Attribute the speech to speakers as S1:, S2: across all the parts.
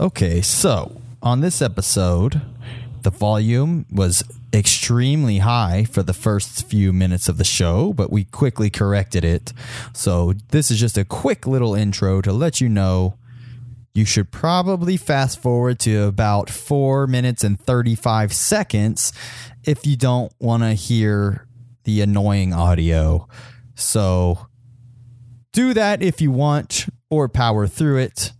S1: Okay, so on this episode, the volume was extremely high for the first few minutes of the show, but we quickly corrected it. So this is just a quick little intro to let you know you should probably fast forward to about four minutes and 35 seconds if you don't want to hear the annoying audio. So do that if you want or power through it.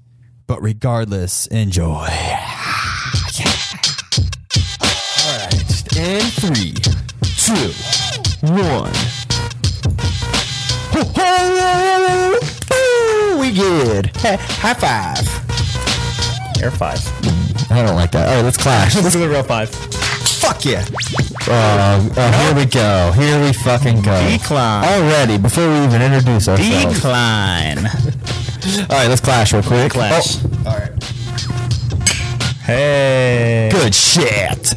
S1: But regardless, enjoy. All right. And three, two, one.
S2: We good. High five.
S3: Air five.
S2: I don't like that. All right, let's clash.
S3: This is a real five.
S2: Fuck yeah. Oh, oh, here we go. Here we fucking go.
S3: Decline.
S2: Already, before we even introduce ourselves.
S3: Decline.
S2: All right, let's clash real quick.
S3: Clash.
S2: Oh,
S1: All right.
S3: Hey.
S2: good shit.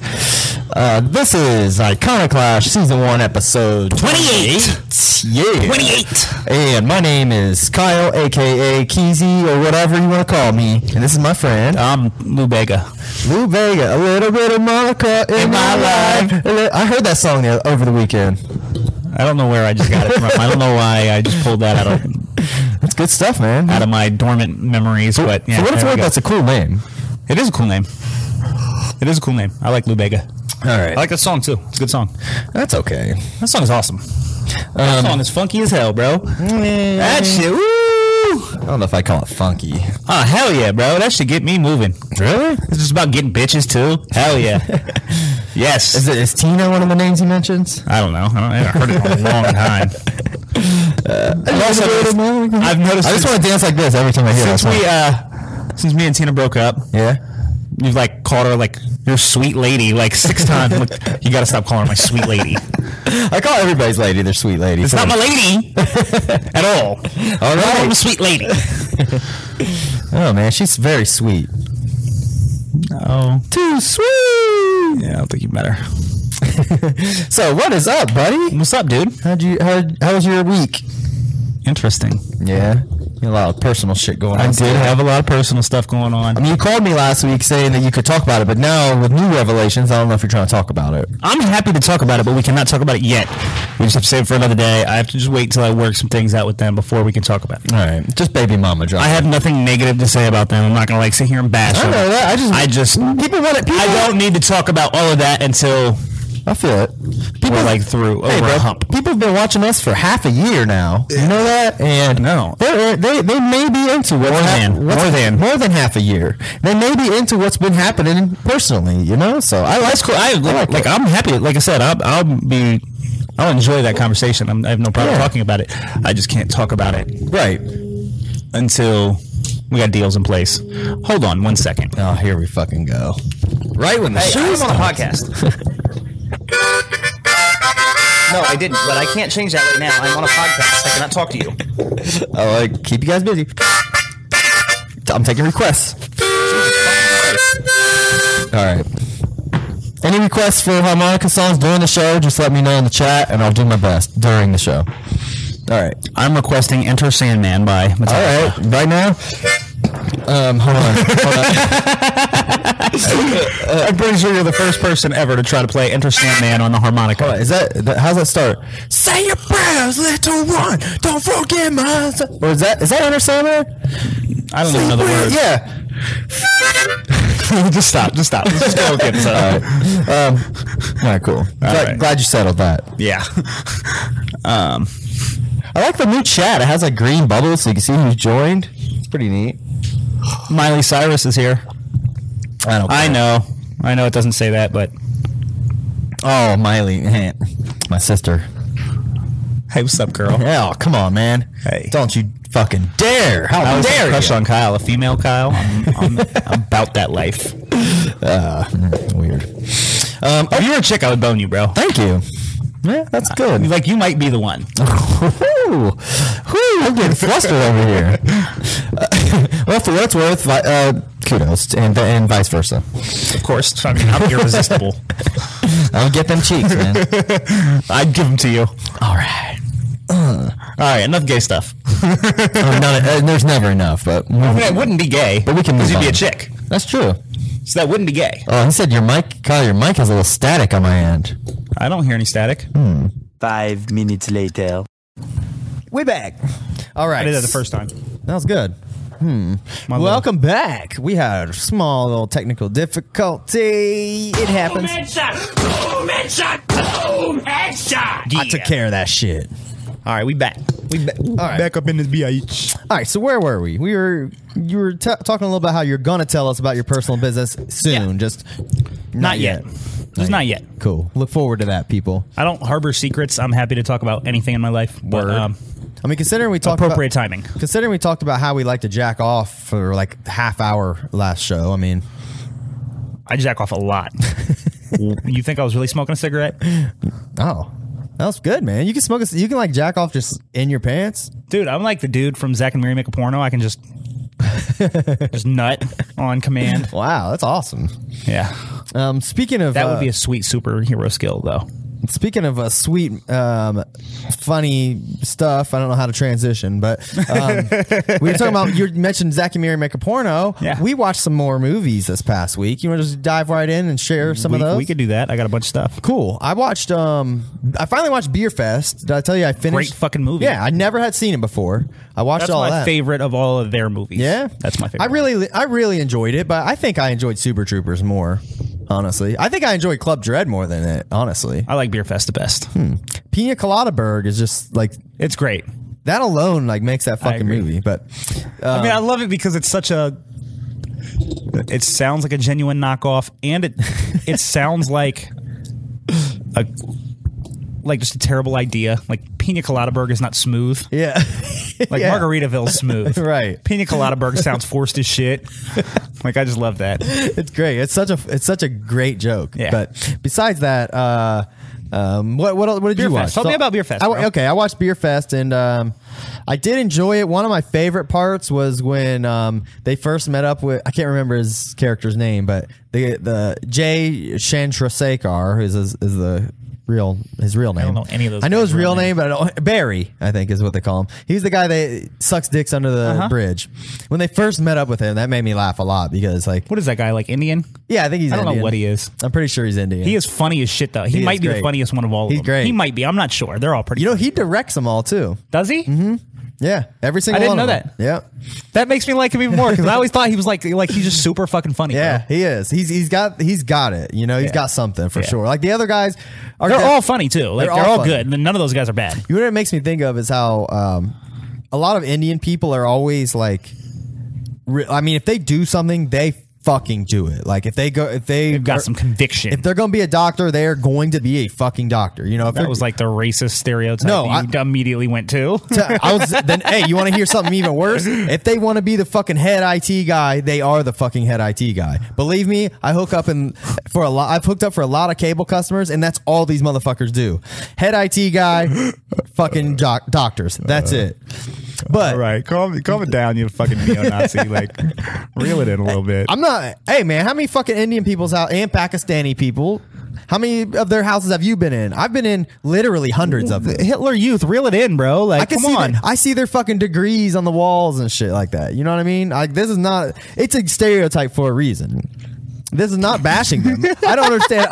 S2: Uh, this is Iconoclash Season 1, Episode
S3: 28.
S2: 28. Yeah.
S3: 28.
S2: And my name is Kyle, aka Keezy, or whatever you want to call me. And this is my friend.
S3: I'm Lou Bega.
S2: Lou Vega, a little bit of Monica in, my,
S3: my
S2: life.
S3: life.
S2: A li- I heard that song the- over the weekend.
S3: I don't know where I just got it from. I don't know why I just pulled that out of
S2: That's good stuff, man.
S3: out of my dormant memories. But yeah,
S2: For what it's
S3: there we
S2: worth,
S3: go.
S2: that's a cool name.
S3: it is a cool name. It is a cool name. I like Lou Bega.
S2: All right,
S3: I like that song too. It's a good song.
S2: Uh, that's okay.
S3: That song is awesome. Um, Mm. that song is funky as hell, bro. That
S2: That's,
S3: shit. Woo!
S2: I don't know if I call it funky.
S3: Oh hell yeah, bro! That should get me moving.
S2: Really?
S3: It's just about getting bitches too. Hell yeah. yes.
S2: Is it is Tina one of the names he mentions?
S3: I don't know. I, don't, I haven't heard it in a long time. Uh, I've, also,
S2: I
S3: I've noticed
S2: just
S3: since,
S2: want to dance like this every time I hear that
S3: since
S2: song.
S3: we uh, since me and Tina broke up,
S2: Yeah.
S3: you've like called her like your sweet lady like six times. Like, you got to stop calling her my sweet lady.
S2: I call everybody's lady their sweet lady.
S3: It's
S2: so-
S3: not my lady at all. I'm
S2: All
S3: a
S2: right.
S3: sweet lady.
S2: Oh man, she's very sweet.
S3: Oh,
S2: Too sweet.
S3: yeah. I don't think you met her.
S2: So what is up, buddy?
S3: What's up, dude?
S2: How'd you how, how was your week?
S3: Interesting.
S2: Yeah. A lot of personal shit going on.
S3: I did have a lot of personal stuff going on.
S2: I mean, you called me last week saying that you could talk about it, but now with new revelations, I don't know if you're trying to talk about it.
S3: I'm happy to talk about it, but we cannot talk about it yet. We just have to save it for another day. I have to just wait until I work some things out with them before we can talk about it.
S2: All right, just baby mama drop.
S3: I have nothing negative to say about them. I'm not gonna like sit here and bash
S2: I
S3: them.
S2: know that. I just
S3: I just
S2: people want it. People,
S3: I don't need to talk about all of that until
S2: I feel it. People
S3: we're like through
S2: hey,
S3: over
S2: bro,
S3: a hump.
S2: People have been watching us for half a year now. You know that, and
S3: No.
S2: they're, they they may be into what's more
S3: than,
S2: what's,
S3: more than.
S2: more than half a year. They may be into what's been happening personally. You know, so I like
S3: That's cool. I, like,
S2: like it.
S3: I'm happy. Like I said, I'll, I'll be. I'll enjoy that conversation. I'm, I have no problem
S2: Yeah.
S3: talking about it. I just can't talk about it
S2: right.
S3: until we got deals in place. Hold on one second.
S2: Oh, here we fucking go. Right when the
S4: I'm on a podcast. no, I didn't, but I can't change that right now. I'm on a podcast. I cannot talk to you.
S2: I like keep you guys busy. I'm taking requests. All right. Any requests for harmonica songs during the show? Just let me know in the chat, and I'll do my best during the show. All right.
S3: I'm requesting Enter Sandman by Metallica.
S2: All right. Right now. Um. Hold on. Hold on.
S3: I'm pretty sure you're the first person ever to try to play Enter Sandman on the harmonica.
S2: Is that that- how's that start? Say your prayers, little one. Don't forget my. Or is that is that understand that?
S3: I don't even know the words.
S2: Yeah.
S3: just stop. Just stop. Let's just go with the episode.
S2: Um. All right. Cool. Glad,
S3: right.
S2: glad you settled that.
S3: Yeah. Um,
S2: I like the new chat. It has like green bubbles so you can see who's joined. It's pretty neat.
S3: Miley Cyrus is here.
S2: I don't.
S3: I know. I know it doesn't say that, but
S2: oh, Miley, eh, my sister.
S3: hey, what's up, girl?
S2: Hell, come on, man.
S3: Hey.
S2: don't you fucking dare! How
S3: I was
S2: dare
S3: crush
S2: you?
S3: on Kyle, a female Kyle. I'm, I'm, I'm about that life.
S2: Uh, Weird. Um.
S3: If you were oh, a chick, I would bone you, bro.
S2: Thank you. Yeah, that's good.
S3: Like you might be the one.
S2: Woo! Woo! I'm getting flustered over here. Uh, well, for what it's worth, vi- uh, kudos, and and vice versa.
S3: Of course. I mean, I'm irresistible.
S2: I'll get them cheeks, man.
S3: I'd give them to you.
S2: All right.
S3: All right, enough gay stuff.
S2: Oh,
S5: Um, not, uh, there's never enough, but
S3: I mean, it wouldn't be gay,
S5: But we can
S3: because
S5: move
S3: you'd be a
S5: on.
S3: chick,
S5: that's true.
S3: so that wouldn't be gay.
S5: Oh, he said your mic, Kyle. Your mic has a little static on my end.
S3: I don't hear any static.
S6: Five minutes later.
S1: Way back. All right.
S2: I did that the first time.
S1: That was good. Hmm.
S2: My little-
S1: Welcome back. We had a small little technical difficulty. It happens. I took care of that shit.
S3: All right, we back.
S1: We ba- all right.
S2: Back up in this BIH.
S1: All right. So where were we? We were you were t- talking a little about how you're gonna tell us about your personal business soon. Just not,
S3: Not yet. Just not yet.
S1: Cool. Look forward to that, people.
S3: I don't harbor secrets. I'm happy to talk about anything in my life. But,
S1: Word.
S3: um,
S1: I mean, considering we talked
S3: appropriate
S1: about,
S3: timing.
S1: Considering we talked about how we like to jack off for like half hour last show. I mean,
S3: I jack off a lot. you think I was really smoking a cigarette,
S1: oh, that was good, man. You can smoke. A, you can like jack off just in your pants.
S3: dude? I'm like the dude from Zach and Mary Make a Porno. I can just just nut on command.
S1: Wow, that's awesome.
S3: Yeah,
S1: Um, speaking of
S3: that
S1: uh,
S3: would be a sweet superhero skill, though.
S1: Speaking of a sweet, um, funny stuff, I don't know how to transition, but um, we were talking about you mentioned Zach and Miri make a porno.
S3: Yeah.
S1: We watched some more movies this past week. You want to just dive right in and share some
S3: We,
S1: of those?
S3: we could do that. I got a bunch of stuff.
S1: cool. I watched. Um, I finally watched Beer Fest. Did I tell you I finished?
S3: Great fucking movie.
S1: Yeah, I never had seen it before. I watched
S3: That's
S1: all
S3: my
S1: that.
S3: favorite of all of their movies.
S1: Yeah,
S3: that's my favorite.
S1: I really, I really enjoyed it, but I think I enjoyed Super Troopers more. Honestly, I think I enjoyed Club Dread more than it. Honestly,
S3: I like Beer Fest the best.
S1: Hmm. Pina Colada Berg is just like
S3: It's great.
S1: that alone like makes that fucking
S3: agree.
S1: movie. But
S3: I
S1: Um,
S3: mean, I love it because it's such a. It sounds like a genuine knockoff, and it it sounds like a like just a terrible idea. Like pina colada burger is not smooth.
S1: yeah,
S3: Like
S1: Yeah.
S3: Margaritaville's smooth.
S1: Right.
S3: Pina colada burger sounds forced as shit. Like I just love that.
S1: it's great. It's such a it's such a great joke.
S3: Yeah.
S1: But besides that, uh, um, what what what did
S3: Beer
S1: you
S3: Fest.
S1: watch?
S3: Tell me about Beer Fest,
S1: I-
S3: bro.
S1: okay, I watched Beer Fest and um, I did enjoy it. One of my favorite parts was when um, they first met up with I can't remember his character's name, but the the Jay Chandrasekhar is is, is the real his real name. I
S3: don't know any of those
S1: I know
S3: guys'
S1: his real
S3: real
S1: name, but I don't, Barry I think is what they call him. He's the guy that sucks dicks under the
S3: Uh-huh.
S1: bridge. When they first met up with him, that made me laugh a lot because like
S3: What is that guy like? Indian?
S1: yeah, I think he's.
S3: I don't know
S1: Indian.
S3: what he is.
S1: I'm pretty sure he's Indian.
S3: He is funny as shit though. He,
S1: He is
S3: might be the
S1: great.
S3: funniest one of all.
S1: He's
S3: of them.
S1: great.
S3: He might be. I'm not sure. They're all pretty.
S1: You know, he directs them all too.
S3: does he? Mm-hmm.
S1: Yeah, every single.
S3: I didn't
S1: one
S3: know
S1: of them. Yeah,
S3: That makes me like him even more because I always thought he was like like he's just super fucking funny. bro.
S1: yeah, he is. He's he's got he's got it. You know, he's
S3: Yeah.
S1: got something for
S3: Yeah.
S1: sure. Like the other guys are.
S3: They're
S1: def-
S3: all funny too. Like
S1: They're
S3: they're,
S1: all
S3: all,
S1: funny.
S3: good. None of those guys are bad.
S1: You know what it makes me think of is how um, a lot of Indian people are always like. Re- I mean, if they do something, they fucking do it. Like if they go, if they
S3: They've got some conviction.
S1: If they're going to be a doctor, they are going to be a fucking doctor. You know, if
S3: that
S1: they're-
S3: was like the racist stereotype
S1: No,
S3: that you immediately went to.
S1: I was then. Hey, you want to hear something even worse? If they want to be the fucking head IT guy, they are the fucking head IT guy. Believe me, I hook up and for a lot. I've hooked up for a lot of cable customers, and that's all these motherfuckers do. Head IT guy, fucking doc- doctors. That's it. But
S2: Uh, All right, calm, calm it down, you fucking neo-Nazi. like, reel it in a little bit.
S1: I'm not. Hey, man, how many fucking Indian people's out and Pakistani people? How many of their houses have you been in? I've been in literally hundreds of them.
S3: Hitler Youth, reel it in, bro. Like,
S1: I can
S3: come
S1: see
S3: on.
S1: Their, I see their fucking degrees on the walls and shit like that. You know what I mean? Like this is not. It's a stereotype for a reason. This is not bashing them. I don't understand.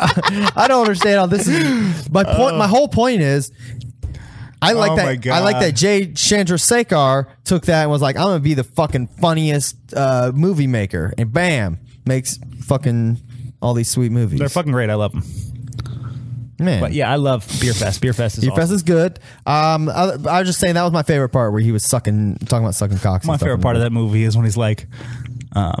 S1: I don't understand how this is. My point. my whole point is. I like
S2: Oh my
S1: that.
S2: God.
S1: I like that. Jay Chandrasekhar took that and was like, "I'm gonna be the fucking funniest uh, movie maker," and bam, makes fucking all these sweet movies.
S3: They're fucking great. I love them.
S1: man.
S3: But yeah, I love Beer Fest. Beer Fest is
S1: Your fest
S3: awesome.
S1: is good. Um, I, I was just saying that was my favorite part where he was sucking, talking about sucking cocks.
S3: My
S1: and stuff.
S3: favorite part of that movie is when he's like, um,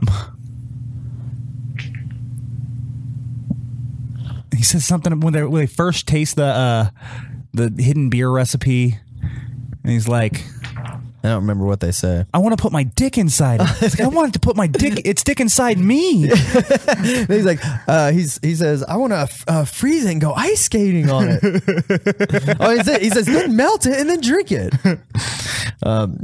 S3: he says something when they when they first taste the uh, the hidden beer recipe, and he's like.
S1: I don't remember what they said.
S3: I want to put my dick inside. It. It's like, I wanted to put my dick. It's dick inside me.
S1: And he's like, uh, he's he says, I want to uh, freeze it and go ice skating on it. oh, he says, he says, then melt it and then drink it. Um,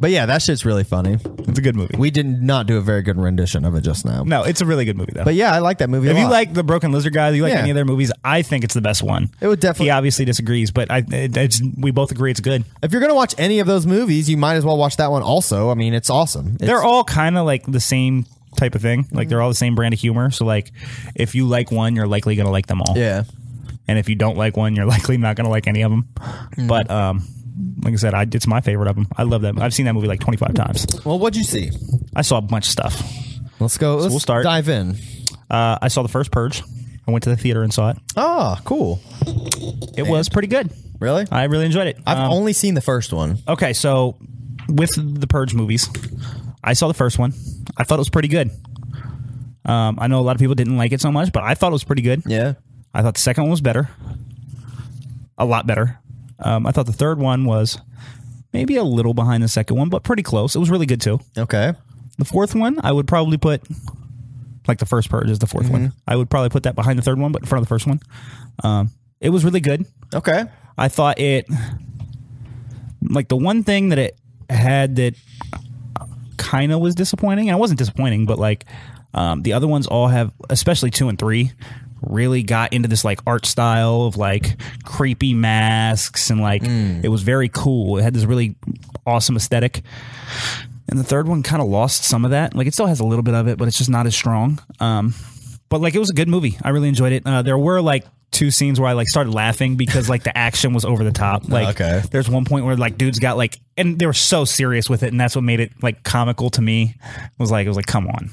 S1: But yeah, that shit's really funny.
S3: It's a good movie.
S1: We did not do a very good rendition of it just now.
S3: no, it's a really good movie though.
S1: But yeah, I like that movie. a
S3: if you
S1: lot.
S3: like the Broken Lizard guys, you like
S1: Yeah.
S3: any of their movies, I think it's the best one.
S1: It would definitely-
S3: He obviously disagrees, but I it, it's, we both agree it's good.
S1: if you're gonna watch any of those movies, you might as well watch that one. Also, I mean, it's awesome. It's-
S3: they're all kind of like the same type of thing. Like they're all the same brand of humor. So like, if you like one, you're likely gonna like them all.
S1: yeah.
S3: And if you don't like one, you're likely not gonna like any of them.
S1: Mm.
S3: But um, like I said, I, it's my favorite of them. I love that. I've seen that movie like 25 times.
S1: Well, what'd you see?
S3: I saw a bunch of stuff.
S1: Let's go. let's
S3: we'll start.
S1: Dive in.
S3: Uh, I saw the first Purge. I went to the theater and saw it.
S1: Oh, cool.
S3: It was pretty good.
S1: Really?
S3: I really enjoyed it.
S1: I've
S3: Um,
S1: only seen the first one.
S3: okay, so with the Purge movies, I saw the first one. I thought it was pretty good. Um, I know a lot of people didn't like it so much, but I thought it was pretty good.
S1: Yeah.
S3: I thought the second one was better, a lot better. Um, I thought the third one was maybe a little behind the second one, but pretty close. It was really good too.
S1: Okay.
S3: The fourth one, I would probably put like the first purge is the 4th one. I would probably put that behind the third one, but in front of the first one. Um, it was really good.
S1: Okay.
S3: I thought it like the one thing that it had that kind of was disappointing. And it wasn't disappointing, but like um, the other ones all have, especially two and three, really got into this like art style of like creepy masks and like it was very cool. It had this really awesome aesthetic. And the third one kind of lost some of that. Like it still has a little bit of it, but it's just not as strong. Um, but like it was a good movie. I really enjoyed it. Uh, there were like two scenes where I like started laughing because like the action was over the top. Like
S1: Okay.
S3: there's one point where like dudes got like and they were so serious with it and that's what made it like comical to me. It was like it was like come on.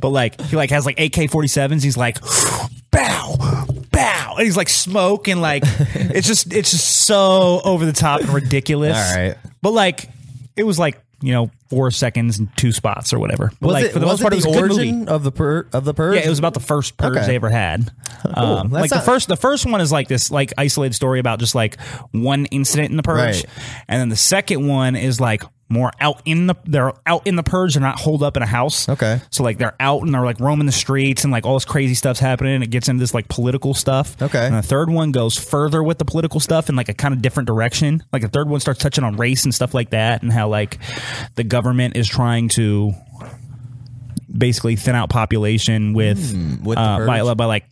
S3: but like he like has like AK47s. He's like bow bow and he's like smoke and like it's just it's just so over the top and ridiculous.
S1: All right.
S3: But like it was like you know, four seconds and two spots or whatever. But like for the most part, it was a good movie.
S1: origin of the pur- of the purge?
S3: Yeah, it was about the first purge
S1: Okay.
S3: they ever had. Um,
S1: That's
S3: like the
S1: not-
S3: first, the first one is like this, like isolated story about just like one incident in the purge,
S1: Right.
S3: and then the second one is like more out in the they're out in the purge. They're not holed up in a house.
S1: Okay.
S3: so like they're out and they're like roaming the streets and like all this crazy stuff's happening. And it gets into this like political stuff.
S1: Okay.
S3: and the third one goes further with the political stuff in like a kind of different direction. Like the third one starts touching on race and stuff like that, and how like the government is trying to basically thin out population with,
S1: Hmm, with the
S3: uh, by,
S1: purge.
S3: by like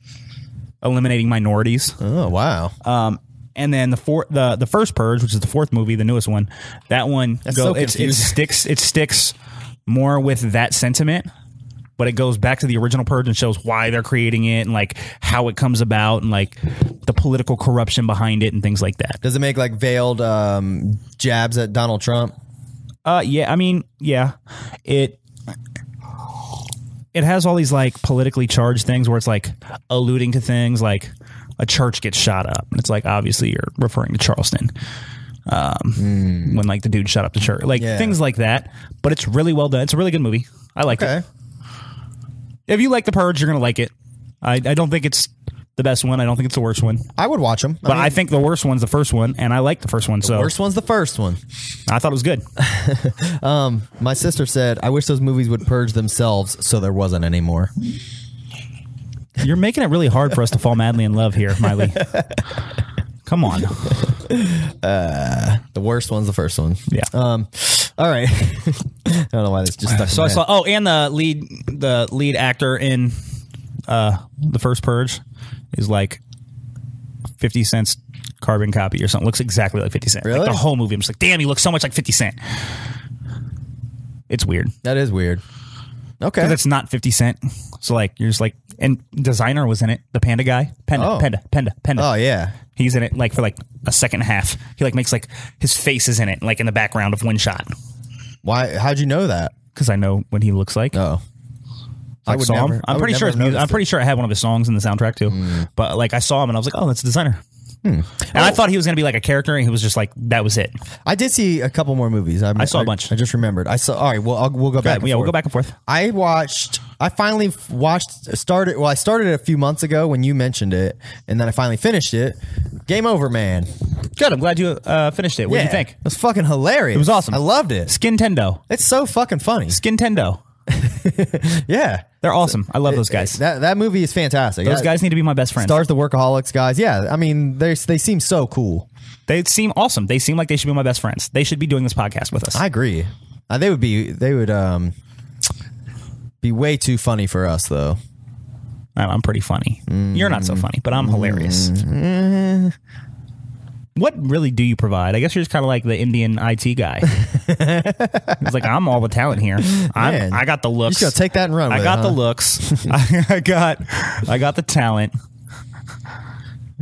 S3: eliminating minorities.
S1: Oh wow.
S3: And then the four, the the first purge, which is the fourth movie, the newest one, that one
S1: so
S3: it's- it
S1: confusing.
S3: sticks it sticks more with that sentiment, but it goes back to the original purge and shows why they're creating it and like how it comes about and like the political corruption behind it and things like that.
S1: Does it make like veiled um, jabs at Donald Trump?
S3: Uh, yeah. I mean, yeah. It it has all these like politically charged things where it's like alluding to things like a church gets shot up, and it's like obviously you're referring to Charleston. Um, when like the dude shot up the church, like
S1: Hmm. Yeah.
S3: things like that. But it's really well done. It's a really good movie. I like
S1: Okay.
S3: it. If you like The Purge, you're gonna like it. I, I don't think it's the best one. I don't think it's the worst one.
S1: I would watch them.
S3: But I, think the worst one's the first one, and I like the first one. so
S1: Worst one's the first one.
S3: I thought it was good.
S1: My sister said, "I wish those movies would purge themselves, so there wasn't any more."
S3: You're making it really hard for us to fall madly in love here, Miley. Come on.
S1: The worst one's the first one.
S3: Yeah.
S1: Um. All right. I don't know why this just stuck.
S3: So I saw. Oh, and the lead, the lead actor in uh, the first Purge is like Fifty Cent's carbon copy or something. Looks exactly like Fifty Cent. Like,
S1: Really?
S3: the whole movie. I'm just like, damn, he looks so much like Fifty Cent. It's weird.
S1: That is weird. Okay.
S3: Because it's not 50 Cent. So, like, you're just like, and Designer was in it, the panda guy. Panda,
S1: Oh.
S3: panda, panda, panda.
S1: Oh yeah.
S3: He's in it like for like a second and a half. He like makes like his face is in it, like in the background of one shot.
S1: Why? How'd you know that?
S3: Because I know what he looks like.
S1: Oh.
S3: I
S1: would
S3: saw
S1: never-
S3: him.
S1: I
S3: I'm
S1: would
S3: pretty sure.
S1: never Hmm. have
S3: It's music. I'm
S1: noticed
S3: pretty sure I had one of his songs in the soundtrack too. But like I saw him and I was like, oh, that's a designer.
S1: Hmm.
S3: And I thought he was gonna be like a character, and he was just like that was it.
S1: I did see a couple more movies. I,
S3: I saw a
S1: a
S3: bunch.
S1: I just remembered. I saw. All right. Well, I'll, we'll go back. and
S3: yeah, we'll
S1: forth.
S3: go back and forth.
S1: I watched. I finally f- watched. Started. Well, I started it a few months ago when you mentioned it, and then I finally finished it. Game Over Man.
S3: Good. I'm glad you uh, finished it. What
S1: Yeah.
S3: did you think?
S1: It was fucking hilarious. It
S3: was awesome.
S1: I loved it.
S3: Skintendo.
S1: It's so fucking funny.
S3: Skintendo.
S1: Yeah.
S3: They're awesome. I love those guys.
S1: That that movie is fantastic.
S3: Those
S1: I-
S3: guys need to be my best friends.
S1: stars the workaholics guys. Yeah, I mean they they seem so cool.
S3: They seem awesome. They seem like they should be my best friends. They should be doing this podcast with us.
S1: I agree. Uh, they would be they would um be way too funny for us though.
S3: I'm, I'm pretty funny. You're not
S1: Mm.
S3: so funny, but I'm hilarious.
S1: Mm-hmm.
S3: What really do you provide? I guess you're just kind of like the Indian IT guy. it's like I'm all the talent here. I'm,
S1: Man.
S3: I got the looks.
S1: You should take that and run.
S3: I
S1: with it,
S3: got
S1: huh?
S3: the looks. I, I got I got the talent.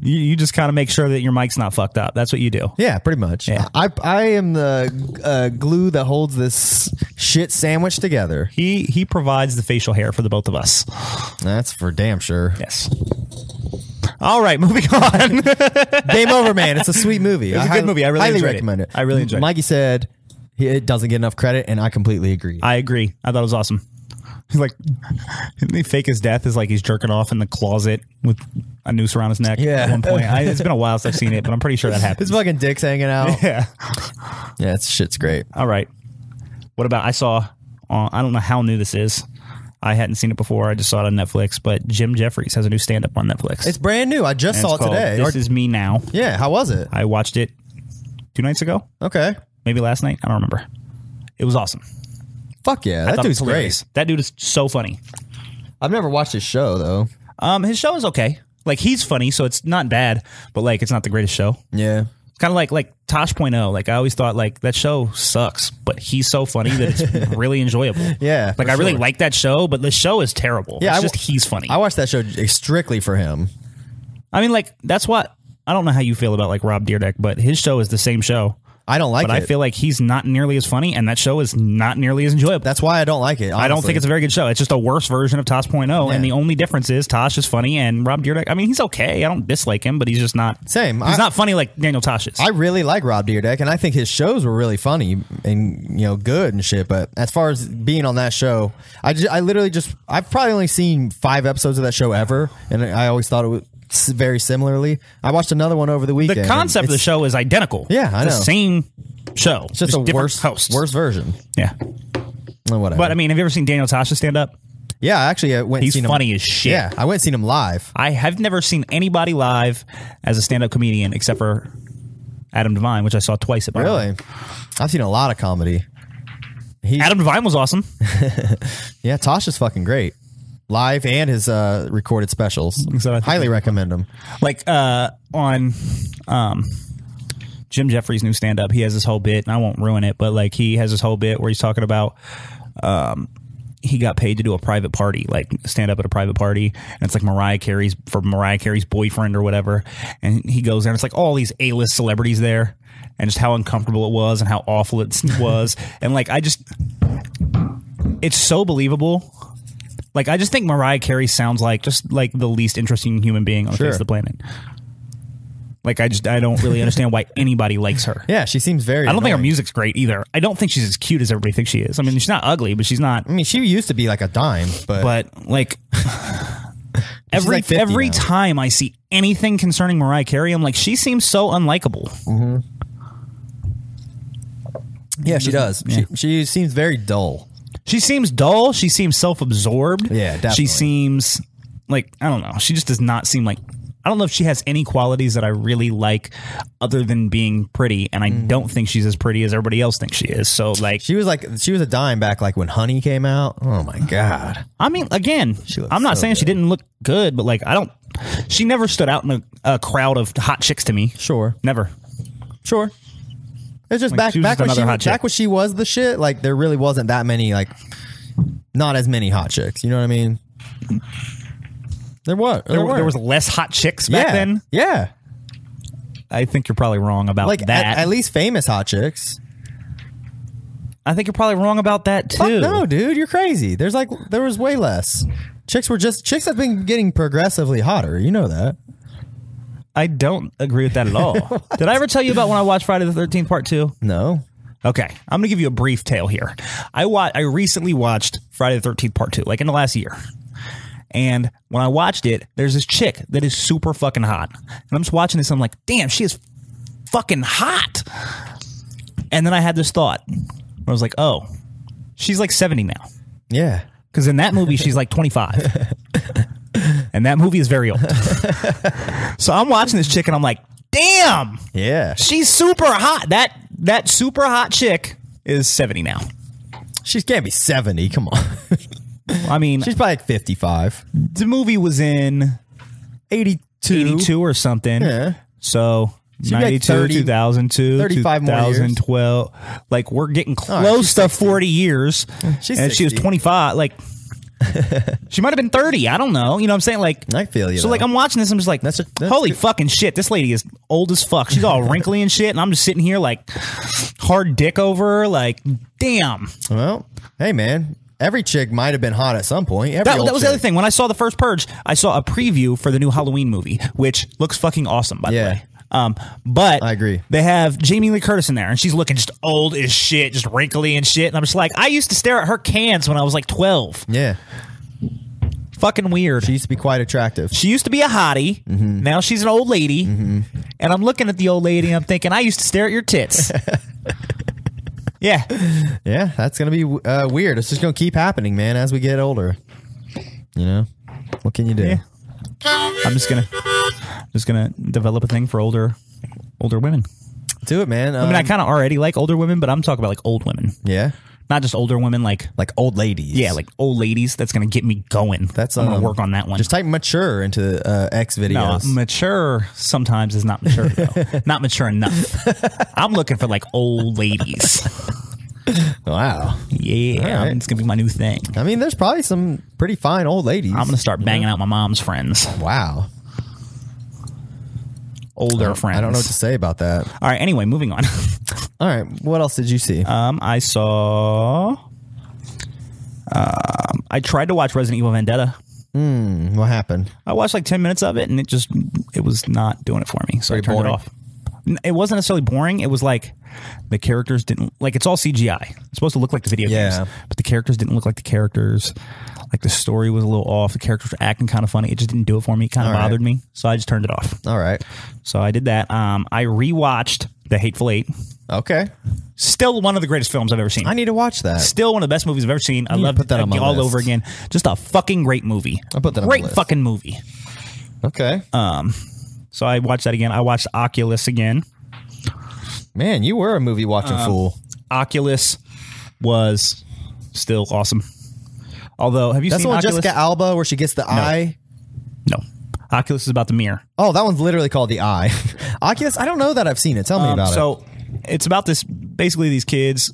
S3: You, you just kind of make sure that your mic's not fucked up. That's what you do.
S1: Yeah, pretty much.
S3: Yeah.
S1: I I am the uh, glue that holds this shit sandwich together.
S3: He he provides the facial hair for the both of us.
S1: That's for damn sure.
S3: Yes. All right, moving on.
S1: Game over, man. It's a sweet movie. It's
S3: a good movie. I really
S1: highly
S3: enjoyed it.
S1: recommend it.
S3: I really enjoyed it.
S1: Mikey said he- it doesn't get enough credit, and I completely agree.
S3: I agree. I thought it was awesome. He's like, they fake his death is like he's jerking off in the closet with a noose around his neck.
S1: Yeah.
S3: At one point, I, it's been a while since I've seen it, but I'm pretty sure that
S1: His
S3: happened.
S1: fucking dick's hanging out.
S3: Yeah.
S1: yeah, it's shit's great.
S3: All right. What about I saw? Uh, I don't know how new this is. I hadn't seen it before. I just saw it on Netflix. But Jim Jeffries has a new stand up on Netflix.
S1: It's brand new. I just
S3: And
S1: saw it
S3: called
S1: today.
S3: This
S1: Or-
S3: is me now.
S1: yeah, how was it?
S3: I watched it two nights ago,
S1: Okay.
S3: maybe last night. I don't remember. It was awesome.
S1: Fuck yeah,
S3: I
S1: that
S3: thought it
S1: dude's
S3: was hilarious.
S1: great.
S3: That dude is so funny.
S1: I've never watched his show though.
S3: Um, his show is okay. Like he's funny, so it's not bad, but like it's not the greatest show.
S1: Yeah.
S3: Kind of like like Tosh.0. Like I always thought like that show sucks, but he's so funny that it's really enjoyable.
S1: Yeah,
S3: Like
S1: for
S3: I really
S1: sure.
S3: like that show, but the show is terrible.
S1: Yeah,
S3: Yeah, it's
S1: I w-
S3: just he's funny.
S1: I watched that show strictly for him.
S3: I mean, like that's what I don't know how you feel about like Rob Deerdeck, but his show is the same show.
S1: I don't like
S3: But
S1: it.
S3: I feel like he's not nearly as funny, and that show is not nearly as enjoyable.
S1: That's why I don't like it.
S3: I don't think it's a very good show. It's just a worse version of Tosh.0, and the only difference is Tosh is funny and Rob Dyrdek. I mean, he's okay. I don't dislike him, but he's just not
S1: Same.
S3: He's
S1: I-
S3: not funny like Daniel Tosh is.
S1: I really like Rob Deerdeck, and I think his shows were really funny and you know good and shit. But as far as being on that show, I ju- I literally just I've probably only seen five episodes of that show ever, and I always thought it was s- very similarly. I watched another one over the
S3: the
S1: weekend. and
S3: concept of the
S1: it's
S3: show is identical.
S1: Yeah, I
S3: It's
S1: know.
S3: The same show.
S1: just,
S3: just
S1: a
S3: different
S1: worse
S3: hosts.
S1: worse version.
S3: Yeah,
S1: Oh, Whatever.
S3: but I mean, have you ever seen Daniel Tosh stand up?
S1: yeah, I actually I went. and
S3: He's
S1: seen
S3: funny
S1: him,
S3: as shit.
S1: Yeah, I went and seen him live.
S3: I have never seen anybody live as a stand up comedian except for Adam Devine, which I saw twice at Barnum.
S1: Really, I've seen a lot of comedy. He,
S3: Adam Devine was awesome.
S1: yeah, Tasha's fucking great. Live and his uh, recorded specials.
S3: So I think-
S1: Highly recommend him.
S3: like uh on um Jim Jeffries' new stand up, he has this whole bit, and I won't ruin it, but like he has this whole bit where he's talking about um he got paid to do a private party, like stand up at a private party, and it's like Mariah Carey's for Mariah Carey's boyfriend or whatever. And he goes there and it's like all these A list celebrities there and just how uncomfortable it was and how awful it was. and like I just it's so believable. Like I just think Mariah Carey sounds like just like the least interesting human being on the
S1: Sure.
S3: face of the planet. Like I just I don't really understand why anybody likes her.
S1: Yeah, she seems very.
S3: I don't think her
S1: annoying.
S3: music's great either. I don't think she's as cute as everybody thinks she is. I mean, she's not ugly, but she's not.
S1: I mean, she used to be like a dime, but,
S3: But like every
S1: like 50
S3: every
S1: now.
S3: time I see anything concerning Mariah Carey, I'm like, she seems so unlikable.
S1: Mm. yeah, she does. She, she seems very dull.
S3: She seems dull. She seems self-absorbed.
S1: Yeah, definitely.
S3: She seems like I don't know. She just does not seem like. I don't know if she has any qualities that I really like, other than being pretty, and I
S1: Mm.
S3: don't think she's as pretty as everybody else thinks she is. So, like,
S1: She was like she was a dime back like when Honey came out. Oh my god,
S3: I mean, again,
S1: looks
S3: I'm not
S1: so
S3: saying she didn't look good, but like, I don't. She never stood out in a, a crowd of hot chicks to me.
S1: sure,
S3: Never.
S1: sure. It's just
S3: Like,
S1: back
S3: she was
S1: back
S3: just
S1: when she
S3: another hot
S1: back
S3: chick.
S1: when she was the shit. Like there really wasn't that many like not as many hot chicks. You know what I mean? There was there,
S3: There,
S1: were.
S3: there was less hot chicks
S1: yeah
S3: back then.
S1: yeah
S3: I think you're probably wrong about
S1: like at-
S3: that.
S1: At, least famous hot chicks.
S3: I think you're probably wrong about that too.
S1: Fuck no, dude, you're crazy. There's like there was way less. Chicks were just chicks have been getting progressively hotter. You know that.
S3: I don't agree with that at all. Did I ever tell you about when I watched Friday the Thirteenth Part Two?
S1: No.
S3: Okay, I'm gonna give you a brief tale here. I wa- I recently watched Friday the Thirteenth Part Two, like in the last year. And when I watched it, there's this chick that is super fucking hot, and I'm just watching this. And I'm like, damn, she is fucking hot. And then I had this thought. I was like, oh, she's like 70 now.
S1: Yeah.
S3: Because in that movie, she's like 25. and that movie is very old. so I'm watching this chick and I'm like, damn,
S1: Yeah.
S3: she's super hot. That that super hot chick is 70 now.
S1: She can't be 70. Come on.
S3: I mean,
S1: She's probably like 55.
S3: the movie was in
S1: 82.
S3: 82 or something.
S1: Yeah.
S3: So
S1: be like
S3: 92,
S1: 30
S3: 2002,
S1: 35 more years.
S3: 2012. Like we're getting
S1: right,
S3: close
S1: she's
S3: to 40 years.
S1: She's
S3: and if she was
S1: 60.
S3: 25. Like she might have been 30. I don't know. You know what I'm saying? Like
S1: I feel you,
S3: So like
S1: though.
S3: I'm watching this. I'm just like,
S1: That's a- that's
S3: holy
S1: good.
S3: fucking shit. This lady is old as fuck. She's all wrinkly and shit. And I'm just sitting here like hard dick over. her, Like damn.
S1: Well, hey, man. Every chick might have been hot at some point. Every
S3: That,
S1: old
S3: that was the
S1: chick.
S3: other thing. When I saw the first Purge, I saw a preview for the new Halloween movie, which looks fucking awesome, by
S1: Yeah.
S3: the way. Um, but
S1: I agree.
S3: They have Jamie Lee Curtis in there, and she's looking just old as shit, just wrinkly and shit. And I'm just like, I used to stare at her cans when I was like 12.
S1: Yeah.
S3: Fucking weird.
S1: She used to be quite attractive.
S3: She used to be a hottie.
S1: Mm-hmm.
S3: Now she's an old lady. And I'm looking at the old lady and I'm thinking, I used to stare at your tits. yeah.
S1: Yeah, that's going to be uh, weird. It's just going to keep happening, man, as we get older. You know? What can you do?
S3: Yeah. I'm just gonna just gonna develop a thing for older older women.
S1: Do it, man.
S3: I mean, I
S1: Um,
S3: kind of already like older women, but I'm talking about like old women,
S1: yeah.
S3: not just older women. Like,
S1: Like old ladies.
S3: yeah, like old ladies. That's gonna get me going.
S1: That's,
S3: I'm
S1: um,
S3: gonna work on that one.
S1: Just type mature into uh, X
S3: no,
S1: videos.
S3: mature sometimes is not mature, though. not mature enough. I'm looking for like old ladies.
S1: wow.
S3: Yeah,
S1: All right.
S3: it's gonna be my new thing.
S1: I mean, there's probably some pretty fine old ladies.
S3: I'm gonna start banging out my mom's friends,
S1: Wow.
S3: older friends.
S1: I don't know what to say about that.
S3: All right. Anyway, moving on.
S1: All right. What else did you see?
S3: Um, I saw. Um, I tried to watch Resident Evil Vendetta.
S1: what happened?
S3: I watched like 10 minutes of it and it just it was not doing it for me. So I
S1: Pretty
S3: turned
S1: boring.
S3: it off. N- It wasn't necessarily boring. It was like the characters didn't like it's all CGI. It's supposed to look like the video
S1: Yeah.
S3: games, but the characters didn't look like the characters. Like the story was a little off. The characters were acting kind of funny. It just didn't do it for me. It kind of
S1: All right.
S3: bothered me. So I just turned it off.
S1: All right.
S3: So I did that. Um, I rewatched The Hateful Eight.
S1: Okay.
S3: Still one of the greatest films I've ever seen.
S1: I need to watch that.
S3: Still one of the best movies I've ever seen. I
S1: need to
S3: love
S1: put that on my
S3: all
S1: list.
S3: over again. Just a fucking great movie.
S1: I'll put that on my
S3: great
S1: list.
S3: fucking movie.
S1: Okay.
S3: So I watched that again. I watched Oculus again.
S1: Man, you were a movie watching fool.
S3: Oculus was still awesome. Although, have you
S1: That's the
S3: seen
S1: one
S3: Oculus?
S1: Jessica Alba where she gets the eye.
S3: no. Oculus is about the mirror.
S1: Oh, that one's literally called the eye. Oculus. I don't know that I've seen it. Tell me about it.
S3: Um, so it's about this basically these kids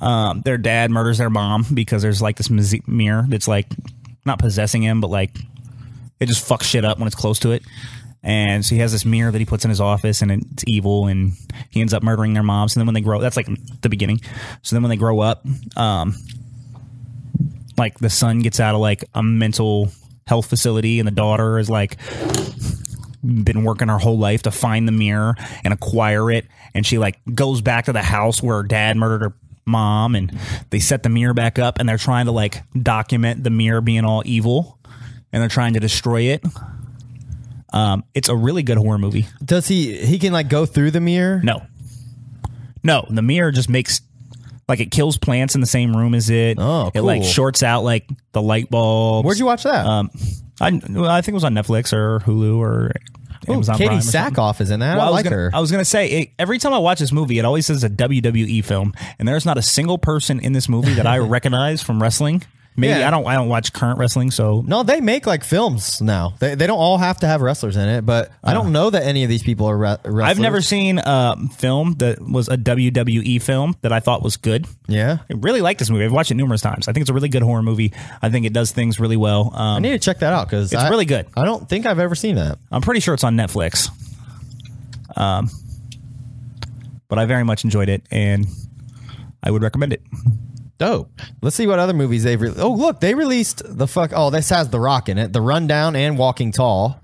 S3: um, their dad murders their mom because there's like this muse- mirror that's like not possessing him but like it just fucks shit up when it's close to it and so he has this mirror that he puts in his office and it's evil and he ends up murdering their moms and then when they grow that's like the beginning so then when they grow up um, like the son gets out of like a mental health facility and the daughter is like been working her whole life to find the mirror and acquire it and she like goes back to the house where her dad murdered her mom and they set the mirror back up and they're trying to like document the mirror being all evil and they're trying to destroy it um it's a really good horror movie
S1: Does he? He can like go through the mirror.
S3: no no the mirror just makes like it kills plants in the same room as it
S1: Oh,
S3: it like
S1: cool.
S3: shorts out like the light bulbs
S1: Where'd you watch that?
S3: um I, well, I think it was on Netflix or Hulu or
S1: Ooh,
S3: Amazon
S1: Katie
S3: Prime or something.
S1: Sackhoff is in that.
S3: Well,
S1: I
S3: was
S1: like
S3: gonna,
S1: her.
S3: I was gonna say it, every time I watch this movie, it always says a WWE film, and there's not a single person in this movie that I recognize from wrestling. Maybe
S1: Yeah.
S3: I don't. I don't watch current wrestling, so
S1: No, they make like films now. They, they don't all have to have wrestlers in it, but I don't know that any of these people are re- wrestlers.
S3: Uh. I've never seen a film that was a WWE film that I thought was good.
S1: Yeah.
S3: I really like this movie. I've watched it numerous times. I think it's a really good horror movie. I think it does things really well.
S1: I
S3: Um,
S1: need to check that out because
S3: It's really good.
S1: I don't think I've ever seen that.
S3: I'm pretty sure it's on Netflix. Um, but I very much enjoyed it, and I would recommend it.
S1: Dope. Let's see what other movies they've. Re- oh, look, they released the fuck. Oh, this has The Rock in it, The Rundown, and Walking Tall.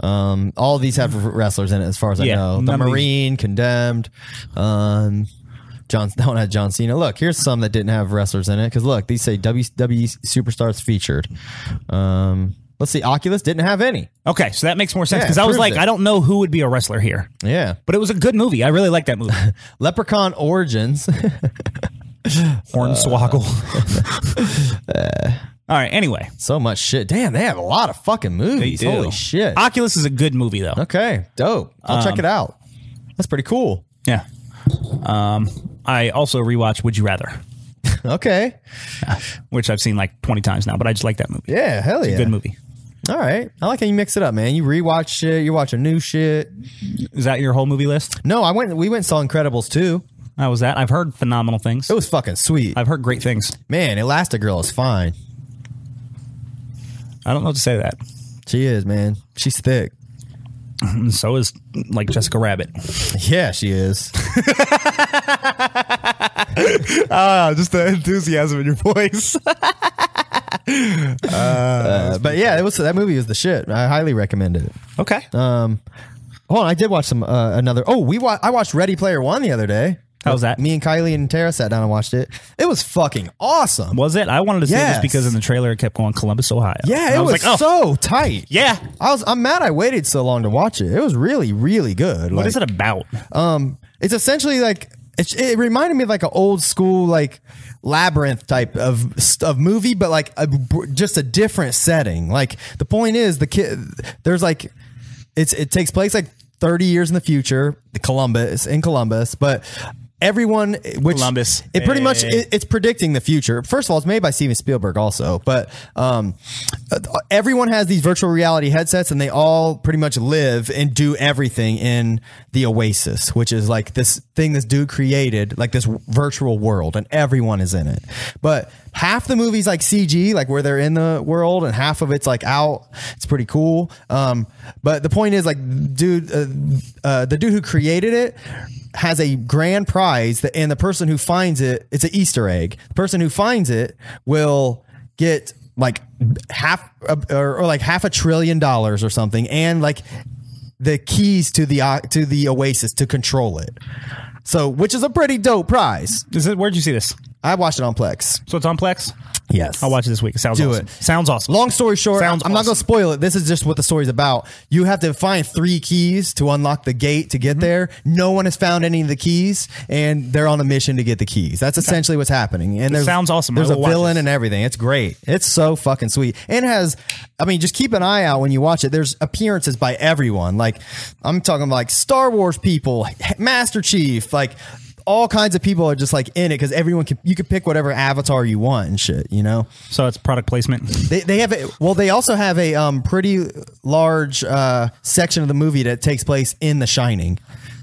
S1: Um, all these have wrestlers in it, as far as I
S3: Yeah,
S1: know. The
S3: none of these-
S1: Marine, Condemned, um, John. That one had John Cena. Look, here's some that didn't have wrestlers in it because look, these say WWE superstars featured. Um, let's see, Oculus didn't have any.
S3: Okay, so that makes more sense
S1: Yeah,
S3: because I was
S1: proves
S3: like,
S1: it.
S3: I don't know who would be a wrestler here.
S1: Yeah, Uh,
S3: But it was a good movie. I really like that movie.
S1: Leprechaun Origins.
S3: Hornswoggle. All right. Anyway,
S1: So much shit. Damn, they have a lot of fucking movies.
S3: do.
S1: Holy shit.
S3: Oculus is a good movie though.
S1: okay, dope. I'll
S3: Um,
S1: check it out. That's pretty cool.
S3: Yeah. Um, I also rewatched Would You Rather,
S1: Okay.
S3: which I've seen like 20 times now, but I just like that movie.
S1: Yeah, hell yeah.
S3: Good movie.
S1: All right. I like how you mix it up, man. You rewatch shit, you're watching new shit.
S3: Is that your whole movie list?
S1: No, I went we went and saw Incredibles too.
S3: That was that. I've heard phenomenal things.
S1: It was fucking sweet.
S3: I've heard great things.
S1: Man, Elastigirl is fine.
S3: I don't know what to say to that.
S1: She is, man. She's thick.
S3: And so is like Jessica Rabbit.
S1: Yeah, she is.
S3: Ah, just the enthusiasm in your voice. Ah,
S1: Uh, but yeah, it was that movie was the shit. I highly recommend it.
S3: okay.
S1: Hold on, I did watch some uh, another. Oh, we wa- I watched Ready Player One the other day.
S3: How was that?
S1: Me and Kylie and Tara sat down and watched it. It was fucking awesome.
S3: was it? I wanted to say
S1: Yes.
S3: this because in the trailer it kept going Columbus, Ohio.
S1: Yeah,
S3: And
S1: it
S3: I
S1: was,
S3: like, oh,
S1: so tight.
S3: yeah.
S1: I was. I'm mad I waited so long to watch it. It was really, really good.
S3: What is it about?
S1: Um, it's essentially like it, it reminded me of like an old school like labyrinth type of of movie, but like a, just a different setting. Like the point is the kid there's like it's it takes place like 30 years in the future, Columbus in Columbus, but. Everyone, which
S3: Columbus.
S1: it pretty much
S3: Hey.
S1: it, it's predicting the future. First of all, it's made by Steven Spielberg, also, but um, uh, everyone has these virtual reality headsets, and they all pretty much live and do everything in the Oasis, which is like this thing this dude created, like this virtual world, and everyone is in it. But half the movie's like CG, like where they're in the world, and half of it's like out. It's pretty cool. Um, but the point is, like, dude, uh, uh, the dude who created it has a grand prize that, and the person who finds it it's an easter egg the person who finds it will get like half or, or like half a trillion dollars or something and like the keys to the o- to the oasis to control it so which is a pretty dope prize
S3: Is it, where'd you see this?
S1: i watched it on plex
S3: So it's on Plex?
S1: yes
S3: I'll watch it this week. It sounds
S1: Do
S3: awesome.
S1: it.
S3: Sounds awesome.
S1: Long story short,
S3: Sounds
S1: I'm not going
S3: awesome.
S1: to spoil it. This is just what the story's about. You have to find three keys to unlock the gate to
S3: Mm-hmm.
S1: get there. No one has found any of the keys, and they're on a mission to get the keys. That's essentially what's happening. And there's
S3: sounds awesome. I
S1: There's a
S3: will watch
S1: villain
S3: this.
S1: and everything. It's great. It's so fucking sweet. And it has, I mean, just keep an eye out when you watch it. There's appearances by everyone. Like I'm talking like Star Wars people, Master Chief, like. All kinds of people are just like in it because everyone can you can pick whatever avatar you want and shit, you know.
S3: So it's product placement.
S1: They, they have a, well. They also have a um, pretty large uh, section of the movie that takes place in The Shining.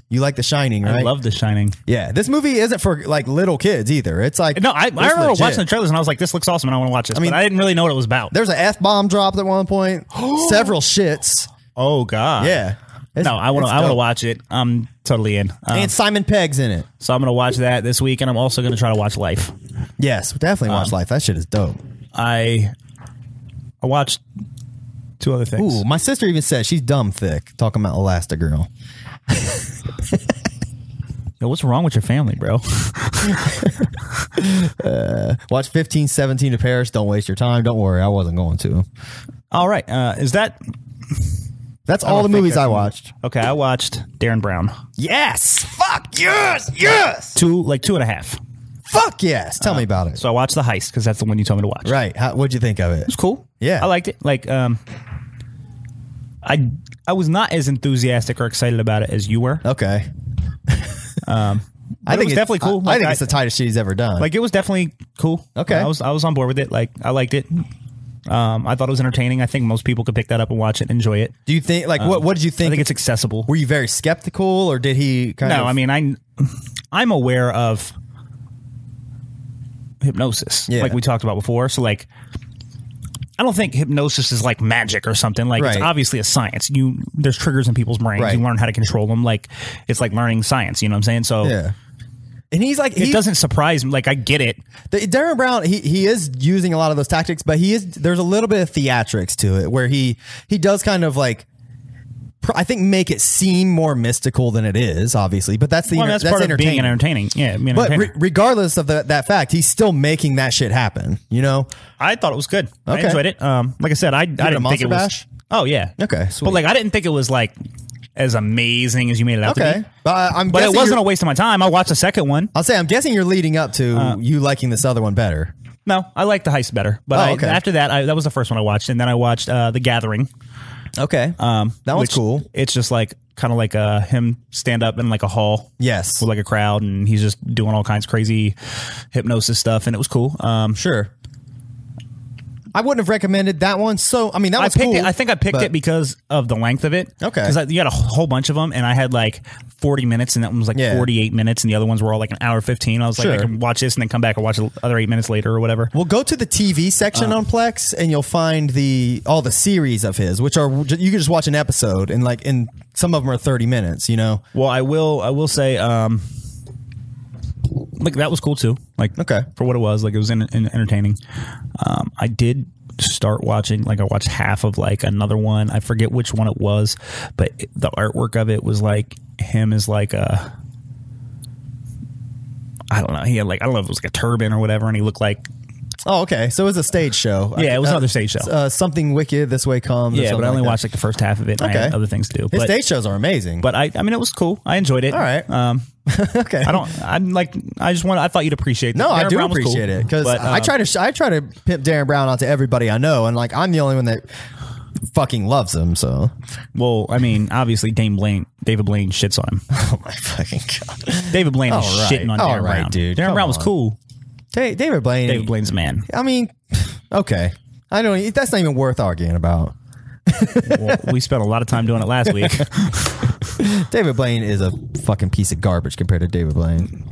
S1: You like The Shining, right?
S3: I love The Shining.
S1: Yeah, this movie isn't for like little kids either. It's like
S3: No, I, I
S1: it's
S3: remember
S1: legit.
S3: watching the trailers and I was like, this looks awesome and I want to watch this. I
S1: mean-
S3: mean, but I didn't really know what it was about.
S1: There's an f bomb dropped at one point. several shits.
S3: Oh, God.
S1: Yeah. It's-
S3: no, I want to.
S1: it's
S3: I want to
S1: dope.
S3: watch it. I'm totally in. Um,
S1: And Simon Pegg's in it.
S3: so I'm gonna watch that this week, and I'm also gonna try to watch Life.
S1: Yes, definitely
S3: Uh.
S1: watch Life. That shit is dope.
S3: I I watched two other things.
S1: Ooh, my sister even said she's dumb thick talking about Elastigirl.
S3: Yo, what's wrong with your family, bro?
S1: Watch 15, 17 to Paris. Don't waste your time. Don't worry, I wasn't going to.
S3: All right, uh, is that
S1: That's all the movies I watched.
S3: okay? I watched Darren Brown
S1: Yes. Fuck yes. Yes.
S3: two, like two and a half.
S1: Fuck yes. Tell
S3: Uh,
S1: me about it.
S3: So I watched The Heist because that's the one you told me to watch.
S1: right. How, what'd you think of it?
S3: It's cool.
S1: Yeah.
S3: I liked it. Like, um, I I was not as enthusiastic or excited about it as you were.
S1: Okay. I
S3: Um, it
S1: think
S3: was
S1: it's
S3: definitely
S1: I, I
S3: cool. Like,
S1: think
S3: I-
S1: it's the tightest shit he's ever done.
S3: Like it was definitely cool.
S1: Okay.
S3: I was I was on board with it. Like I liked it. Um, I thought it was entertaining. I think most people could pick that up and watch it, enjoy it.
S1: do you think? Like, what? What did you
S3: um, I
S1: think?
S3: think it's accessible.
S1: Were you very skeptical, or did he kind of?
S3: no, I mean I I'm aware of hypnosis,
S1: Yeah.
S3: like we talked about before. So like I don't think hypnosis is like magic or something. Like
S1: Right.
S3: it's obviously a science. You there's triggers in people's brains.
S1: Right.
S3: You learn how to control them. Like it's like learning science. You know what I'm saying? So
S1: yeah. And he's like,
S3: it
S1: he,
S3: doesn't surprise me. Like I get it.
S1: The, Darren Brown, he, he is using a lot of those tactics, but he is there's a little bit of theatrics to it where he he does kind of like pr- I think make it seem more mystical than it is, obviously. But that's the
S3: Well,
S1: inter-
S3: that's, part of
S1: entertaining.
S3: being an entertaining. Yeah, being
S1: But
S3: entertaining.
S1: re- regardless of the, that fact, he's still making that shit happen. You know?
S3: I thought it was good.
S1: Okay.
S3: I enjoyed it. Um, like I said, I, I
S1: it a
S3: didn't think
S1: Monster
S3: it was.
S1: Bash?
S3: Oh yeah.
S1: Okay, sweet.
S3: But like, I didn't think it was like as amazing as you made it out to
S1: Okay,
S3: be.
S1: but I- I'm
S3: But it
S1: guessing
S3: wasn't
S1: you're- Uh,
S3: a waste of my time. I watched the second one.
S1: I'll say I'm guessing you're leading up to
S3: Uh,
S1: you liking this other one better.
S3: No, I like the heist better. But
S1: Oh,
S3: I-
S1: okay.
S3: after that, I, that was the first one I watched, and then I watched uh, The Gathering.
S1: Okay, um, that one's
S3: which-
S1: cool.
S3: It's just like kind of like uh, him stand up in like a hall.
S1: Yes,
S3: With like a crowd, and he's just doing all kinds of crazy hypnosis stuff, and it was cool. Um,
S1: sure. I wouldn't have recommended that one. So I mean, that
S3: I
S1: was
S3: picked
S1: cool.
S3: it. I think I picked
S1: but-
S3: it because of the length of it.
S1: Okay.
S3: Because you had a whole bunch of them, and I had like 40 minutes, and that one was like
S1: Yeah.
S3: 48 minutes, and the other ones were all like an hour 15. I was
S1: Sure.
S3: like, I can watch this and then come back and watch the other eight minutes later or whatever.
S1: Well, go to the TV
S3: Uh.
S1: section on Plex, and you'll find the all the series of his, which are you can just watch an episode, and like, and some of them are thirty minutes. You know,
S3: Well, I will. I will say, um, like that was cool too. Like,
S1: Okay.
S3: for what it was, like it was in, in entertaining. Um, I did start watching. Like, I watched half of like another one. I forget which one it was, but it- the artwork of it was like him is like a. I don't know. He had like I don't know if it was like a turban or whatever, and he looked like
S1: Oh, okay. So it was a stage show.
S3: Yeah, it was
S1: Uh,
S3: another stage show.
S1: Uh, something wicked this way comes. or
S3: yeah. But
S1: something
S3: I only
S1: like that.
S3: watched like the first half of it. And I had
S1: Okay.
S3: other things to do.
S1: His
S3: but
S1: stage shows are amazing.
S3: but I I mean it was cool. I enjoyed it.
S1: all right,
S3: Um,
S1: okay.
S3: I don't. I'm like. I just want. I thought you'd appreciate.
S1: No,
S3: that.
S1: I
S3: Darren
S1: do
S3: Brown was cool,
S1: appreciate it because
S3: but,
S1: I
S3: um,
S1: try to sh- I try to pimp Darren Brown out to everybody I know, and like I'm the only one that fucking loves him. So,
S3: Well, I mean, obviously, Dame Blaine, David Blaine shits on him.
S1: oh my fucking god,
S3: David Blaine is
S1: All right.
S3: shitting on
S1: All
S3: Darren
S1: right,
S3: Brown.
S1: dude.
S3: Darren
S1: Come
S3: Brown was
S1: on.
S3: cool.
S1: Da- David Blaine.
S3: David Blaine's a man.
S1: I mean, okay. I don't. That's not even worth arguing about.
S3: Well, we spent a lot of time doing it last week.
S1: David Blaine is a fucking piece of garbage compared to David Blaine.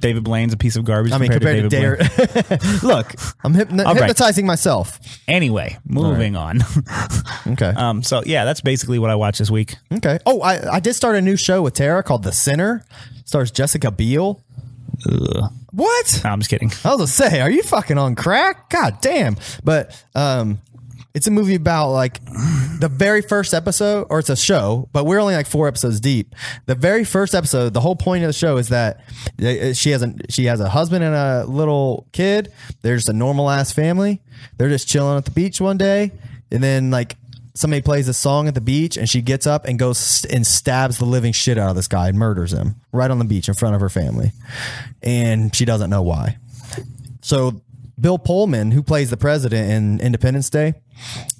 S3: David Blaine's a piece of garbage.
S1: I mean, compared, to,
S3: David Blaine.
S1: Darren. Look, I'm hypno-
S3: All right.
S1: hypnotizing myself.
S3: Anyway, moving
S1: Okay.
S3: on. Um, so yeah, that's basically what I watched this week.
S1: Okay. Oh, I, I did start a new show with Tara called The Sinner. Stars Jessica Biel. What?
S3: No, I'm just kidding.
S1: I was gonna say, are you fucking on crack? God damn. But um it's a movie about like the very first episode, or it's a show, but we're only like four episodes deep. The very first episode, the whole point of the show is that uh, she has a she has a husband and a little kid. They're just a normal ass family. They're just chilling at the beach one day, and then like somebody plays a song at the beach, and she gets up and goes st- and stabs the living shit out of this guy and murders him right on the beach in front of her family, and she doesn't know why. So Bill Pullman, who plays the president in Independence Day,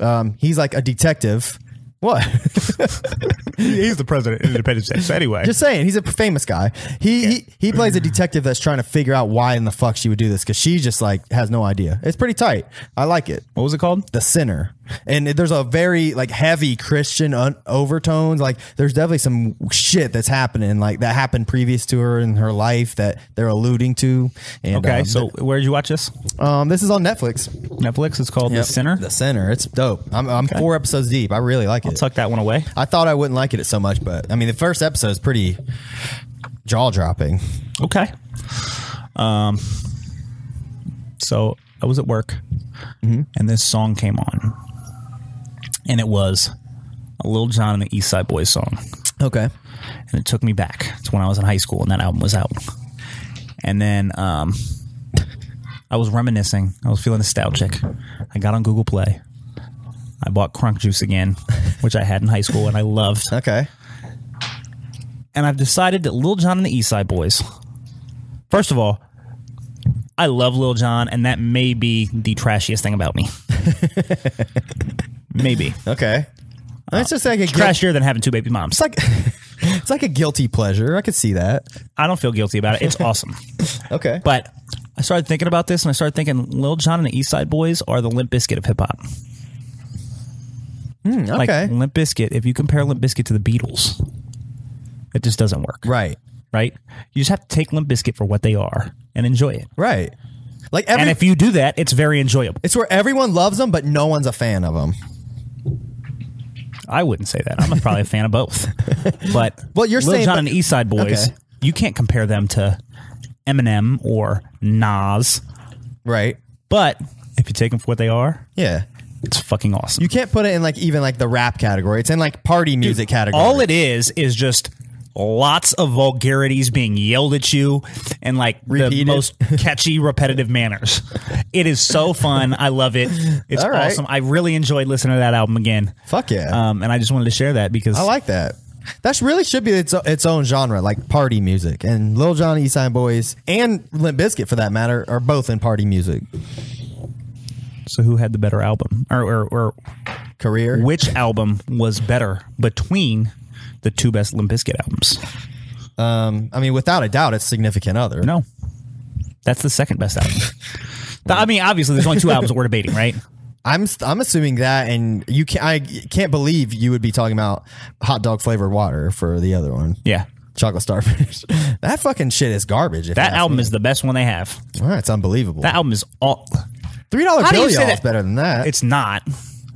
S1: um, he's like a detective. What?
S3: He's the president of Independence Day. So anyway,
S1: Just saying, he's a famous guy. He, he he plays a detective that's trying to figure out why in the fuck she would do this because she just like has no idea. It's pretty tight. I like it.
S3: what was it called?
S1: The Sinner, and there's a very like heavy Christian un- overtones. Like there's definitely some shit that's happening, like that happened previous to her in her life that they're alluding to. And,
S3: Okay,
S1: um,
S3: so where did you watch this?
S1: um, this is on Netflix.
S3: Netflix. It's called
S1: Yep.
S3: The Sinner.
S1: The Sinner. It's dope. I'm, I'm four episodes deep. I really like it.
S3: Tuck that one away.
S1: I thought I wouldn't like it so much, but I mean, the first episode is pretty jaw dropping.
S3: Okay. Um. So I was at work, and this song came on, and it was a Lil Jon and the East Side Boys song,
S1: Okay.
S3: and it took me back to when I was in high school and that album was out. And then um, I was reminiscing. I was feeling nostalgic. I got on Google Play. I bought Crunk Juice again, which I had in high school and I loved
S1: Okay.
S3: and I've decided that Lil Jon and the East Side Boys. First of all, I love Lil Jon, and that may be the trashiest thing about me. Maybe
S1: Okay.
S3: Uh,
S1: That's just like a guil-
S3: trashier than having two baby moms.
S1: It's like it's like a guilty pleasure. I could see that.
S3: I don't feel guilty about it. It's awesome.
S1: Okay.
S3: But I started thinking about this, and I started thinking Lil Jon and the East Side Boys are the Limp Bizkit of hip hop. Like
S1: okay.
S3: Limp Bizkit, if you compare Limp Bizkit to the Beatles, it just doesn't work.
S1: right.
S3: Right? You just have to take Limp Bizkit for what they are and enjoy it.
S1: Right. Like every,
S3: And if you do that, it's very enjoyable.
S1: it's where everyone loves them, but no one's a fan of them.
S3: I wouldn't say that. I'm probably a fan of both. But
S1: Well, you're
S3: Lil
S1: saying-
S3: Jon
S1: but-
S3: and the East Side Boys.
S1: Okay.
S3: You can't compare them to Eminem or Nas.
S1: Right.
S3: But if you take them for what they are,
S1: Yeah.
S3: it's fucking awesome.
S1: You can't put it in like even like the rap category. It's in like party music category.
S3: All it is is just lots of vulgarities being yelled at you and like
S1: Repeat it.
S3: the most catchy repetitive manners. It is so fun. I love it. It's
S1: All right.
S3: awesome. I really enjoyed listening to that album again.
S1: Fuck yeah.
S3: Um, and I just wanted to share that because
S1: I like that. That really should be its, its own genre, like party music. And Lil Jon, East Side Boys, and Limp Bizkit, for that matter, are both in party music.
S3: so who had the better album or, or, or
S1: Career.
S3: which album was better between the two best Limp Bizkit albums?
S1: Um, I mean, without a doubt, it's Significant Other.
S3: No, that's the second best album. Th- I mean, obviously, there's only two albums that we're debating, right?
S1: I'm st- I'm assuming that, and you can I can't believe you would be talking about hot dog flavored water for the other one.
S3: Yeah,
S1: Chocolate starfish. that fucking shit is garbage. if you
S3: that
S1: ask
S3: album
S1: me.
S3: is the best one they have.
S1: Wow, it's unbelievable.
S3: That album is all.
S1: Three dollar
S3: How do you
S1: bill,
S3: say
S1: y'all,
S3: that?
S1: is better than that.
S3: It's not.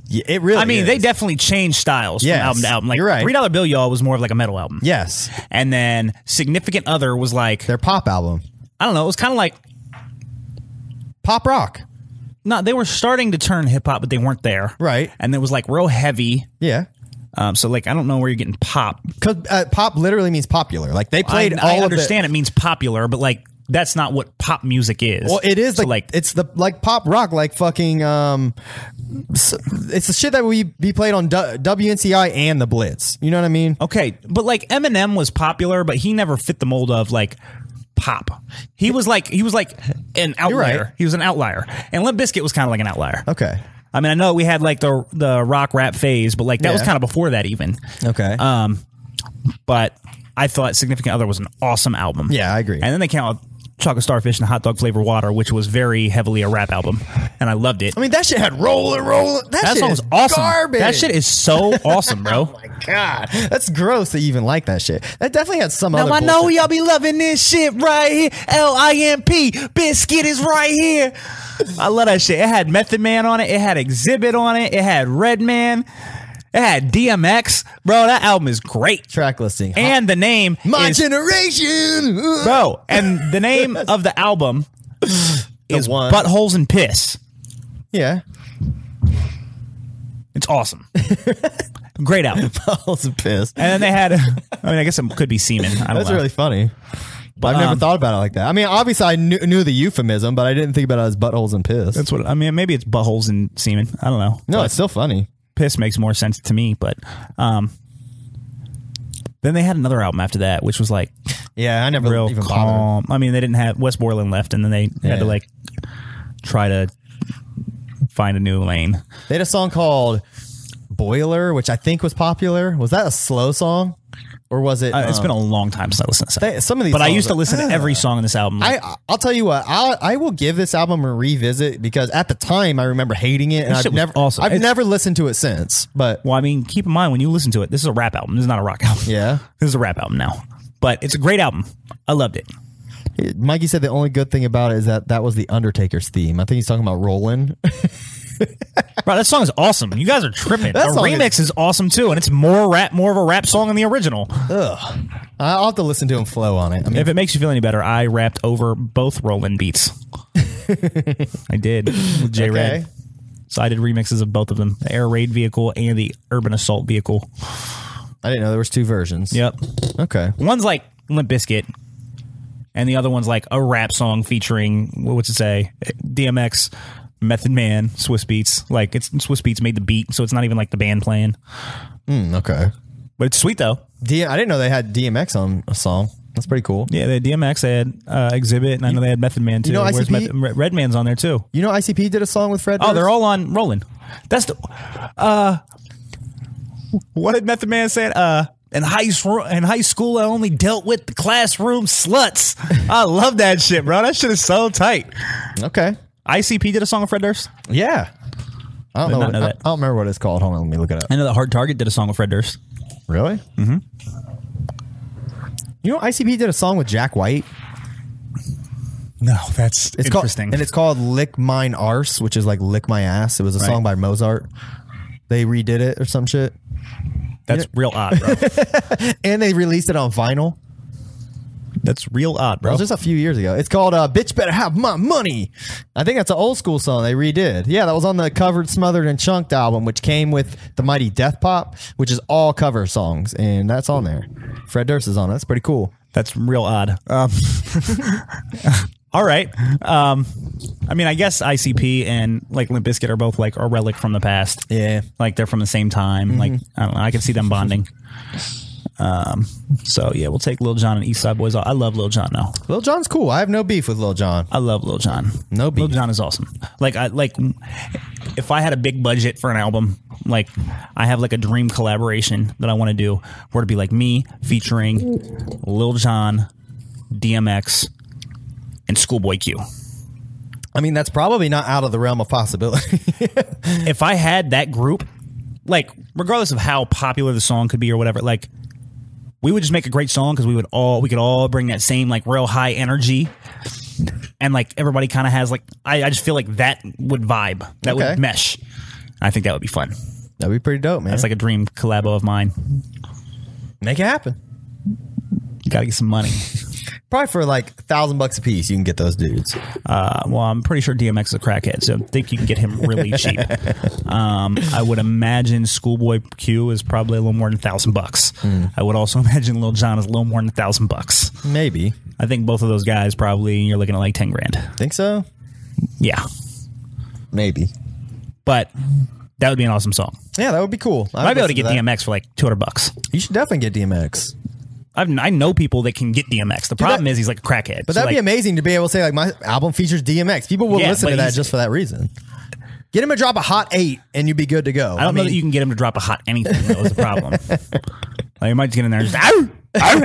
S1: Yeah, it really.
S3: I mean,
S1: is.
S3: they definitely changed styles
S1: Yes,
S3: from album to album. Like
S1: you're right.
S3: Three Dollar Bill, y'all was more of like a metal album.
S1: yes,
S3: and then Significant Other was like
S1: their pop album,
S3: I don't know. It was kind of like
S1: pop rock.
S3: no, they were starting to turn hip hop, but they weren't there.
S1: Right.
S3: and it was like real heavy.
S1: Yeah,
S3: Um, so like I don't know where you're getting pop.
S1: because uh, pop literally means popular. Like they played
S3: I,
S1: all
S3: I
S1: of
S3: understand it means popular, but like that's not what pop music is.
S1: The, well, it is
S3: So,
S1: like, it's the like pop rock, like fucking um, s- it's the shit that we be played on du- WNCI and the Blitz. You know what I mean?
S3: Okay, but like Eminem was popular, but he never fit the mold of like pop. He was like he was like an outlier.
S1: right.
S3: He was an outlier, and Limp Bizkit was kind of like an outlier.
S1: Okay.
S3: I mean, I know we had like the the rock rap phase, but like that was
S1: Yeah.
S3: kind of before that even.
S1: Okay.
S3: Um, but I thought Significant Other was an awesome album.
S1: Yeah, I agree.
S3: And then they came out with Chocolate Starfish and Hot Dog Flavor Water, which was very heavily a rap album, and I loved it.
S1: I mean, that shit had roller, roller. That,
S3: that
S1: shit
S3: song
S1: is
S3: was awesome.
S1: Garbage. Oh
S3: That shit is so awesome, bro.
S1: God, that's gross to even like that shit. That definitely had some other.
S3: Now I
S1: bullshit.
S3: know y'all be loving this shit right here. L I M P biscuit is right here. I love that shit. It had Method Man on it. It had Exhibit on it. It had Redman. It had DMX. Bro, that album is great.
S1: track listing. Hot-
S3: And the name
S1: my
S3: is,
S1: generation.
S3: bro. And the name of the album is
S1: one.
S3: Buttholes and Piss.
S1: Yeah,
S3: It's awesome. Great album.
S1: I was pissed.
S3: And then they had, I mean, I guess it could be semen. I don't
S1: That's
S3: know.
S1: really funny. But I've never
S3: um,
S1: thought about it like that. I mean, obviously, I knew, knew the euphemism, but I didn't think about it as buttholes and piss.
S3: That's what I mean. Maybe it's buttholes and semen. I don't know.
S1: no, it's still funny.
S3: piss makes more sense to me but um then they had another album after that which was like
S1: Yeah, I never
S3: real
S1: even bothered.
S3: calm i mean they didn't have west borland left and then they had
S1: Yeah.
S3: to like try to find a new lane
S1: They had a song called "Boiler," which I think was popular. Was that a slow song, or was it?
S3: Uh, it's
S1: um,
S3: been a long time since i listened to this
S1: they-
S3: album.
S1: some of these.
S3: but i
S1: songs
S3: used to
S1: are-
S3: listen to every song in this album like,
S1: I I'll tell you what I'll, I will give this album a revisit because at the time I remember hating it and
S3: This shit
S1: I've
S3: was
S1: never
S3: awesome.
S1: I've
S3: It's-
S1: never listened to it since. But
S3: well i mean keep in mind when you listen to it this is a rap album this is not a rock album
S1: yeah,
S3: this is a rap album now but it's a great album i loved it
S1: Mikey said the only good thing about it is that that was the Undertaker's theme. I think he's talking about Roland.
S3: Bro, that song is awesome. You guys are tripping.
S1: That
S3: the
S1: song
S3: remix is, awesome too, and it's more rap, more of a rap song than the original.
S1: I'll have to listen to him flow on it. I mean,
S3: If it makes you feel any better, I rapped over both Roland beats. I did with J Red.
S1: Okay.
S3: So I did remixes of both of them: the Air Raid vehicle and the Urban Assault vehicle.
S1: I didn't know there was two versions.
S3: Yep,
S1: Okay.
S3: one's like Limp Biscuit, and the other one's like a rap song featuring what- what's it say? DMX, Method Man, Swiss Beats. Like it's Swiss Beats made the beat, so it's not even like the band playing.
S1: Mm, okay.
S3: But it's sweet though.
S1: D- I didn't know they had DMX on a song. That's pretty cool.
S3: Yeah, they had DMX, they had uh, Exhibit, and I know they had Method Man too.
S1: know
S3: Where's
S1: ICP?
S3: Meth- Red Redman's on there too.
S1: You know ICP did a song with Fred.
S3: Oh, they're
S1: Durst?
S3: all on Roland. That's the. Uh, what did Method Man say? Uh, in high school, in high school, I only dealt with the classroom sluts. I love that shit, bro. That shit is so tight.
S1: okay.
S3: ICP did a song with Fred Durst.
S1: Yeah. I don't know.
S3: not
S1: What,
S3: know
S1: I,
S3: that.
S1: I don't remember what it's called. Hold on, let me look it up.
S3: I know that Hard Target did a song with Fred Durst.
S1: Really? Mm-hmm. You know, ICP did a song with Jack White.
S3: No, that's
S1: It's
S3: interesting.
S1: called and it's called "Lick Mine Arse," which is like "Lick My Ass." It was a song by Mozart. They redid it or some shit,
S3: that's real odd, bro.
S1: and they released it on vinyl.
S3: That's real odd,
S1: It
S3: bro.
S1: was just a few years ago. It's called uh, "Bitch Better Have My Money." I think that's an old school song they redid. Yeah, that was on the covered, smothered, and chunked album, which came with the Mighty Death Pop, which is all cover songs, and that's on there. Fred Durst is on it. That's pretty cool.
S3: That's real odd. Um, all right. Um, I mean, I guess ICP and like Limp Bizkit are both like a relic from the past.
S1: Yeah.
S3: Like they're from the same time. Like I don't know. I can see them bonding. Um. So yeah, we'll take Lil Jon and East Side Boys. I love Lil Jon though.
S1: Lil Jon's cool. I have no beef with Lil Jon.
S3: I love Lil Jon.
S1: No beef.
S3: Lil Jon is awesome. Like I like if I had a big budget for an album, like I have like a dream collaboration that I want to do where it'd be like me featuring Lil Jon, DMX, and Schoolboy Q.
S1: I mean, that's probably not out of the realm of possibility.
S3: If I had that group, like regardless of how popular the song could be or whatever, like we would just make a great song because we would all we could all bring that same like real high energy and like everybody kind of has like I, I just feel like that would vibe that
S1: Okay.
S3: would mesh i think that would be fun
S1: That'd be pretty dope, man.
S3: that's like a dream collabo of mine
S1: make it happen.
S3: gotta get some money
S1: Probably for like a thousand bucks a piece, you can get those dudes.
S3: uh, well i'm pretty sure dmx is a crackhead so i think you can get him really cheap um, i would imagine schoolboy q is probably a little more than a thousand bucks
S1: Hmm.
S3: i would also imagine lil Jon is a little more than a thousand bucks
S1: Maybe.
S3: i think both of those guys probably you're looking at like 10 grand
S1: Think so?
S3: yeah
S1: Maybe.
S3: but that would be an awesome song.
S1: Yeah, that would be cool.
S3: I might be able to get
S1: listen that.
S3: DMX for like two hundred bucks.
S1: You should definitely get DMX.
S3: I've, I know people that can get DMX. The problem
S1: that-
S3: is he's like a crackhead.
S1: But that'd
S3: like,
S1: be amazing to be able to say like my album features DMX. People will
S3: Yeah,
S1: listen
S3: but
S1: to that
S3: he's-
S1: just for that reason. Get him to drop a hot eight and you'd be good to go.
S3: I don't know that you can get him to drop a hot anything. That was the problem. like, you might just get in there and just, "Ow, ow,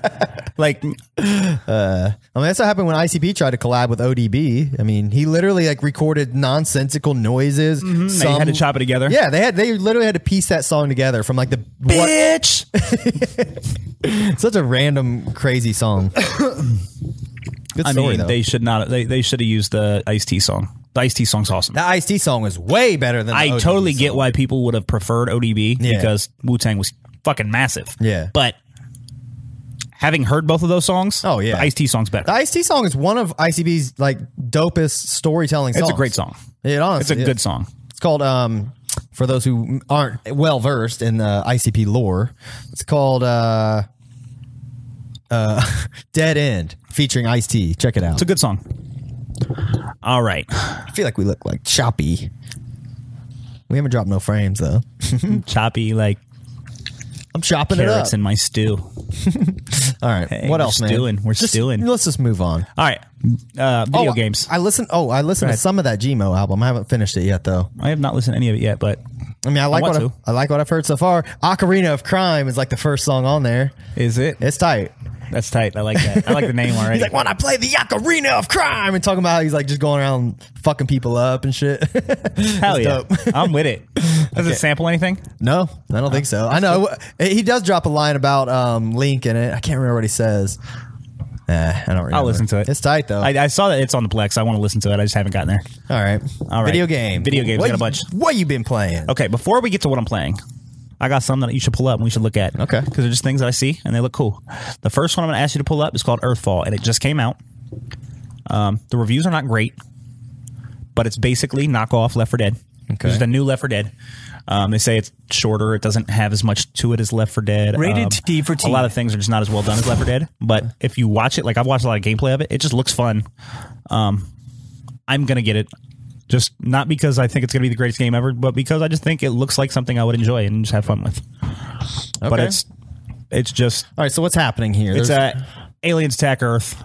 S3: ow." like
S1: I mean, that's what happened when ICP tried to collab with ODB. I mean, he literally like recorded nonsensical noises.
S3: they Mm-hmm. had to chop it together.
S1: Yeah, they had they literally had to piece that song together from like the what,
S3: bitch.
S1: such a random crazy song. Good story
S3: I mean,
S1: though.
S3: they should not. They they should have used the Ice T song. The Ice T song's awesome.
S1: that Ice T song was way better than the
S3: I
S1: ODB
S3: totally
S1: song.
S3: get why people would have preferred ODB
S1: Yeah.
S3: because Wu Tang was fucking massive.
S1: Yeah.
S3: but. Having heard both of those songs,
S1: Oh, yeah.
S3: the Ice T song's better.
S1: The Ice T song is one of ICB's like dopest storytelling songs.
S3: It's a great song.
S1: It
S3: It's
S1: honestly
S3: a good
S1: is.
S3: song.
S1: It's called um for those who aren't well versed in the ICP lore, it's called uh uh Dead End featuring Ice T. Check it out.
S3: It's a good song. All right.
S1: I feel like we look like choppy. We haven't dropped no frames though.
S3: Choppy like
S1: I'm chopping
S3: carrots
S1: it up.
S3: in my stew.
S1: All right. what
S3: we're
S1: else, man?
S3: stewing. We're
S1: just,
S3: stewing.
S1: Let's just move on.
S3: All right. Uh, video
S1: oh,
S3: games. I,
S1: I listened. Oh, I listened to
S3: ahead.
S1: some of that Gmo album. I haven't finished it yet though.
S3: have not listened to any of it yet, but
S1: I mean, I like
S3: want
S1: what I've,
S3: to.
S1: I like what I've heard so far. Ocarina of Crime is like the first song on there.
S3: is it?
S1: It's tight.
S3: That's tight. I like that. I like the name already.
S1: He's like, when I play the Ocarina of Crime, and talking about how he's like just going around fucking people up and shit.
S3: Hell
S1: It's
S3: yeah.
S1: dope.
S3: I'm with it. Does it sample anything?
S1: no, I don't think so. I know he does drop a line about um, Link in it. I can't remember what he says. Eh, I don't remember.
S3: I'll listen to it.
S1: It's tight though.
S3: I, I saw that it's on the Plex. I want to listen to it. I just haven't gotten there.
S1: all right,
S3: All right.
S1: Video game.
S3: Video games,
S1: What
S3: got a
S1: you-
S3: bunch.
S1: What you been playing?
S3: Okay, before we get to what I'm playing, I got some that you should pull up and we should look at.
S1: Okay.
S3: Because they're just things that I see and they look cool. The first one I'm going to ask you to pull up is called Earthfall, and it just came out. Um, the reviews are not great, but it's basically knockoff Left 4 Dead.
S1: Okay.
S3: It's just a new Left 4 Dead. Um, they say it's shorter. It doesn't have as much to it as Left 4 Dead.
S7: Rated T for
S3: Um, A
S7: T.
S3: lot of things are just not as well done as Left 4 Dead. But if you watch it, like I've watched a lot of gameplay of it, it just looks fun. Um, I'm gonna get it. Just not because I think it's gonna be the greatest game ever, but because I just think it looks like something I would enjoy and just have fun with. But
S1: Okay.
S3: it's it's just
S1: All right. So what's happening here?
S3: it's
S1: There's-
S3: uh, aliens attack Earth.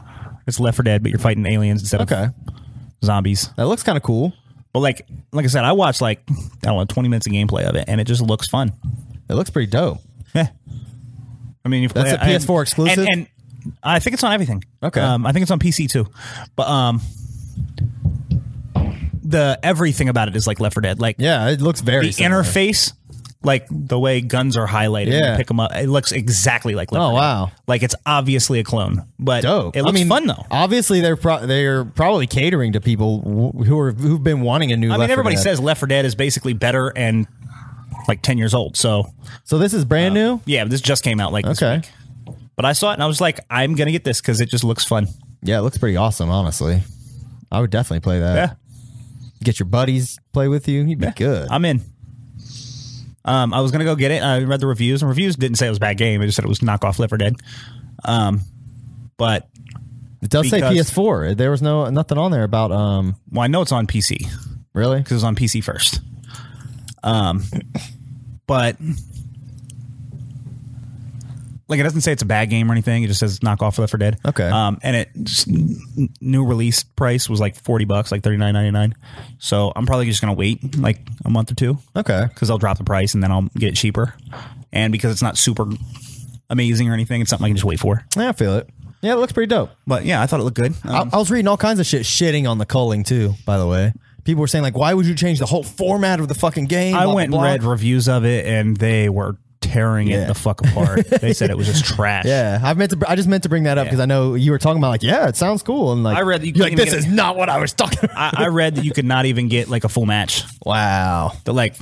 S3: It's Left for Dead, but you're fighting aliens instead
S1: okay.
S3: of zombies.
S1: That looks kind of cool.
S3: But like like I said, I watched like I don't know 20 minutes of gameplay of it, and it just looks fun.
S1: It looks pretty dope.
S3: Yeah. I mean, you play
S1: That's a
S3: I-
S1: PS4 exclusive?
S3: and, and I think it's on everything.
S1: Okay.
S3: um, I think it's on PC too, but um, the everything about it is like Left 4 Dead. Like
S1: Yeah, it looks very
S3: the
S1: similar.
S3: interface, like the way guns are highlighted, yeah.
S1: Yeah.
S3: you pick them up. It looks exactly like. Left
S1: Oh,
S3: 4 Dead.
S1: wow.
S3: Like it's obviously a clone, but
S1: dope.
S3: It
S1: I
S3: looks
S1: mean,
S3: fun though.
S1: Obviously, they're pro- they're probably catering to people wh- who are who've been wanting a new.
S3: I
S1: Left
S3: mean,
S1: 4
S3: everybody
S1: Dead.
S3: says Left 4 Dead is basically better and like ten years old. So
S1: So this is brand new.
S3: yeah, this just came out like this
S1: Okay.
S3: week. But I saw it and I was like, I'm gonna get this because it just looks fun.
S1: Yeah, it looks pretty awesome, honestly. I would definitely play that.
S3: Yeah,
S1: Get your buddies play with you. You'd be good.
S3: I'm in. Um, I was gonna go get it. I read the reviews, and reviews didn't say it was a bad game. It just said it was knockoff Liver Dead. Um, but
S1: it does say
S3: because-
S1: PS4. There was no nothing on there about um
S3: well, I know it's on PC because
S1: really.
S3: it was on PC first. Um, but like it doesn't say it's a bad game or anything. It just says knockoff Left 4 Dead.
S1: Okay.
S3: Um, and it s- n- new release price was like forty bucks, like thirty nine ninety nine. So I'm probably just gonna wait like a month or two.
S1: Okay.
S3: because they'll drop the price and then I'll get it cheaper. And because it's not super amazing or anything, it's something I can just wait for.
S1: Yeah, I feel it. Yeah, it looks pretty dope.
S3: But yeah, I thought it looked good.
S1: I,
S3: Um,
S1: I was reading all kinds of shit shitting on the culling too. By the way, people were saying like, why would you change the whole format of the fucking game?
S3: I
S1: Blah, blah,
S3: went and
S1: blah.
S3: read reviews of it, and they were tearing
S1: Yeah.
S3: it the fuck apart. they said it was just trash.
S1: Yeah, I've meant to. br- I just meant to bring that up because I know you were talking about like, yeah, it sounds cool, and like
S3: I read that you
S1: you're like
S3: couldn't
S1: this
S3: even
S1: is not what I was talking. about.
S3: I, I read that you could not even get like a full match.
S1: Wow.
S3: That like.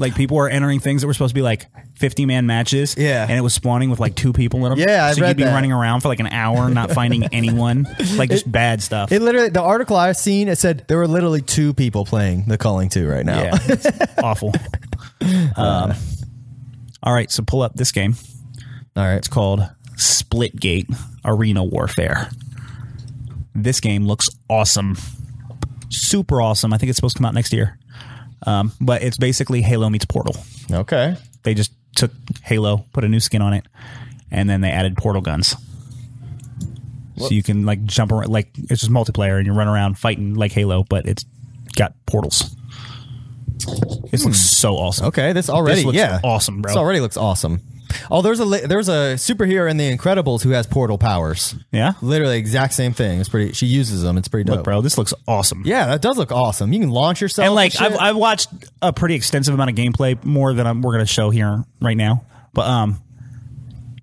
S3: Like people were entering things that were supposed to be like fifty man matches,
S1: Yeah.
S3: and it was spawning with like two people in them.
S1: Yeah, I
S3: so
S1: read
S3: you'd be
S1: that.
S3: running around for like an hour not finding anyone, like just bad stuff.
S1: It literally the article I've seen it said there were literally two people playing the calling two right now.
S3: Yeah, it's awful. Um, all right, so pull up this game.
S1: All right.
S3: It's called Splitgate Arena Warfare. This game looks awesome, super awesome. I think it's supposed to come out next year, um, but it's basically Halo meets Portal.
S1: Okay.
S3: They just took Halo, put a new skin on it, and then they added portal guns. So you can like jump around, like it's just multiplayer, and you run around fighting like Halo, but it's got portals. This looks so awesome.
S1: Hmm. Okay. This already
S3: This looks
S1: yeah
S3: awesome, bro.
S1: This already looks awesome. Oh, there's a li- there's a superhero in The Incredibles who has portal powers.
S3: Yeah?
S1: Literally exact same thing. It's pretty. She uses them. It's pretty dope,
S3: Look, bro, this looks awesome.
S1: Yeah, that does look awesome. You can launch yourself
S3: and like
S1: shit.
S3: I've, I've watched a pretty extensive amount of gameplay, more than I'm, we're going to show here right now. But um,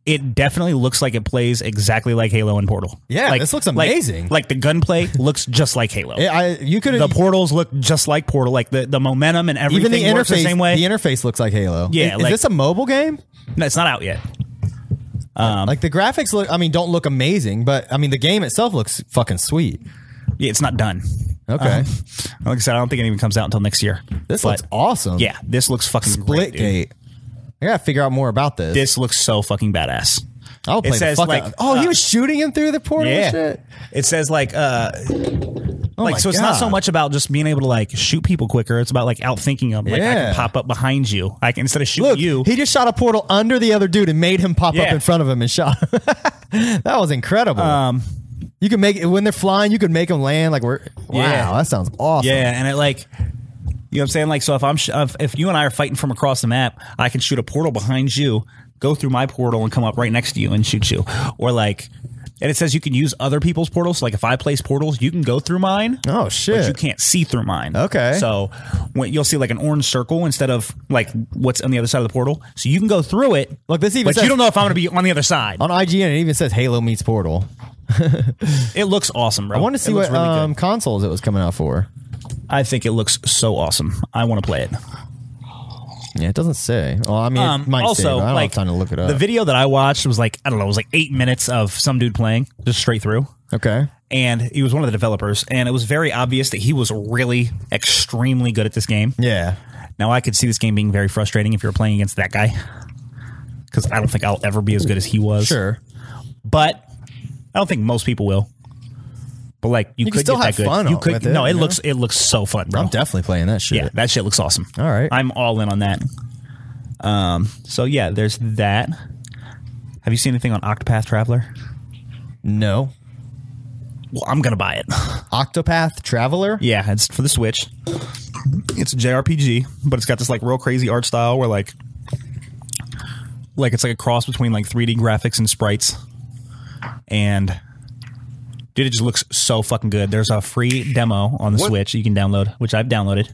S3: it definitely looks like it plays exactly like Halo and Portal.
S1: Yeah,
S3: like,
S1: this looks
S3: like-
S1: amazing.
S3: Like, the gunplay looks just like Halo.
S1: Yeah, I- you could
S3: the portals look just like Portal. Like the, the momentum and everything
S1: even the
S3: works
S1: interface
S3: the same way.
S1: The interface looks like Halo.
S3: Yeah,
S1: Is, is
S3: like-
S1: this a mobile game?
S3: no, it's not out yet. Um,
S1: like the graphics look. I mean, don't look amazing, but I mean the game itself looks fucking sweet.
S3: Yeah, it's not done.
S1: Okay,
S3: Um, like I said, I don't think it even comes out until next year.
S1: this
S3: But,
S1: looks awesome.
S3: Yeah, this looks fucking great, dude.
S1: Splitgate. I gotta figure out more about this.
S3: This looks so fucking badass.
S1: I'll play
S3: it
S1: the
S3: says,
S1: fuck
S3: like,
S1: out- Oh, he
S3: uh,
S1: was shooting him through the portal. and
S3: Yeah.
S1: Oh, shit?
S3: It says like uh like
S1: Oh my
S3: so it's not so
S1: God.
S3: much about just being able to like shoot people quicker. It's about like outthinking them. Like I
S1: Yeah.
S3: can pop up behind you. I can instead of shooting
S1: Look,
S3: you.
S1: he just shot a portal under the other dude and made him pop up
S3: Yeah.
S1: in front of him and shot. him. that was incredible.
S3: um
S1: you can make when they're flying, you can make them land. Like we're wow,
S3: Yeah.
S1: that sounds awesome.
S3: Yeah, and it like you know what I'm saying. Like, so if I'm sh- if, if you and I are fighting from across the map, I can shoot a portal behind you, go through my portal, and come up right next to you and shoot you. Or like, and it says you can use other people's portals. Like if I place portals, you can go through mine.
S1: Oh shit.
S3: But you can't see through mine.
S1: Okay.
S3: So when you'll see like an orange circle instead of like what's on the other side of the portal. So you can go through it.
S1: Look, this even
S3: but
S1: says-
S3: you don't know if I'm going to be on the other side.
S1: on IGN, it even says Halo meets Portal.
S3: It looks awesome, bro.
S1: I want to see
S3: it
S1: what
S3: looks really
S1: um,
S3: good.
S1: consoles it was coming out for.
S3: I think it looks so awesome. I want to play it.
S1: Yeah, it doesn't say. Well, I mean, it
S3: Um,
S1: might
S3: also,
S1: say. but I don't
S3: like
S1: have time to look it up.
S3: The video that I watched was like I don't know, it was like eight minutes of some dude playing just straight through,
S1: okay.
S3: and he was one of the developers, and it was very obvious that he was really extremely good at this game.
S1: Yeah.
S3: Now I could see this game being very frustrating if you're playing against that guy, because I don't think I'll ever be as good as he was.
S1: Sure.
S3: but I don't think most people will. But like you,
S1: You can
S3: could
S1: still
S3: get
S1: have
S3: that good.
S1: fun
S3: you
S1: on-
S3: could
S1: with it,
S3: no, it
S1: you
S3: looks it looks so fun, bro.
S1: I'm definitely playing that shit.
S3: Yeah, that shit looks awesome.
S1: All right.
S3: I'm all in on that. Um, so yeah, there's that. Have you seen anything on Octopath Traveler?
S1: No.
S3: Well, I'm gonna buy it.
S1: Octopath Traveler?
S3: yeah, it's for the Switch. It's a JRPG, but it's got this like real crazy art style where like like it's like a cross between like 3D graphics and sprites. And dude, it just looks so fucking good. There's a free demo on the Switch you can download, which I've downloaded.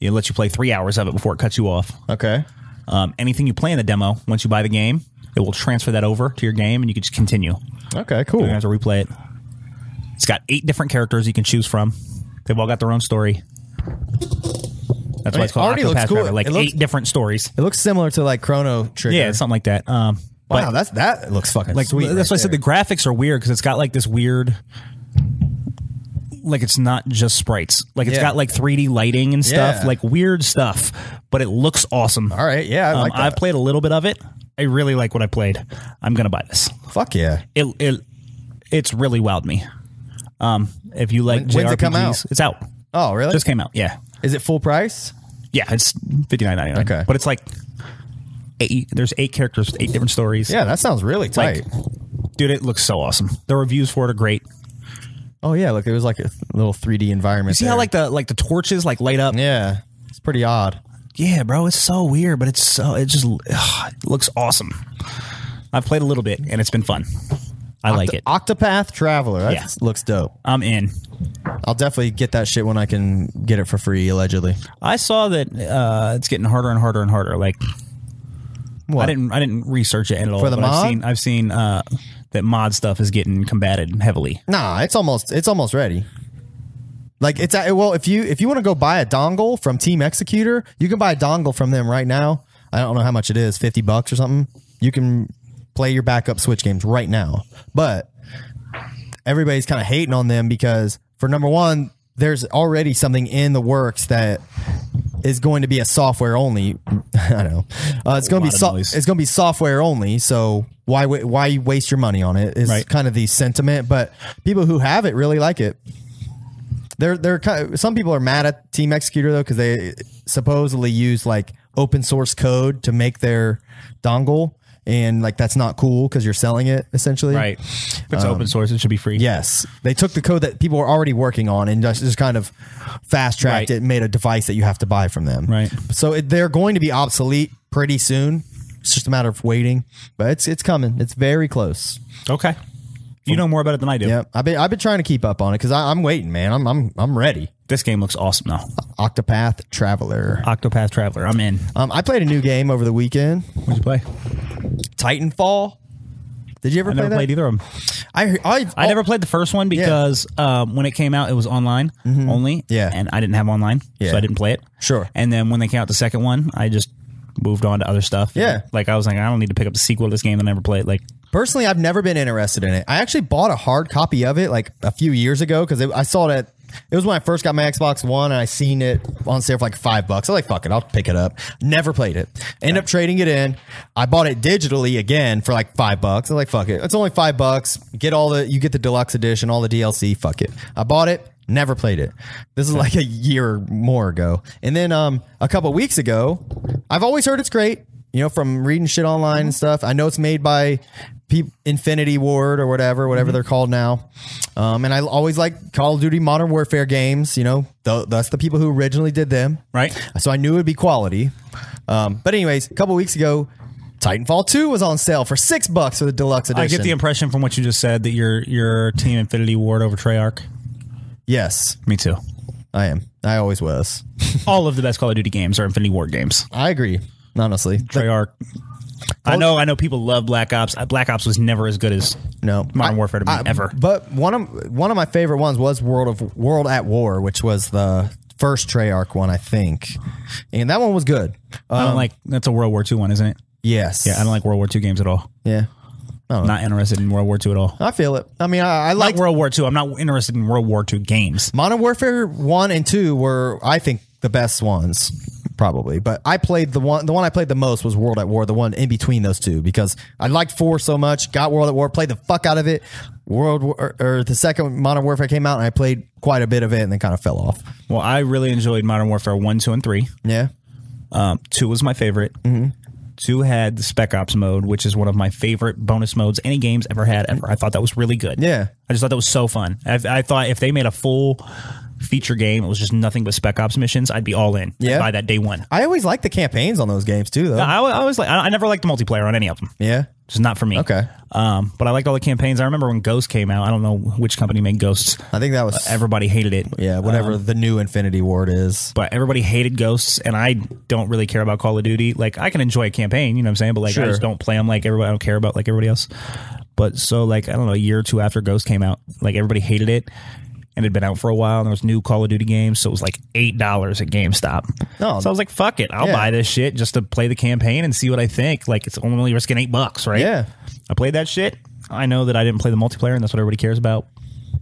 S3: It lets you play three hours of it before it cuts you off.
S1: Okay.
S3: Um, anything you play in the demo, once you buy the game, it will transfer that over to your game, and you can just continue. You
S1: Okay, cool.
S3: don't have to replay it. It's got eight different characters you can choose from. They've all got their own story. That's
S1: mean,
S3: why it's called
S1: already looks
S3: Octopath
S1: cool.
S3: Traveler. Like
S1: It looks-
S3: eight different stories.
S1: It looks similar to like Chrono Trigger.
S3: Yeah, something like that. Um,
S1: Wow, that's that looks fucking
S3: Like
S1: sweet.
S3: that's why I said the graphics are weird because it's got like this weird, like it's not just sprites. Like it's
S1: Yeah.
S3: got like 3D lighting and stuff,
S1: Yeah.
S3: like weird stuff. But it looks awesome.
S1: All right, yeah, I
S3: um,
S1: like that.
S3: I've played a little bit of it. I really like what I played. I'm gonna buy this.
S1: fuck yeah.
S3: It it it's really wowed me. Um, if you like
S1: When- when's it come
S3: JRPGs,
S1: out?
S3: It's out.
S1: Oh, really?
S3: Just came out. Yeah.
S1: Is it full price?
S3: Yeah, it's fifty nine ninety nine.
S1: Okay.
S3: but it's like eight. There's eight characters, eight different stories.
S1: Yeah, that sounds really tight.
S3: Like- dude, it looks so awesome. The reviews for it are great.
S1: oh yeah, look, it was like a little 3D environment.
S3: You see how like the like the torches like light up?
S1: yeah, it's pretty odd.
S3: Yeah, bro, it's so weird, but it's so it just ugh, it looks awesome. I've played a little bit and it's been fun. I like it.
S1: Octopath Traveler. That
S3: Yeah.
S1: looks dope.
S3: I'm in.
S1: I'll definitely get that shit when I can get it for free. Allegedly,
S3: I saw that uh, it's getting harder and harder and harder. Like I didn't I didn't research it at all.
S1: For the
S3: but
S1: mod?
S3: I've seen I've seen uh, that mod stuff is getting combated heavily.
S1: Nah, it's almost it's almost ready. Like it's at, well, if you if you want to go buy a dongle from Team Executor, you can buy a dongle from them right now. I don't know how much it is, fifty bucks or something. You can play your backup Switch games right now, but everybody's kind of hating on them because for number one, there's already something in the works that is going to be a software only. I don't know. Uh, it's going to be
S3: lot of
S1: so-
S3: noise.
S1: it's going to be software only. So why wa- why waste your money on it? Is
S3: Right.
S1: kind of the sentiment. But people who have it really like it. They're they're kind of, some people are mad at Team Executor though because they supposedly use like open source code to make their dongle and like that's not cool because you're selling it essentially
S3: Right. If it's
S1: Um,
S3: open source, it should be free.
S1: Yes, they took the code that people were already working on and just, just kind of fast tracked
S3: Right.
S1: it and made a device that you have to buy from them.
S3: Right.
S1: So it, they're going to be obsolete pretty soon. It's just a matter of waiting, but it's it's coming. It's very close.
S3: Okay. You know more about it than I do.
S1: Yeah, I've been I've been trying to keep up on it because I'm waiting, man. I'm I'm I'm ready.
S3: This game looks awesome though.
S1: Octopath Traveler.
S3: Octopath Traveler. I'm in.
S1: Um, I played a new game over the weekend,
S3: What'd you play?
S1: Titanfall. Did you ever
S3: I
S1: play
S3: never
S1: that?
S3: played either of them.
S1: I I,
S3: I never played the first one because um, when it came out, it was online only.
S1: Mm-hmm. Yeah.
S3: And I didn't have online,
S1: Yeah.
S3: so I didn't play it.
S1: Sure.
S3: And then when they came out the second one, I just moved on to other stuff.
S1: Yeah.
S3: Like I was like, I don't need to pick up the sequel to this game that I never played. Like,
S1: Personally, I've never been interested in it. I actually bought a hard copy of it like a few years ago because I saw it at. It was when I first got my Xbox One and I seen it on sale for like five bucks. I was like, fuck it, I'll pick it up. Never played it. End up trading it in. I bought it digitally again for like five bucks. I was like, fuck it. It's only five bucks. Get all the, you get the deluxe edition, all the DLC. Fuck it. I bought it. Never played it. This is like a year or more ago. And then um, a couple weeks ago, I've always heard it's great, you know, from reading shit online
S3: Mm-hmm.
S1: and stuff. I know it's made by peop Infinity Ward or whatever,
S3: Mm-hmm.
S1: whatever they're called now. Um, and I always like Call of Duty Modern Warfare games, you know, th- that's the people who originally did them.
S3: Right.
S1: So I knew it would be quality. Um, but, anyways, a couple weeks ago, Titanfall 2 was on sale for six bucks for the deluxe edition.
S3: I get the impression from what you just said that you're your Team Infinity Ward over Treyarch.
S1: Yes,
S3: Me too.
S1: I am. I always was.
S3: All of the best Call of Duty games are Infinity Ward games.
S1: I agree, honestly.
S3: Treyarch. I know, I know. People love Black Ops. Uh, Black Ops was never as good as
S1: No,
S3: Modern
S1: I-
S3: Warfare to me
S1: I-
S3: ever.
S1: But one of one of my favorite ones was World of World at War, which was the first Treyarch one, I think, and that one was good.
S3: I
S1: Uh,
S3: don't like. That's a World War II one, isn't it?
S1: yes,
S3: Yeah, I don't like World War II games at all.
S1: Yeah,
S3: Not interested in World War II at all.
S1: I feel it. I mean, I, I
S3: Like
S1: like
S3: World War II, I'm not interested in World War II games.
S1: Modern Warfare one and two were, I think, the best ones probably. But I played the one the one I played the most was World at War, the one in between those two because I liked four so much. Got World at War, played the fuck out of it. World War, or the second Modern Warfare came out, and I played quite a bit of it, and then kind of fell off.
S3: Well, I really enjoyed Modern Warfare one, two, and three.
S1: Yeah.
S3: Um, two was my favorite. Two had the Spec Ops mode, which is one of my favorite bonus modes any games ever had ever. I thought that was really good.
S1: Yeah.
S3: I just thought that was so fun. I, I thought if they made a full feature game, it was just nothing but Spec Ops missions. I'd be all in. I'd
S1: Yeah.
S3: buy that day one.
S1: I always like the campaigns on those games too, though.
S3: I, I was like, I, I never liked the multiplayer on any of them.
S1: yeah.
S3: Just not for me.
S1: Okay.
S3: Um, but I liked all the campaigns. I remember when Ghost came out. I don't know which company made Ghosts.
S1: I think that was
S3: Everybody hated it.
S1: yeah, whatever
S3: um,
S1: the new Infinity Ward is.
S3: but everybody hated ghosts and i don't really care about call of duty like i can enjoy a campaign you know what i'm saying but like
S1: Sure.
S3: i just don't play them like everybody i don't care about like everybody else but so like i don't know a year or two after ghost came out like everybody hated it and it had been out for a while. And there was new Call of Duty games, so it was like eight dollars at GameStop.
S1: Oh.
S3: so I was like, "Fuck it, I'll
S1: Yeah.
S3: buy this shit just to play the campaign and see what I think." Like it's only risking eight bucks, right?
S1: Yeah.
S3: I played that shit. I know that I didn't play the multiplayer, and that's what everybody cares about.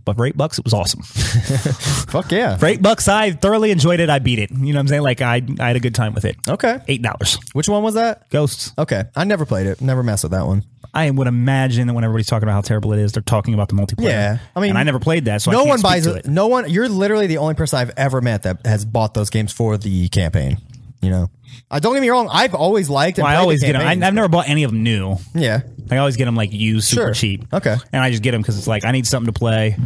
S3: But for eight bucks, it was awesome.
S1: Fuck yeah.
S3: for eight bucks, I thoroughly enjoyed it. I beat it. You know what I'm saying? Like I, I had a good time with it.
S1: Okay.
S3: Eight dollars.
S1: Which one was that?
S3: Ghosts.
S1: Okay. I never played it. Never messed with that one.
S3: I would imagine that when everybody's talking about how terrible it is, they're talking about the multiplayer.
S1: Yeah. I mean,
S3: and I never played that, so I
S1: no
S3: can't
S1: one
S3: speak
S1: buys
S3: to
S1: it. No one. You're literally the only person I've ever met that has bought those games for the campaign. You know, I don't get me wrong. I've always liked. And
S3: Well, I
S1: played the
S3: always get them. I,
S1: campaigns.
S3: I've never bought any of them new.
S1: Yeah.
S3: I always get them like used, super
S1: Sure.
S3: cheap.
S1: Okay.
S3: and I just get them because it's like I need something to play,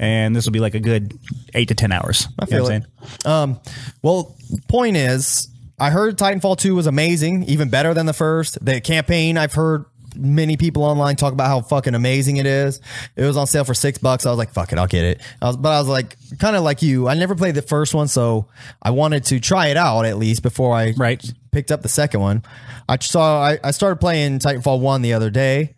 S3: and this will be like a good eight to ten hours.
S1: I feel it. Um, well, point is, I heard Titanfall 2 was amazing, even better than the first. The campaign, I've heard many people online talk about how fucking amazing it is. It was on sale for six bucks. I was like, fuck it, I'll get it. I was, but I was like, kind of like you, I never played the first one, so I wanted to try it out at least before I
S3: Right.
S1: picked up the second one. I saw, I, I started playing Titanfall 1 the other day.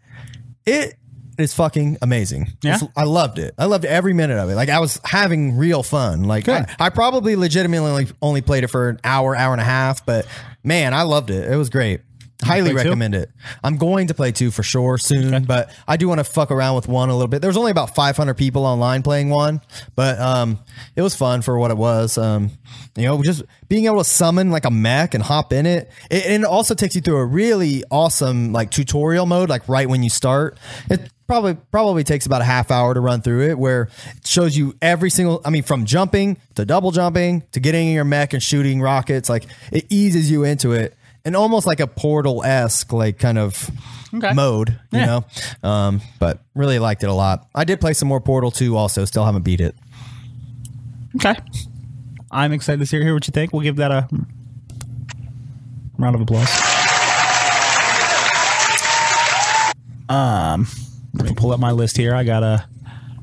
S1: It is fucking amazing.
S3: Yeah?
S1: It's- I loved it. I loved every minute of it. Like I was having real fun. Like I, I probably legitimately only, only played it for an hour, hour and a half, but man, I loved it. It was great. Highly
S3: play two?
S1: recommend it. I'm going to play two for sure soon, but I do want to fuck around with one a little bit. There's only about 500 people online playing one, but um, it was fun for what it was. Um, you know, just being able to summon like a mech and hop in it. it, and it also takes you through a really awesome like tutorial mode, like right when you start. It probably probably takes about a half hour to run through it where it shows you every single i mean from jumping to double jumping to getting in your mech and shooting rockets like it eases you into it and almost like a portal-esque like kind of mode you
S3: Yeah.
S1: know um, but really liked it a lot i did play some more portal 2 also still haven't beat it
S3: Okay, I'm excited to hear hear what you think. We'll give that a round of applause. Um, let me pull up my list here. I got a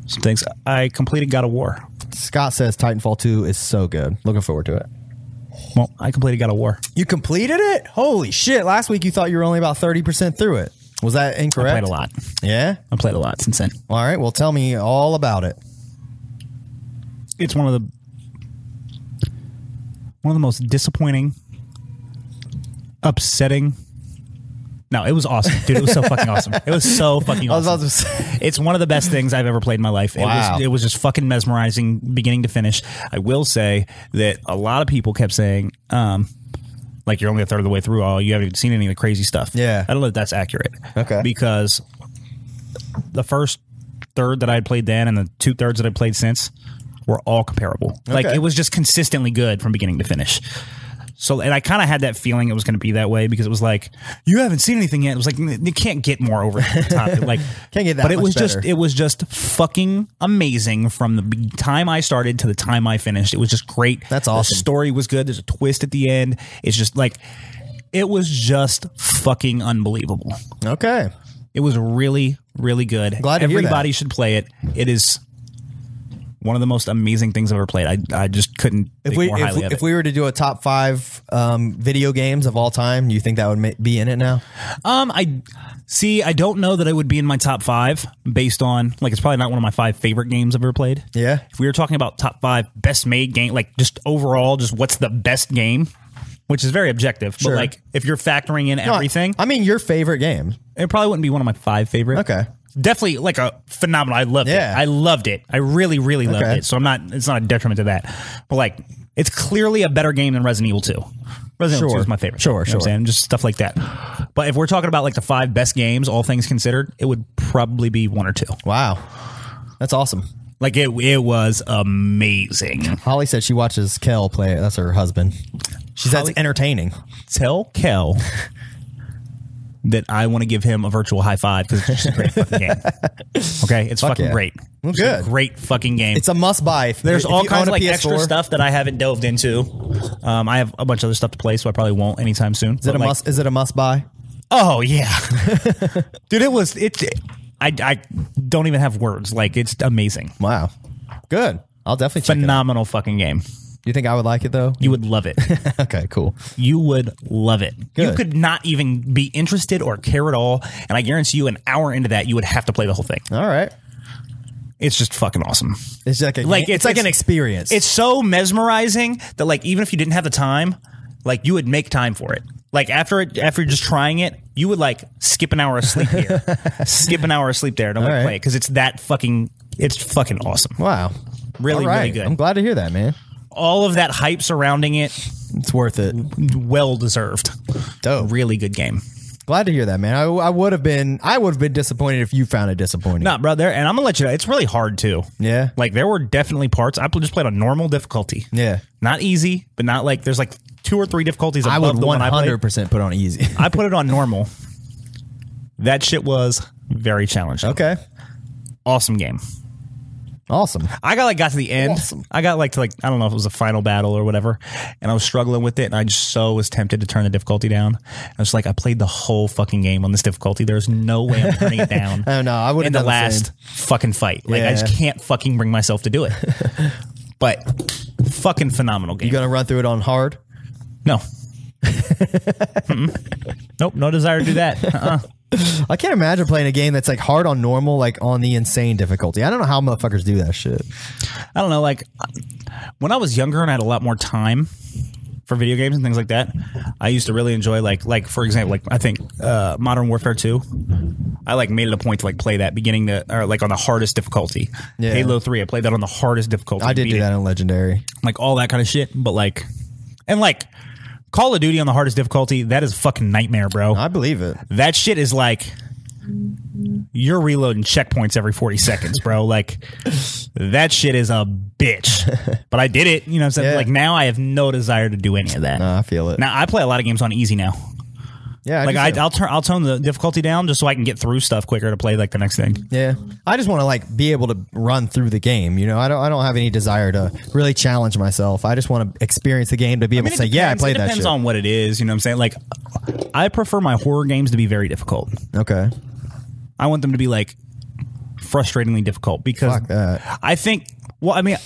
S3: some things. I completed God of War.
S1: scott says titanfall 2 is so good looking forward to it
S3: Well, I completed God of War.
S1: you completed it holy shit last week you thought you were only about 30% through it was that
S3: I
S1: incorrect
S3: played a lot.
S1: yeah
S3: I played a lot since then.
S1: all right well tell me all about it
S3: It's one of the one of the most disappointing, upsetting. No, it was awesome, dude. It was so fucking awesome. It was so fucking
S1: I was
S3: awesome.
S1: about to say
S3: It's one of the best things I've ever played in my life. It,
S1: Wow.
S3: was, it was just fucking mesmerizing, beginning to finish. I will say that a lot of people kept saying, um, like, you're only a third of the way through. All you haven't even seen any of the crazy stuff.
S1: Yeah.
S3: I don't know if that's accurate.
S1: Okay.
S3: Because the first third that I had played then and the two thirds that I played since were all comparable. Like,
S1: Okay.
S3: it was just consistently good from beginning to finish. So, and I kind of had that feeling it was going to be that way because it was like, you haven't seen anything yet. It was like, "N- you can't get more over the top. Like,
S1: Can't get that
S3: But it
S1: much
S3: was just,
S1: better.
S3: it was just fucking amazing from the be- time I started to the time I finished. It was just great.
S1: That's
S3: The
S1: awesome.
S3: story was good. There's a twist at the end. It's just like, it was just fucking unbelievable.
S1: okay
S3: It was really, really good.
S1: Glad to hear that.
S3: Everybody should play it. It is one of the most amazing things I've ever played. I, I just couldn't
S1: if
S3: think
S1: we
S3: more
S1: if,
S3: highly
S1: we-
S3: of it.
S1: if we were to do a top five um, video games of all time, you think that would ma- be in it now?
S3: Um, I see. I don't know that it would be in my top five based on like it's probably not one of my five favorite games I've ever played.
S1: Yeah.
S3: If we were talking about top five best made game, like just overall, just what's the best game, which is very objective.
S1: Sure.
S3: But like if you're factoring in everything,
S1: I, mean your favorite game.
S3: it probably wouldn't be one of my five favorite.
S1: Okay.
S3: Definitely like a phenomenal. I loved
S1: Yeah.
S3: it. I loved it. I really, really loved
S1: Okay.
S3: it. So I'm not. It's not a detriment to that. But like, it's clearly a better game than Resident Evil 2. Resident Evil
S1: Sure.
S3: 2 is my favorite.
S1: Sure,
S3: You know what I'm
S1: sure.
S3: saying? Just stuff like that. But if we're talking about like the five best games, all things considered, it would probably be one or two.
S1: Wow, that's awesome.
S3: Like it, it was amazing.
S1: Holly said she watches Kel play it. That's her husband. She said
S3: Holly-
S1: it's entertaining.
S3: Tell Kel that I want to give him a virtual high five because it's just a great fucking game. Okay, it's fucking
S1: yeah.
S3: great.
S1: Well,
S3: It's a
S1: good.
S3: great fucking game.
S1: It's a must buy. If,
S3: There's
S1: if
S3: all
S1: you
S3: kinds
S1: own
S3: of
S1: a
S3: like
S1: PS4.
S3: extra stuff that I haven't delved into. Um, I have a bunch of other stuff to play, so I probably won't anytime soon.
S1: Is it a must? Is it a must buy?
S3: Oh yeah, dude, it was it. I, I don't even have words. Like it's amazing,
S1: Wow, good. I'll definitely check it out.
S3: phenomenal fucking game.
S1: You think I would like it though?
S3: You would love it.
S1: okay, cool.
S3: you would love it. You
S1: Good.
S3: could not even be interested or care at all, and I guarantee you, an hour into that, you would have to play the whole thing.
S1: All right.
S3: It's just fucking awesome.
S1: It's like a,
S3: Like,
S1: it's,
S3: it's-
S1: like an
S3: it's-
S1: experience.
S3: It's so mesmerizing that like even if you didn't have the time, like you would make time for it. Like after it, after just trying it, you would like skip an hour of sleep here, skip an hour of sleep there, and I'm
S1: All
S3: gonna
S1: right.
S3: play it because it's that fucking it's fucking awesome.
S1: wow,
S3: Really,
S1: All right.
S3: really good.
S1: I'm glad to hear that, man.
S3: All of that hype surrounding it,
S1: It's worth it.
S3: well deserved.
S1: Dope.
S3: Really good game.
S1: Glad to hear that, man. I, I would have been I would have been disappointed if you found it disappointing.
S3: Nah, bro. There, and I'm gonna let you know. It's really hard too.
S1: Yeah.
S3: Like there were definitely parts I just played on normal difficulty.
S1: Yeah.
S3: Not easy, but not like there's like two or three difficulties.
S1: I
S3: Above
S1: would
S3: the one I played.
S1: 100% put on easy.
S3: I put it on normal. That shit was very challenging.
S1: okay.
S3: Awesome game.
S1: Awesome.
S3: I got like got to the end. I got like to like I don't know if it was a final battle or whatever, and I was struggling with it, and I just so was tempted to turn the difficulty down. I was like, I played the whole fucking game on this difficulty. There's no way I'm turning it down.
S1: I don't know. Oh, I would've
S3: in the
S1: done the
S3: last fucking fight. Like I just
S1: Yeah.
S3: can't fucking bring myself to do it. but fucking phenomenal game.
S1: You going to run through it on hard?
S3: no. Mm-mm. Nope, no desire to do that. Uh-uh.
S1: I can't imagine playing a game that's like hard on normal, like on the insane difficulty. I don't know how motherfuckers do that shit.
S3: I don't know, like when I was younger and I had a lot more time for video games and things like that, I used to really enjoy like like for example, like I think uh, Modern Warfare Two. I like made it a point to like play that beginning to or like on the hardest difficulty.
S1: Yeah.
S3: Halo Three, I played that on the hardest difficulty.
S1: I did
S3: beat
S1: do
S3: it.
S1: that on Legendary.
S3: like all that kind of shit. But like, and like Call of Duty on the hardest difficulty, that is a fucking nightmare, bro.
S1: I believe it.
S3: that shit is like you're reloading checkpoints every 40 seconds, bro. Like that shit is a bitch. But I did it, you know what I'm saying?
S1: Yeah.
S3: Like now I have no desire to do any of that.
S1: No, I feel it.
S3: Now I play a lot of games on easy now.
S1: yeah.
S3: Like
S1: do
S3: I,
S1: too.
S3: I'll turn I'll tone the difficulty down just so I can get through stuff quicker to play like the next thing.
S1: Yeah, I just want to like be able to run through the game. You know, I don't. I don't have any desire to really challenge myself. I just want to experience the game to be able to say, "Yeah, I
S3: depends-
S1: played
S3: it
S1: that."
S3: depends
S1: Shit.
S3: on what it is, you know what I'm saying? Like I prefer my horror games to be very difficult.
S1: okay,
S3: I want them to be like frustratingly difficult because
S1: Fuck that.
S3: I think. Well, I mean,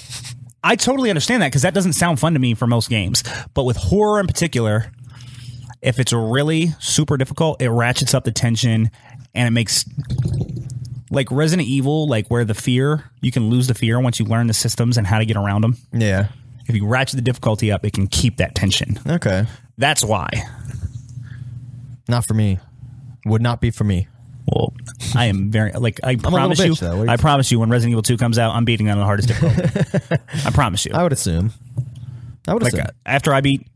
S3: I totally understand that because that doesn't sound fun to me for most games. But with horror in particular, if it's really super difficult, it ratchets up the tension and it makes like Resident Evil, like where the fear you can lose the fear once you learn the systems and how to get around them.
S1: yeah,
S3: If you ratchet the difficulty up, it can keep that tension.
S1: okay.
S3: That's why.
S1: Not for me. Would not be for me.
S3: Well, I am very like I
S1: little
S3: promise
S1: bitch,
S3: you.
S1: though. What do you
S3: I
S1: say?
S3: promise you, when Resident Evil Two comes out, I'm beating that on the hardest difficulty. I promise you.
S1: I would assume. I would
S3: like
S1: assume.
S3: uh, after I beat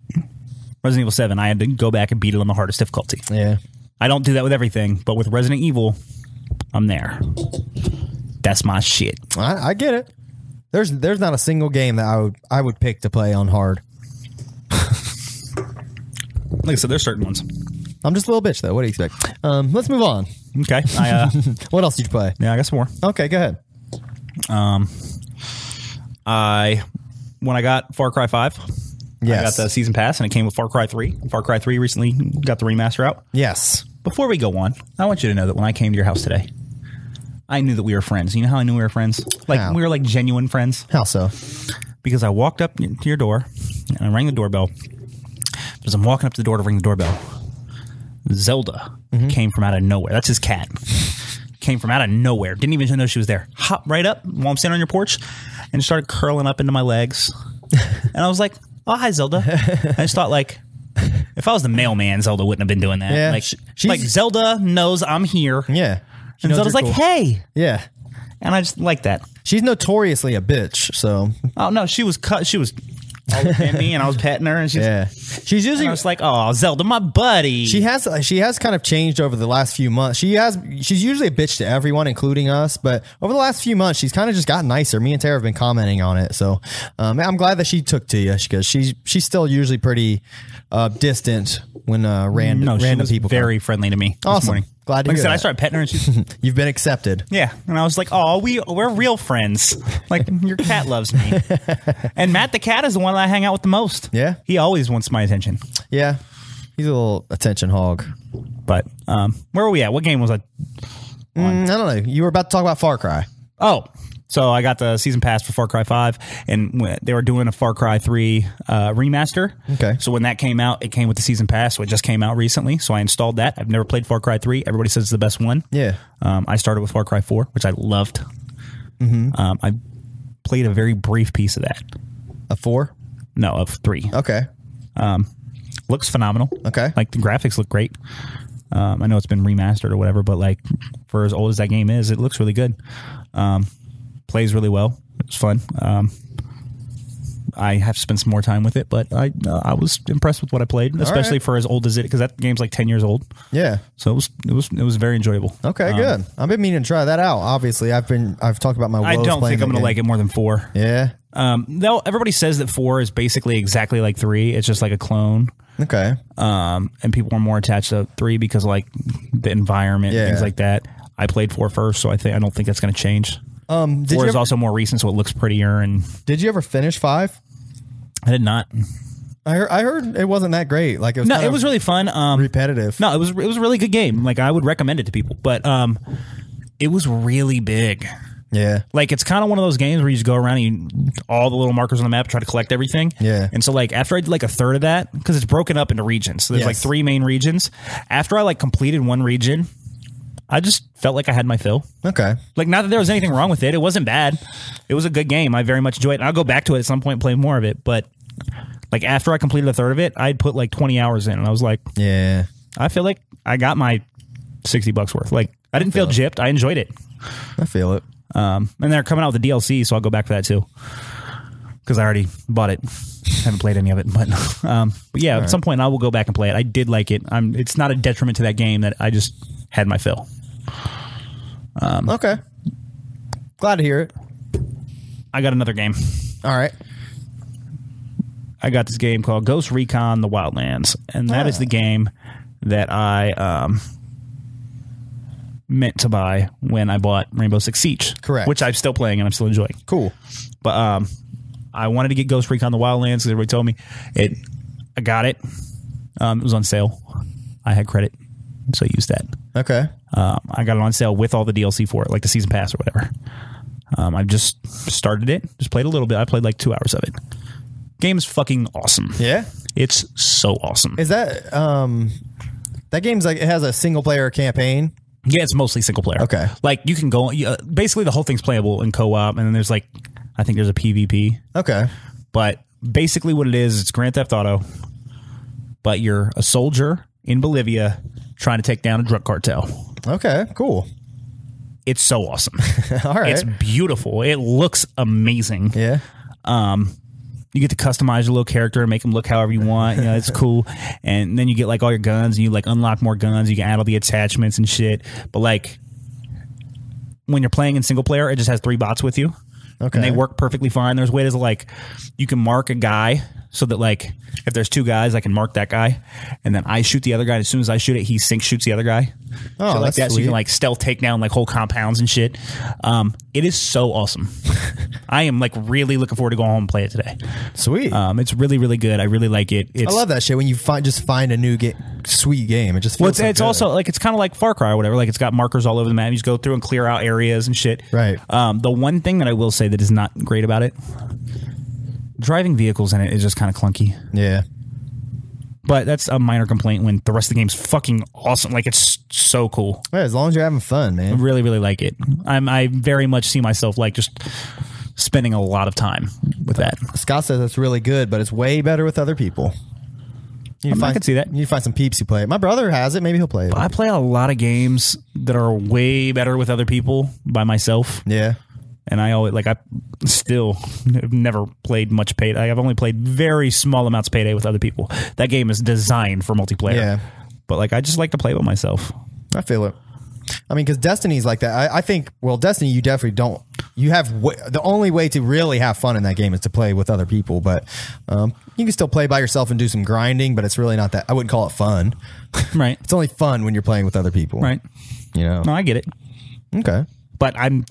S3: Resident Evil Seven, I had to go back and beat it on the hardest difficulty.
S1: yeah.
S3: I don't do that with everything, but with Resident Evil, I'm there. That's my shit.
S1: I, I get it. There's there's not a single game that I would I would pick to play on hard.
S3: Like I said, there's certain ones.
S1: I'm just a little bitch though. What do you expect? Um, let's move on.
S3: Okay, I uh,
S1: What else did you play?
S3: yeah, I got some more.
S1: Okay, go ahead.
S3: I when I got Far Cry Five, I got
S1: Yes.
S3: the season pass, and it came with Far Cry Three. Far Cry Three recently got the remaster out.
S1: Yes.
S3: Before we go on, I want you to know that when I came to your house today, I knew that we were friends. You know how I knew we were friends? Like
S1: How?
S3: we were like genuine friends.
S1: How so?
S3: because I walked up to your door and I rang the doorbell. As I'm walking up to the door to ring the doorbell, Zelda
S1: Mm-hmm.
S3: came from out of nowhere. That's his cat. Came from out of nowhere. Didn't even know she was there. Hopped right up while I'm standing on your porch and started curling up into my legs. and I was like, oh, hi, Zelda. I just thought, like, if I was the mailman, Zelda wouldn't have been doing that.
S1: Yeah,
S3: like,
S1: she- she's-
S3: like, Zelda knows I'm here.
S1: Yeah. She
S3: And
S1: knows
S3: Zelda's
S1: you're
S3: like,
S1: cool.
S3: hey.
S1: Yeah.
S3: And I just like that.
S1: She's notoriously a bitch, so
S3: Oh, no, she was cut. She was all up in me and I was petting her and she's
S1: yeah. She's usually
S3: And I was like, oh, Zelda, my buddy.
S1: she has uh, she has kind of changed over the last few months. She has she's usually a bitch to everyone, including us. But over the last few months, she's kind of just gotten nicer. Me and Tara have been commenting on it, so um, I'm glad that she took to you because she's she's still usually pretty uh, distant when uh, random
S3: no, she
S1: random
S3: was
S1: people. come.
S3: very friendly to me.
S1: Awesome.
S3: This morning.
S1: Glad to
S3: like
S1: hear
S3: I said, I
S1: that.
S3: started petting her and she's
S1: You've been accepted.
S3: yeah, and I was like, oh, we we're real friends. Like your cat loves me, and Matt the cat is the one that I hang out with the most.
S1: Yeah.
S3: he always wants my attention.
S1: Yeah, he's a little attention hog.
S3: But um, where were we at? What game was I?
S1: Mm, I don't know. You were about to talk about Far Cry.
S3: Oh. So I got the season pass for Far Cry Five, and when- they were doing a Far Cry Three uh, remaster.
S1: Okay.
S3: So when that came out, it came with the season pass. So it just came out recently. So I installed that. I've never played Far Cry Three. Everybody says it's the best one.
S1: Yeah.
S3: Um, I started with Far Cry 4, which I loved. Um, I played a very brief piece of that.
S1: A four?
S3: No, of three. Um,
S1: Okay.
S3: Looks phenomenal.
S1: Oh. Okay.
S3: Like the graphics look great. Um, I know it's been remastered or whatever, but like for as old as that game is, it looks really good. Um, plays really well. It's fun. Um, I have spent some more time with it, but I uh, I was impressed with what I played, especially for as old as it because that game's like ten years old.
S1: Yeah.
S3: So it was it was it was very enjoyable.
S2: Oh.
S1: Okay,
S3: Um,
S1: good. I've been meaning to try that out. Obviously, I've been I've talked about my.
S3: I
S1: woes
S3: don't
S1: playing
S3: think I'm
S1: that
S3: gonna
S1: game.
S3: like it more than four.
S1: Yeah.
S3: Um, though everybody says that four is basically exactly like three. It's just like a clone.
S1: Okay.
S3: um, and people were more attached to three because like the environment,
S1: Yeah.
S3: things like that. I played four first, so I think I don't think that's going to change.
S1: Um. Did
S3: Four
S1: you
S3: is
S1: ever,
S3: also more recent, so it looks prettier. And
S1: Did you ever finish five?
S3: I did not.
S1: I heard, I heard it wasn't that great. Like it was
S3: No,
S1: kind
S3: it
S1: of
S3: was really fun. Um,
S1: repetitive.
S3: no, it was it was a really good game. Like I would recommend it to people, but um, it was really big.
S1: Yeah.
S3: Like it's kind of one of those games where you just go around and you all the little markers on the map try to collect everything.
S1: Yeah.
S3: And so like after I did like a third of that because it's broken up into regions. So there's like
S1: Yes.
S3: three main regions. After I like completed one region, I just felt like I had my fill.
S1: Okay.
S3: Like not that there was anything wrong with it. It wasn't bad. It was a good game. I very much enjoyed it. And I'll go back to it at some point and play more of it. But like after I completed a third of it, I'd put like twenty hours in and I was like,
S1: Yeah.
S3: I feel like I got my sixty bucks worth. Like I didn't feel gypped. I enjoyed it.
S1: I feel it.
S3: Um, and they're coming out with the DLC, so I'll go back for that too. Because I already bought it, haven't played any of it, but um, but yeah, at some point I will go back and play it. I did like it. I'm. It's not a detriment to that game that I just had my fill.
S1: okay. Glad to hear it.
S3: I got another game.
S1: All right.
S3: I got this game called Ghost Recon: The Wildlands, and that is the game that I um, meant to buy when I bought Rainbow Six Siege,
S1: Correct.
S3: Which I'm still playing and I'm still enjoying.
S1: Cool.
S3: But um, I wanted to get Ghost Recon: The Wildlands because everybody told me it. I got it. Um, it was on sale. I had credit, so I used that.
S1: Okay.
S3: Um, I got it on sale with all the DLC for it, like the season pass or whatever. Um, I've just started it, just played a little bit. I played like two hours of it. Game's fucking awesome.
S1: Yeah.
S3: It's so awesome.
S1: Is that um that game's like it has a single player campaign?
S3: yeah, it's mostly single player.
S1: Okay.
S3: Like you can go, you- uh, basically, the whole thing's playable in co op, and then there's like, I think there's a PvP.
S1: Okay.
S3: But basically, what it is, it's Grand Theft Auto, but you're a soldier in Bolivia trying to take down a drug cartel.
S1: Okay. Cool.
S3: It's so awesome.
S1: All right.
S3: It's beautiful. It looks amazing.
S1: yeah.
S3: you get to customize your little character and make them look however you want. You know, it's cool. And then you get like all your guns and you like unlock more guns. You can add all the attachments and shit. But like when you're playing in single player, it just has three bots with you.
S1: Okay.
S3: And they work perfectly fine. There's ways to like you can mark a guy so that like if there's two guys, I can mark that guy, and then I shoot the other guy. And as soon as I shoot it, he sink shoots the other guy.
S1: Oh,
S3: Shit like
S1: that's
S3: that. So you
S1: sweet.
S3: can like stealth take down like whole compounds and shit. Um, it is so awesome. I am like really looking forward to going home and play it today.
S1: Sweet.
S3: Um, it's really, really good. I really like it. It's,
S1: I love that shit when you find just find a new ga- sweet game. It just feels
S3: Well, it's,
S1: so
S3: it's
S1: good.
S3: also like it's kind of like Far Cry or whatever. Like it's got markers all over the map. You just go through and clear out areas and shit.
S1: Right.
S3: Um, the one thing that I will say that is not great about it, driving vehicles in it is just kind of clunky.
S1: yeah.
S3: But that's a minor complaint when the rest of the game's fucking awesome. Like it's so cool.
S1: Yeah, as long as you're having fun, man.
S3: Really, really like it. I'm I very much see myself like just spending a lot of time with that.
S1: Scott says it's really good, but it's way better with other people. You
S3: I
S1: find-
S3: can see that.
S1: You find some peeps who play it. My brother has it. Maybe he'll play it.
S3: I play a lot of games that are way better with other people by myself.
S1: Yeah.
S3: and I always like I still have never played much Payday. I've only played very small amounts of Payday with other people. That game is designed for multiplayer.
S1: Yeah.
S3: But like I just like to play by myself.
S1: I feel it. I mean, because Destiny's like that. I, I think, well, Destiny, you definitely don't. You have w- the only way to really have fun in that game is to play with other people, but um, you can still play by yourself and do some grinding, but it's really not that. I wouldn't call it fun.
S3: Right.
S1: It's only fun when you're playing with other people.
S3: Right.
S1: You know?
S3: No, I get it.
S1: Okay.
S3: But I'm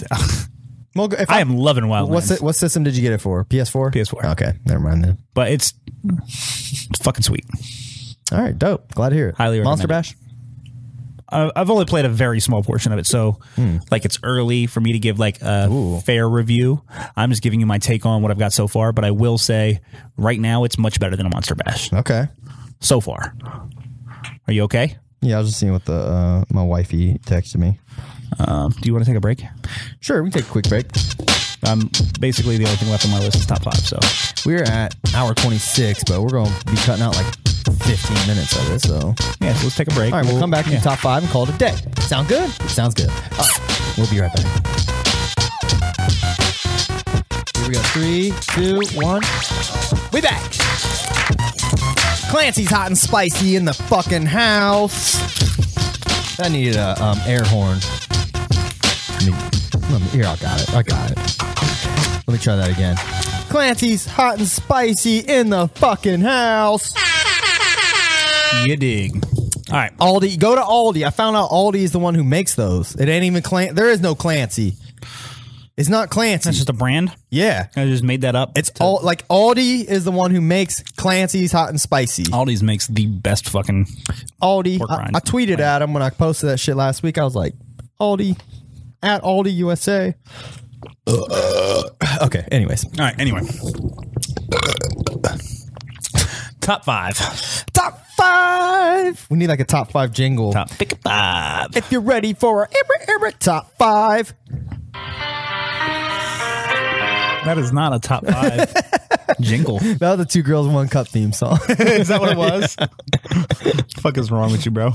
S1: Well, if
S3: I am loving Wildlands.
S1: What's it, what system did you get it for? PS4?
S3: PS4.
S1: Okay. Never mind then.
S3: But it's it's fucking sweet.
S1: All right. Dope. Glad to hear it.
S3: Highly recommend
S1: Monster
S3: it.
S1: Bash?
S3: I- I've only played a very small portion of it, so
S1: Hmm.
S3: like it's early for me to give like a fair review. I'm just giving you my take on what I've got so far, but I will say right now it's much better than a Monster Bash
S1: Okay.
S3: so far. Are you okay?
S1: Yeah, I was just seeing what the uh, my wifey texted me.
S3: Um, do you want to take a break?
S1: Sure, we can take a quick break.
S3: Um, basically, the only thing left on my list is top five. So
S1: We're at hour 26, but we're going to be cutting out like 15 minutes of it. So, all
S3: yeah, so let's take a break.
S1: right, we'll come back to
S3: yeah.
S1: top five and call it a day. Sound good? Sounds good. All right, we'll be right back. Here we go. Three, two, one. We back. Clancy's hot and spicy in the fucking house. I needed a um, air horn. Let me, let me, here, I got it. I got it. Let me try that again. Clancy's hot and spicy in the fucking house.
S3: You dig? All right.
S1: Aldi, go to Aldi. I found out Aldi is the one who makes those. It ain't even Clancy. There is no Clancy. It's not Clancy.
S3: That's just a brand.
S1: yeah.
S3: I just made that up.
S1: It's all like Aldi is the one who makes Clancy's hot and spicy.
S3: Aldi's makes the best fucking.
S1: Aldi.
S3: Oh, Pork
S1: I,
S3: rind.
S1: I tweeted at him when I posted that shit last week. I was like, Aldi at Aldi USA. Uh, okay. Anyways,
S3: All right. Anyway. Top five.
S1: top five. We need like a top five jingle.
S3: Top pick five.
S1: If you're ready for our every every top five,
S3: That is not a top five jingle.
S1: that was the two girls one cup theme song.
S3: Is that what it was? Fuck is wrong with you, bro? All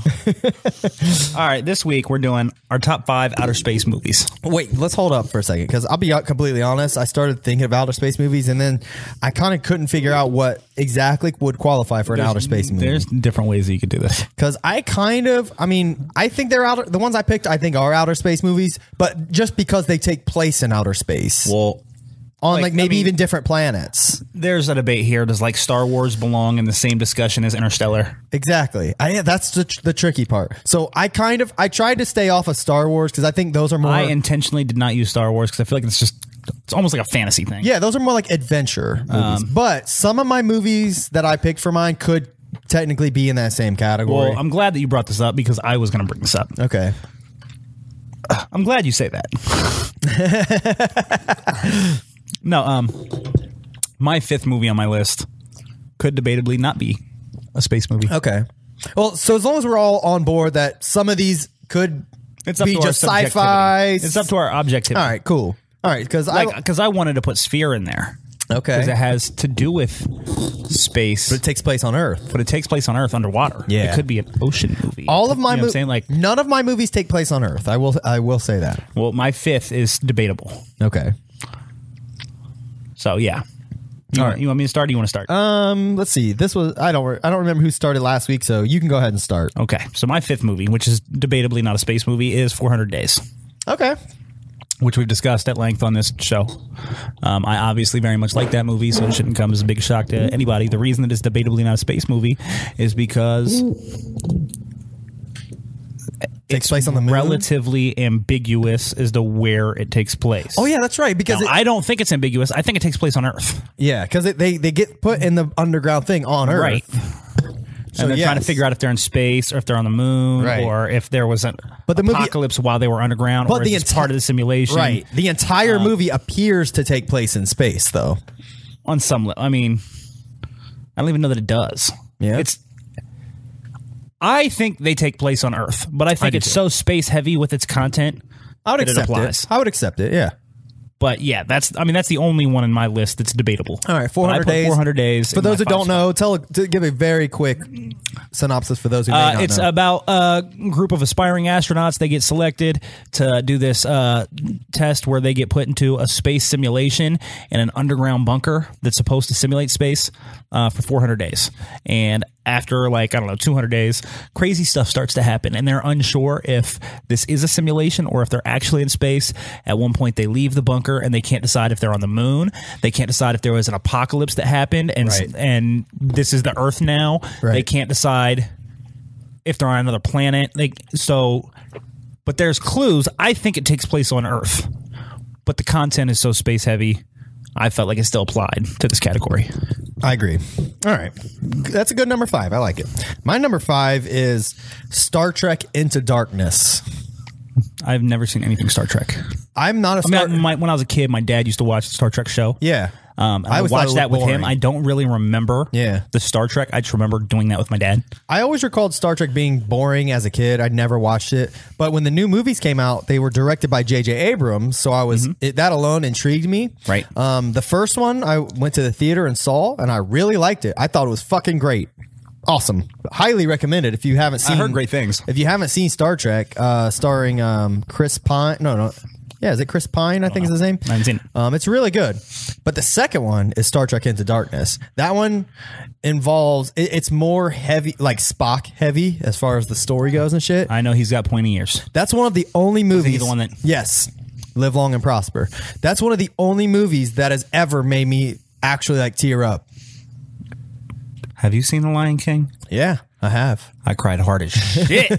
S3: right, this week we're doing our top five outer space movies.
S1: Wait, let's hold up for a second because I'll be completely honest. I started thinking of outer space movies, and then I kind of couldn't figure out what exactly would qualify for an outer space movie.
S3: There's different ways that you could do this.
S1: Because I kind of, I mean, I think they're outer. The ones I picked, I think are outer space movies, but just because they take place in outer space
S3: Well,
S1: on like,
S3: like, I
S1: maybe
S3: mean-
S1: even different planets.
S3: there's a debate here. Does like Star Wars belong in the same discussion as Interstellar?
S1: Exactly. I, that's the, tr- the tricky part. So I kind of, I tried to stay off of Star Wars because I think those are more.
S3: I intentionally did not use Star Wars because I feel like it's just it's almost like a fantasy thing.
S1: Yeah, those are more like adventure movies.
S3: Um,
S1: but some of my movies that I picked for mine could technically be in that same category.
S3: Well, I'm glad that you brought this up because I was going to bring this up.
S1: okay.
S3: I'm glad you say that. no, um, my fifth movie on my list could debatably not be a space movie.
S1: Okay. Well, so as long as we're all on board that some of these could
S3: It's up
S1: be
S3: to
S1: just
S3: our subjectivity.
S1: sci-fi.
S3: It's up to our objectivity.
S1: All right, cool. All right, because
S3: Like, because I wanted to put Sphere in there
S1: I okay,
S3: because it has to do with space,
S1: it takes place on Earth.
S3: but it takes place on Earth underwater.
S1: Yeah.
S3: it could be an ocean movie.
S1: All of my
S3: you know what I'm
S1: movies,
S3: saying like,
S1: none of my movies take place on Earth. I will, I will say that.
S3: well, my fifth is debatable.
S1: Okay.
S3: So yeah. You, want, you want me to start? Or you want to start?
S1: Um, let's see. This was I don't re- I don't remember who started last week, so you can go ahead and start.
S3: okay, so my fifth movie, which is debatably not a space movie, is 400 Days.
S1: Okay.
S3: which we've discussed at length on this show. Um, I obviously very much like that movie, so it shouldn't come as a big shock to anybody. The reason that it's debatably not a space movie is because
S1: Takes place on the moon.
S3: relatively ambiguous as to where it takes place.
S1: Oh yeah, that's right. Because
S3: Now,
S1: it-
S3: I don't think it's ambiguous. I think it takes place on Earth,
S1: Yeah, because they they get put in the underground thing on Earth.
S3: right? and they're trying
S1: yes.
S3: to figure out if they're in space or if they're on the moon
S1: Right.
S3: or if there was an
S1: But the movie-
S3: apocalypse while they were underground
S1: But
S3: or
S1: the
S3: the it's
S1: enti-
S3: part of the simulation.
S1: Right. The entire movie appears to take place in space, though.
S3: on some level. I mean, I don't even know that it does.
S1: Yeah.
S3: it's. I think they take place on Earth, but I think it's so space heavy with its content.
S1: I would
S3: that
S1: accept
S3: it
S1: it.
S3: applies.
S1: I would accept it. Yeah.
S3: But yeah, that's. I mean, that's the only one in my list that's debatable.
S1: All right.
S3: But
S1: Four
S3: I
S1: hundred
S3: put
S1: days.
S3: 400 days.
S1: For
S3: in my
S1: those who
S3: five
S1: don't
S3: spot.
S1: know, tell to give a very quick synopsis for those who may
S3: Uh,
S1: not
S3: it's
S1: know.
S3: about a group of aspiring astronauts. They get selected to do this uh, test where they get put into a space simulation in an underground bunker that's supposed to simulate space uh, for 400 days. And after, like, I don't know, 200 days, crazy stuff starts to happen. And they're unsure if this is a simulation or if they're actually in space. At one point, they leave the bunker and they can't decide if they're on the moon. They can't decide if there was an apocalypse that happened and,
S1: Right.
S3: and this is the Earth now. They
S1: Right.
S3: can't decide if they're on another planet. Like so, but there's clues. I think it takes place on Earth, but the content is so space heavy. I felt like it still applied to this category.
S1: I agree. All right. That's a good number five. I like it. My number five is Star Trek Into Darkness.
S3: I've never seen anything Star Trek.
S1: I'm not a
S3: I mean,
S1: Star.
S3: I- my, when I was a kid, my dad used to watch the Star Trek show.
S1: yeah.
S3: Um, and
S1: I
S3: I,
S1: always thought it
S3: watched that
S1: looked
S3: with him.
S1: boring.
S3: I don't really remember
S1: Yeah.
S3: the Star Trek. I just remember doing that with my dad.
S1: I always recalled Star Trek being boring as a kid. I'd never watched it, but when the new movies came out, they were directed by J.J. Abrams, so I was it, that alone intrigued me.
S3: Mm-hmm. Right.
S1: Um, the first one I went to the theater and saw, and I really liked it. I thought it was fucking great, awesome, highly recommended. If you haven't seen,
S3: heard great things.
S1: If you haven't seen Star Trek, uh, starring um, Chris Pine, no, no. Yeah, is it Chris Pine? I, think is his name.
S3: I haven't seen it.
S1: Um, it's really good. But the second one is Star Trek Into Darkness. That one involves it, it's more heavy, like Spock heavy, as far as the story goes and shit.
S3: I know he's got pointy ears.
S1: That's one of the only movies.
S3: the one that-
S1: yes, live long and prosper. That's one of the only movies that has ever made me actually like tear up.
S3: Have you seen The Lion King?
S1: Yeah, I have.
S3: I cried hard as shit.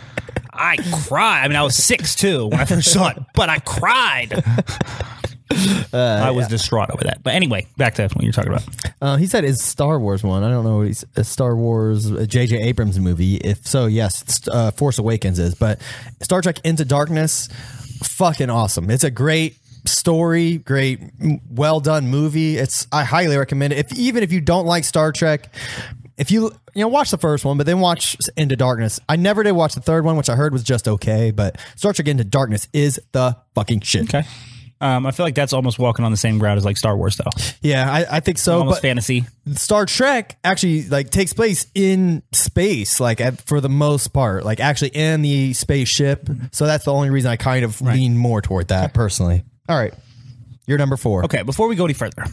S3: I cried. I mean, I was six too when I first saw it, but I cried. I was distraught over that. But anyway, back to what you're talking about.
S1: Uh, he said it's Star Wars one. I don't know what he's a Star Wars a J.J. Abrams movie. If so, yes, it's, uh, Force Awakens is. But Star Trek Into Darkness, fucking awesome. It's a great story, great, m- well done movie. It's I highly recommend it. If even if you don't like Star Trek. If you you know watch the first one, but then watch Into Darkness. I never did watch the third one, which I heard was just okay. Uh, But Star Trek Into Darkness is the fucking shit.
S3: Okay. Um, I feel like that's almost walking on the same ground as like Star Wars, though.
S1: Yeah, I, I think so.
S3: Almost
S1: but
S3: fantasy.
S1: Star Trek actually like takes place in space, like at, for the most part, like actually in the spaceship. So that's the only reason I kind of lean more toward that personally. All right, you're number four.
S3: Okay, before we go any further,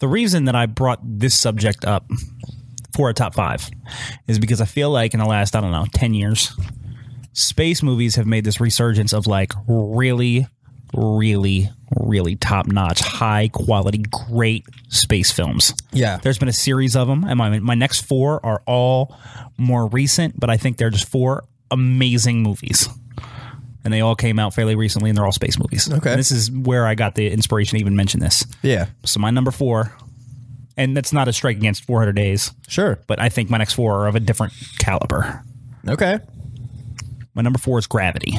S3: the reason that I brought this subject up for a top five is because I feel like in the last, I don't know, 10 years, space movies have made this resurgence of like really, really, really top notch, high quality, great space films.
S1: Yeah.
S3: There's been a series of them, and my, my next four are all more recent, but I think they're just four amazing movies. And they all came out fairly recently, and they're all space movies.
S1: Okay.
S3: And this is where I got the inspiration to even mention this.
S1: Yeah.
S3: So my number four, and that's not a strike against 400 Days,
S1: Sure.
S3: but I think my next four are of a different caliber.
S1: Okay.
S3: My number four is Gravity.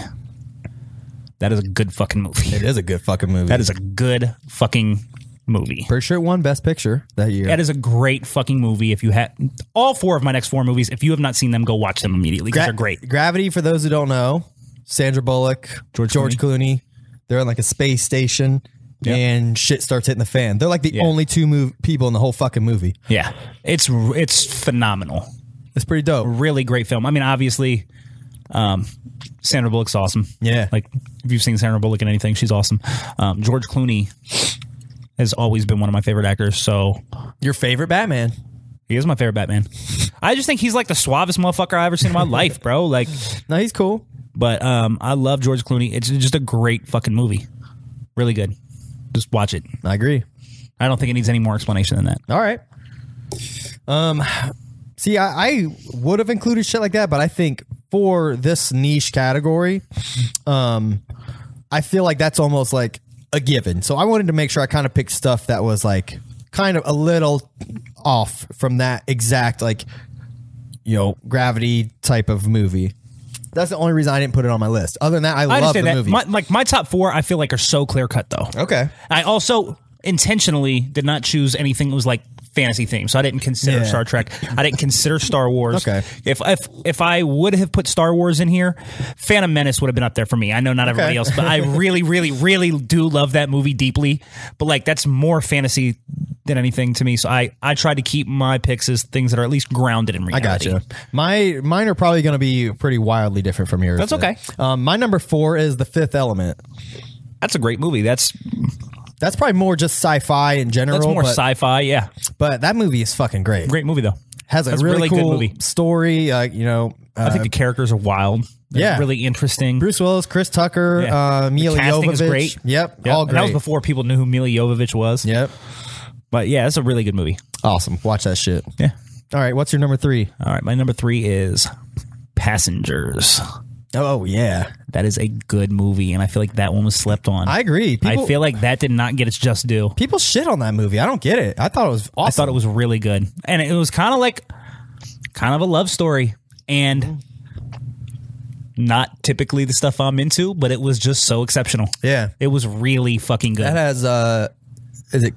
S3: That is a good fucking movie.
S1: It is a good fucking movie.
S3: That is a good fucking movie.
S1: pretty sure it won Best Picture that year.
S3: That is a great fucking movie. If you had all four of my next four movies, if you have not seen them, go watch them immediately because
S1: Gra-
S3: they're great.
S1: Gravity, for those who don't know, Sandra Bullock, George, Clooney. they're in like a space station. And shit starts hitting the fan. They're like the
S3: Yeah.
S1: only two move people in the whole fucking movie.
S3: Yeah, it's it's phenomenal.
S1: It's pretty dope.
S3: Really great film. I mean, obviously, um, Sandra Bullock's awesome.
S1: Yeah.
S3: like if you've seen Sandra Bullock in anything, she's awesome. Um, George Clooney has always been one of my favorite actors, so
S1: Your favorite Batman?
S3: he is my favorite Batman. I just think he's like the suavest motherfucker I've ever seen in my life, bro. Like,
S1: No, he's cool.
S3: but um, I love George Clooney. It's just a great fucking movie. Really good. Just watch it.
S1: I agree.
S3: I don't think it needs any more explanation than that.
S1: All right. Um, see, I, I would have included shit like that, but I think for this niche category, um, I feel like that's almost like a given. So I wanted to make sure I kind of picked stuff that was like kind of a little off from that exact like you know gravity type of movie. That's the only reason I didn't put it on my list. Other than that, I,
S3: I
S1: love the
S3: understand that.
S1: movie.
S3: My, like my top four, I feel like are so clear cut though.
S1: okay.
S3: I also intentionally did not choose anything that was like fantasy themed. So I didn't consider
S1: Yeah.
S3: Star Trek. I didn't consider Star Wars.
S1: Okay.
S3: If if if I would have put Star Wars in here, Phantom Menace would have been up there for me. I know not everybody else, but I really, really, really do love that movie deeply. But like that's more fantasy than anything to me. So I I tried to keep my picks as things that are at least grounded in
S1: I
S3: reality.
S1: gotcha. My mine are probably going to be pretty wildly different from yours.
S3: That's okay.
S1: Um, my number four is The Fifth Element.
S3: That's a great movie. That's
S1: That's probably more just sci-fi in general.
S3: that's more
S1: but,
S3: sci-fi. Yeah,
S1: but that movie is fucking great.
S3: great movie though.
S1: Has a
S3: That's a
S1: really,
S3: really good
S1: cool
S3: movie.
S1: story. Uh, you know,
S3: I
S1: uh,
S3: think the characters are wild. They're
S1: yeah.
S3: really interesting.
S1: Bruce Willis, Chris Tucker,
S3: Yeah.
S1: uh, Mila
S3: the casting is
S1: Jovovich.
S3: great.
S1: Yep,
S3: Yep.
S1: all
S3: And
S1: great.
S3: That was before people knew who Mila Jovovich was.
S1: Yep,
S3: But yeah, it's a really good movie.
S1: awesome. Watch that shit.
S3: Yeah.
S1: All right, what's your number three?
S3: All right, my number three is Passengers.
S1: Oh yeah,
S3: That is a good movie, and I feel like that one was slept on.
S1: I agree. People,
S3: I feel like that did not get its just due.
S1: people shit on that movie. I don't get it. I thought it was awesome.
S3: I thought it was really good, and it was kind of like kind of a love story,
S1: Mm-hmm.
S3: and not typically the stuff I'm into, but it was just so exceptional.
S1: Yeah.
S3: it was really fucking good.
S1: That has uh is it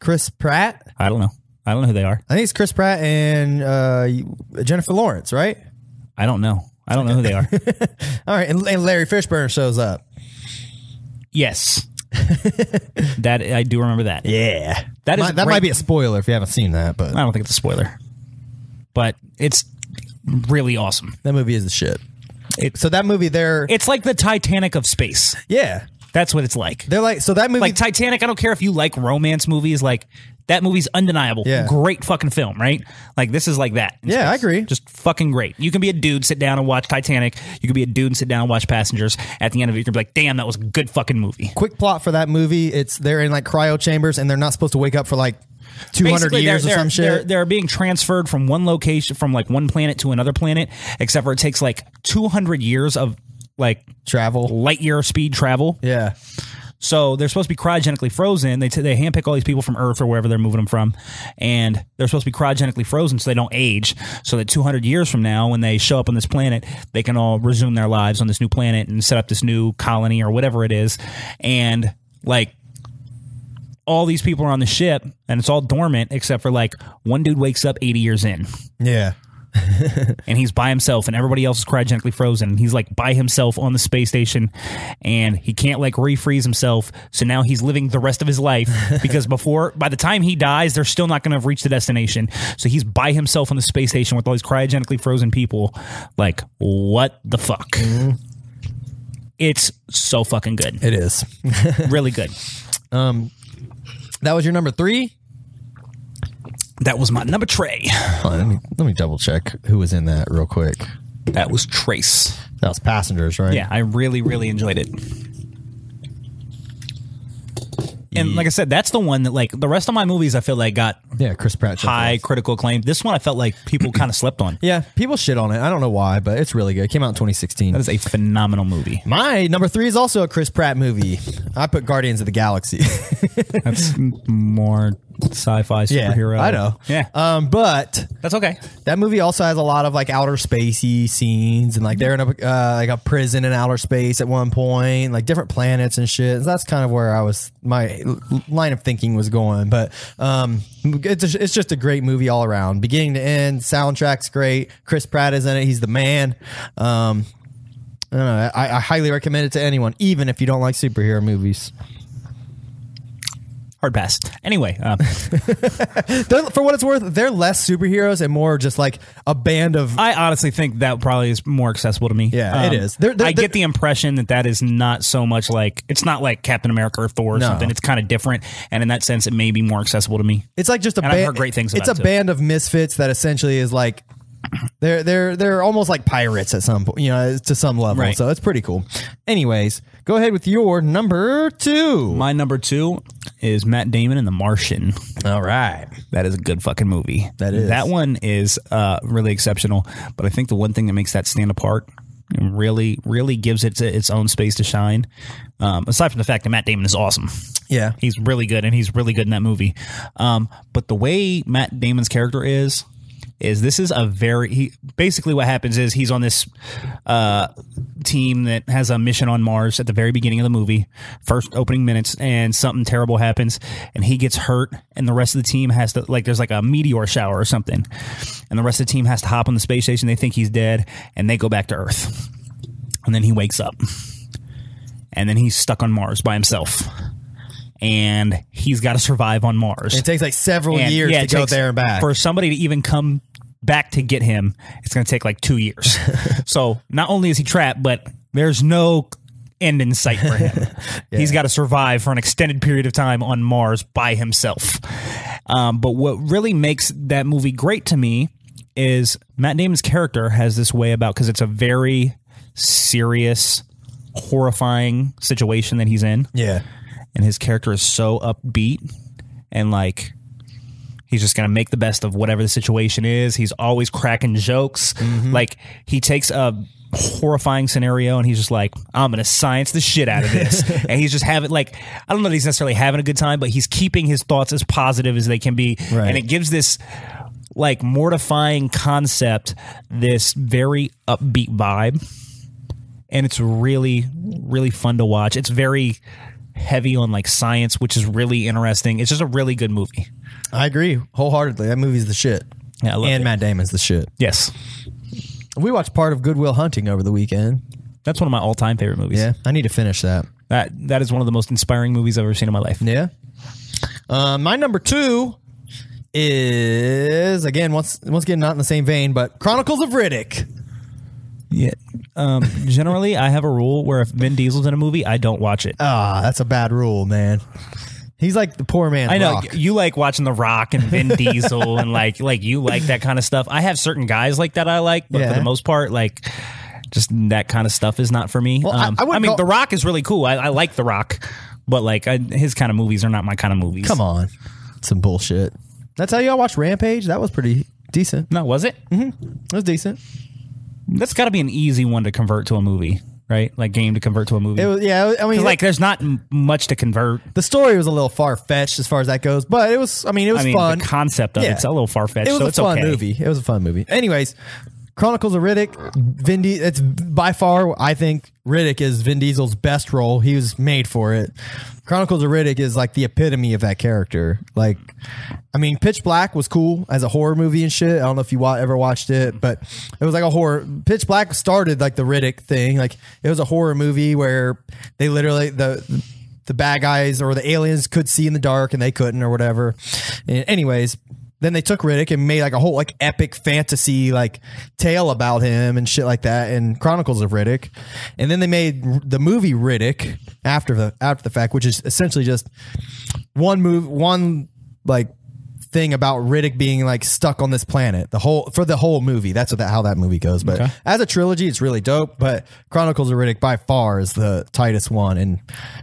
S1: Chris Pratt?
S3: I don't know. I don't know who they are.
S1: I think it's Chris Pratt and uh, Jennifer Lawrence, right?
S3: I don't know. I don't know who they are.
S1: All right, and, and Larry Fishburne shows up.
S3: yes. that I do remember that.
S1: Yeah,
S3: That is a
S1: that
S3: great-
S1: might be a spoiler if you haven't seen that, but
S3: I don't think it's a spoiler. But it's really awesome.
S1: that movie is the shit.
S3: It-
S1: so that movie, they're
S3: It's like the Titanic of space.
S1: yeah,
S3: That's what it's like.
S1: they're like so that movie.
S3: like Titanic, I don't care if you like romance movies, like that movie's undeniable.
S1: Yeah.
S3: Great fucking film, right? Like this is like that. in
S1: Yeah, I
S3: space.
S1: agree.
S3: Just fucking great. You can be a dude, sit down and watch Titanic. You can be a dude and sit down and watch Passengers. At the end of it, you can be like, damn, that was a good fucking movie.
S1: quick plot for that movie. It's they're in like cryo chambers and they're not supposed to wake up for like 200
S3: Basically,
S1: years
S3: they're,
S1: or some
S3: they're-
S1: shit.
S3: They're, they're being transferred from one location, from like one planet to another planet, except for it takes like 200 years of like
S1: Travel.
S3: light year speed travel.
S1: Yeah.
S3: So they're supposed to be cryogenically frozen. They, t- they handpick all these people from Earth or wherever they're moving them from, and they're supposed to be cryogenically frozen so they don't age. So that 200 years from now, when they show up on this planet, they can all resume their lives on this new planet and set up this new colony or whatever it is. And like all these people are on the ship, and it's all dormant except for like one dude wakes up 80 years in
S1: Yeah.
S3: and he's by himself and everybody else is cryogenically frozen and he's like by himself on the space station and he can't like refreeze himself so now he's living the rest of his life because before by the time he dies they're still not going to have reached the destination so he's by himself on the space station with all these cryogenically frozen people like what the fuck it's so fucking good
S1: It is.
S3: really good
S1: That was your number 3?
S3: that was my number tray
S1: Hold on, let me let me double check who was in that real quick.
S3: that was trace
S1: That was passengers, right?
S3: yeah i really really enjoyed it and like i said that's the one that like the rest of my movies i feel like got
S1: Yeah, Chris Pratt. showed
S3: high
S1: up.
S3: critical acclaim this one i felt like people kind of slept on
S1: Yeah, people shit on it. I don't know why, but it's really good. It came out in 2016.
S3: that is a phenomenal movie
S1: My number 3 is also a Chris Pratt movie. I put Guardians of the Galaxy.
S3: that's more sci-fi superhero
S1: I know.
S3: yeah
S1: Um but
S3: that's okay
S1: That movie also has a lot of like outer spacey scenes, and like they're in a uh, like a prison in outer space at one point, like different planets and shit. So that's kind of where I was my l- line of thinking was going. But um, it's a, it's just a great movie all around, beginning to end. Soundtrack's great. Chris Pratt is in it. He's the man. Um, I don't know. I, I highly recommend it to anyone, even if you don't like superhero movies.
S3: hard pass anyway um,
S1: They're, for what it's worth, they're less superheroes and more just like a band of
S3: i honestly think that probably is more accessible to me Um,
S1: Yeah, it is. They're- they're-
S3: i
S1: they're-
S3: get the impression that that is not so much like it's not like captain america or thor or
S1: No.
S3: something it's kind of different and in that sense it may be more accessible to me
S1: It's like just a
S3: And
S1: band.
S3: I've heard great things
S1: It's
S3: about
S1: a
S3: it, too.
S1: band of misfits that essentially is like they're they're they're almost like pirates at some point, you know, to some level.
S3: Right.
S1: So it's pretty cool. Anyways, go ahead with your number two.
S3: My number two is Matt Damon and The Martian.
S1: All right,
S3: That is a good fucking movie.
S1: That is.
S3: That one is uh, really exceptional. But I think the one thing that makes that stand apart and really, really gives it its own space to shine, um, aside from the fact that Matt Damon is awesome.
S1: yeah,
S3: He's really good, and he's really good in that movie. Um, but the way Matt Damon's character is, is this is a very he basically what happens is he's on this uh, team that has a mission on Mars at the very beginning of the movie, first opening minutes, and something terrible happens, and he gets hurt, and the rest of the team has to like there's like a meteor shower or something, and the rest of the team has to hop on the space station. They think he's dead, and they go back to Earth, and then he wakes up. And then he's stuck on Mars by himself and he's got to survive on Mars.
S1: it takes like several
S3: And,
S1: years
S3: yeah,
S1: to
S3: it
S1: go
S3: takes-
S1: there and back.
S3: For somebody to even come back to get him, it's going to take like two years. so not only is he trapped, but there's no end in sight for him. He's got to survive for an extended period of time on Mars by himself. Um, but what really makes that movie great to me is Matt Damon's character has this way about because it's a very serious, horrifying situation that he's in
S1: yeah,
S3: and his character is so upbeat and like he's just gonna make the best of whatever the situation is he's always cracking jokes like he takes a horrifying scenario and he's just like i'm gonna science the shit out of this and he's just having like i don't know that he's necessarily having a good time but he's keeping his thoughts as positive as they can be
S1: Right.
S3: and it gives this like mortifying concept this very upbeat vibe and it's really really fun to watch it's very heavy on like science, which is really interesting. It's just a really good movie.
S1: I agree wholeheartedly. That movie's the shit.
S3: Yeah, I love
S1: and
S3: it.
S1: Matt Damon's the shit.
S3: Yes,
S1: We watched part of Goodwill Hunting over the weekend.
S3: that's one of my all-time favorite movies.
S1: Yeah, I need to finish that.
S3: that that is one of the most inspiring movies I've ever seen in my life.
S1: Yeah. Uh, my number two is again once once again not in the same vein, but Chronicles of Riddick.
S3: Yeah. Um, generally, I have a rule where if Vin Diesel's in a movie, I don't watch it.
S1: Ah, that's a bad rule, man. He's like the poor man.
S3: I know
S1: Rock.
S3: y- you like watching The Rock and Vin Diesel and like like you like that kind of stuff. I have certain guys like that I like, but
S1: Yeah.
S3: for the most part, like just that kind of stuff is not for me.
S1: I-
S3: um,
S1: I wouldn't
S3: mean,
S1: call-
S3: The Rock is really cool. I, I like The Rock, but like I, his kind of movies are not my kind of movies.
S1: Come on, some bullshit. That's how y'all watch Rampage. That was pretty decent.
S3: no, was it?
S1: Mm-hmm. It was decent.
S3: That's got to be an easy one to convert to a movie, right? Like game to convert to a movie.
S1: It was yeah. I mean,
S3: 'Cause, like there's not m- much to convert.
S1: the story was a little far fetched as far as that goes, but it was. I mean, it was
S3: I mean,
S1: fun.
S3: the concept of
S1: Yeah.
S3: it's a little far fetched.
S1: it was
S3: so
S1: a
S3: it's
S1: fun
S3: okay.
S1: movie. It was a fun movie. Anyways, Chronicles of Riddick, Vin Di- it's by far I think Riddick is Vin Diesel's best role. He was made for it. Chronicles of Riddick is like the epitome of that character. Like I mean, Pitch Black was cool as a horror movie and shit. I don't know if you wa- ever watched it, but it was like a horror. Pitch Black started like the Riddick thing. Like it was a horror movie where they literally the the bad guys or the aliens could see in the dark and they couldn't or whatever. And anyways, then they took Riddick and made like a whole like epic fantasy like tale about him and shit like that and Chronicles of Riddick. And then they made r- the movie Riddick after the after the fact, which is essentially just one move one like thing about Riddick being like stuck on this planet the whole for the whole movie. That's what that, how that movie goes. But as a trilogy, it's really dope. But Chronicles of Riddick by far is the tightest one, and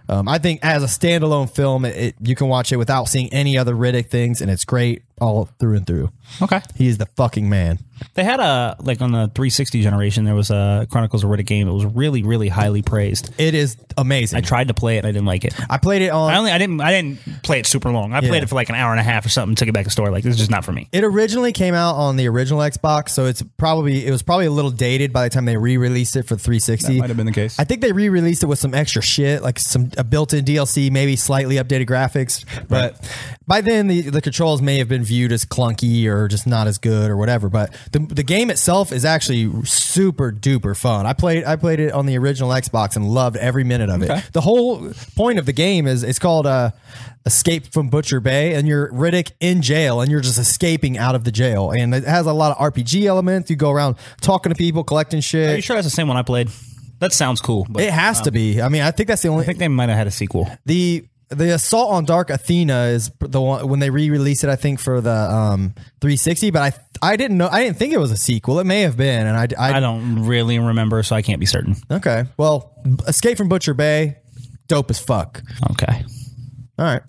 S1: um, I think as a standalone film, it, it- you can watch it without seeing any other Riddick things, and it's great all through and through.
S3: Okay.
S1: He is the fucking man.
S3: They had a like on the 360 generation. There was a Chronicles of Riddick game. It was really, really highly praised.
S1: It is amazing.
S3: I tried to play it. and I didn't like it.
S1: I played it on.
S3: I only I didn't I didn't play it super long. I played it for like an hour and a half or something. Took it back to store. Like this is just not for me.
S1: It originally came out on the original Xbox, so it's probably it was probably a little dated by the time they re-released it for 360.
S3: might have been the case.
S1: I think they re-released it with some extra shit, like some a built-in DLC, maybe slightly updated graphics. But by then, the, the controls may have been viewed as clunky or just not as good or whatever. But the, the game itself is actually super duper fun. I played I played it on the original Xbox and loved every minute of it. The whole point of the game is it's called uh, Escape from Butcher Bay, and you're Riddick in jail, and you're just escaping out of the jail. And it has a lot of RPG elements. You go around talking to people, collecting
S3: Are you
S1: shit.
S3: sure that's the same one I played? That sounds cool. But
S1: It has to be. I mean, I think that's the only.
S3: I think they might have had a sequel.
S1: the the assault on dark athena is the one when they re-released it i think for the um 360 but i i didn't know i didn't think it was a sequel it may have been and i i,
S3: I don't really remember, so I can't be certain.
S1: okay well escape from butcher bay dope as fuck
S3: Okay.
S1: all right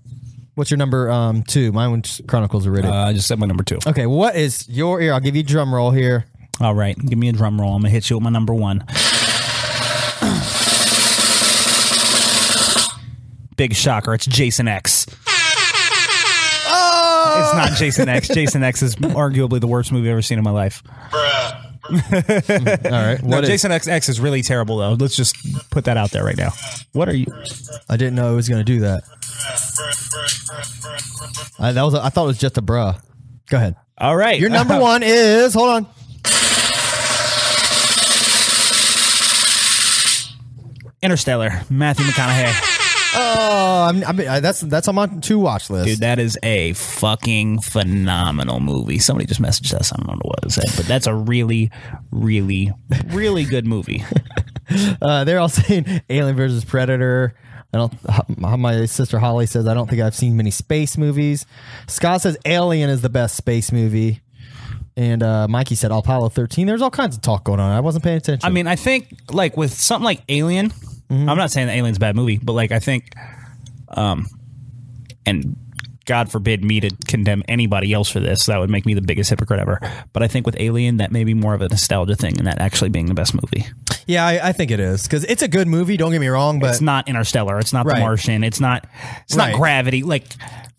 S1: what's your number um two mine was chronicles of riddick
S3: Uh, I just said my number two.
S1: okay what is your ear i'll give you a drum roll here
S3: All right, give me a drum roll. I'm gonna hit you with my number one. Big shocker! It's Jason X.
S1: Oh!
S3: It's not Jason X. Jason X is arguably the worst movie I've ever seen in my life.
S1: all right
S3: No,
S1: what is-
S3: Jason X X is really terrible though. Let's just put that out there right now. What are you?
S1: i didn't know it was gonna do that I, that was a, I thought it was just a bruh go ahead
S3: All right,
S1: your number one is hold on
S3: uh, Interstellar, Matthew McConaughey.
S1: Oh, I'm, I'm, I, that's that's on my two watch list.
S3: Dude, that is a fucking phenomenal movie. Somebody just messaged us. I don't know what it said, but that's a really, really, really good movie.
S1: Uh, they're all saying Alien versus Predator. I don't. h- My sister Holly says I don't think I've seen many space movies. Scott says Alien is the best space movie, and uh, Mikey said Apollo 13. There's all kinds of talk going on. I wasn't paying attention.
S3: I mean, I think like with something like Alien,
S1: Mm-hmm.
S3: I'm not saying that Alien's a bad movie, but like I think, um, and God forbid me to condemn anybody else for this. That would make me the biggest hypocrite ever. But I think with Alien, that may be more of a nostalgia thing, and that actually being the best movie.
S1: yeah, I, I think it is because it's a good movie. Don't get me wrong, but
S3: It's not Interstellar. It's not
S1: Right.
S3: The Martian. It's not. It's
S1: Right.
S3: not Gravity. Like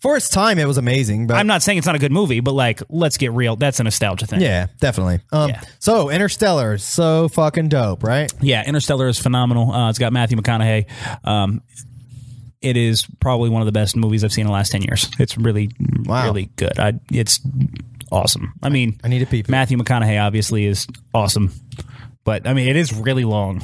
S1: for its time, it was amazing. But
S3: I'm not saying it's not a good movie, but like let's get real. That's a nostalgia thing.
S1: Yeah, definitely. Um,
S3: Yeah.
S1: so Interstellar, is so fucking dope, right?
S3: Yeah, Interstellar is phenomenal. Uh, it's got Matthew McConaughey. Um, it is probably one of the best movies I've seen in the last ten years. It's really, really good. I, it's awesome. I mean,
S1: I need to pee-poo.
S3: Matthew McConaughey obviously is awesome, but I mean, it is really long.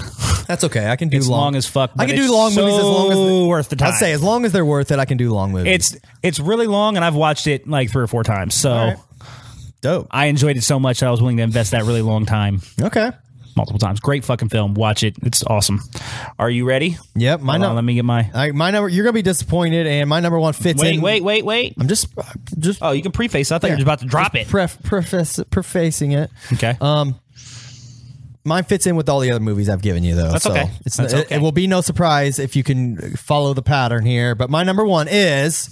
S1: That's okay. I can do
S3: It's
S1: long,
S3: long as fuck,
S1: I
S3: but
S1: can do
S3: it's
S1: long movies as long as
S3: so worth the time.
S1: I'd say as long as they're worth it, I can do long movies.
S3: It's it's really long, and I've watched it like three or four times. So
S1: right. dope.
S3: I enjoyed it so much that I was willing to invest that really long time,
S1: Okay.
S3: multiple times. Great fucking film. Watch it. It's awesome. Are you ready?
S1: Yep. My
S3: Hold on,
S1: number.
S3: let me get my.
S1: I, my number. You're gonna be disappointed, and my number one fits
S3: Wait,
S1: in.
S3: wait, wait, wait.
S1: I'm just, I'm just
S3: Oh, you can preface. I thought you were about to drop it.
S1: pref- preface, prefacing it.
S3: Okay.
S1: Um, mine fits in with all the other movies I've given you, though. That's so
S3: okay.
S1: It's
S3: That's
S1: it-
S3: okay.
S1: It, will be no surprise if you can follow the pattern here. But my number one is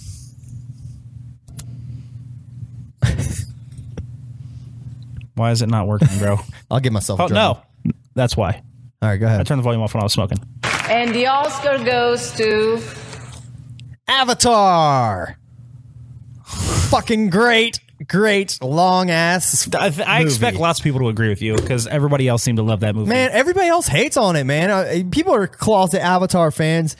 S3: Why is it not working, bro?
S1: I'll give myself.
S3: oh
S1: a drum.
S3: no, that's why.
S1: All right, go
S3: I
S1: ahead.
S3: turned the volume off when I was smoking.
S8: And the Oscar goes to.
S1: Avatar. Fucking great, great long ass.
S3: I, th- I expect lots of people to agree with you because everybody else seemed to love that movie.
S1: Man, everybody else hates on it, man. Uh, People are closet Avatar fans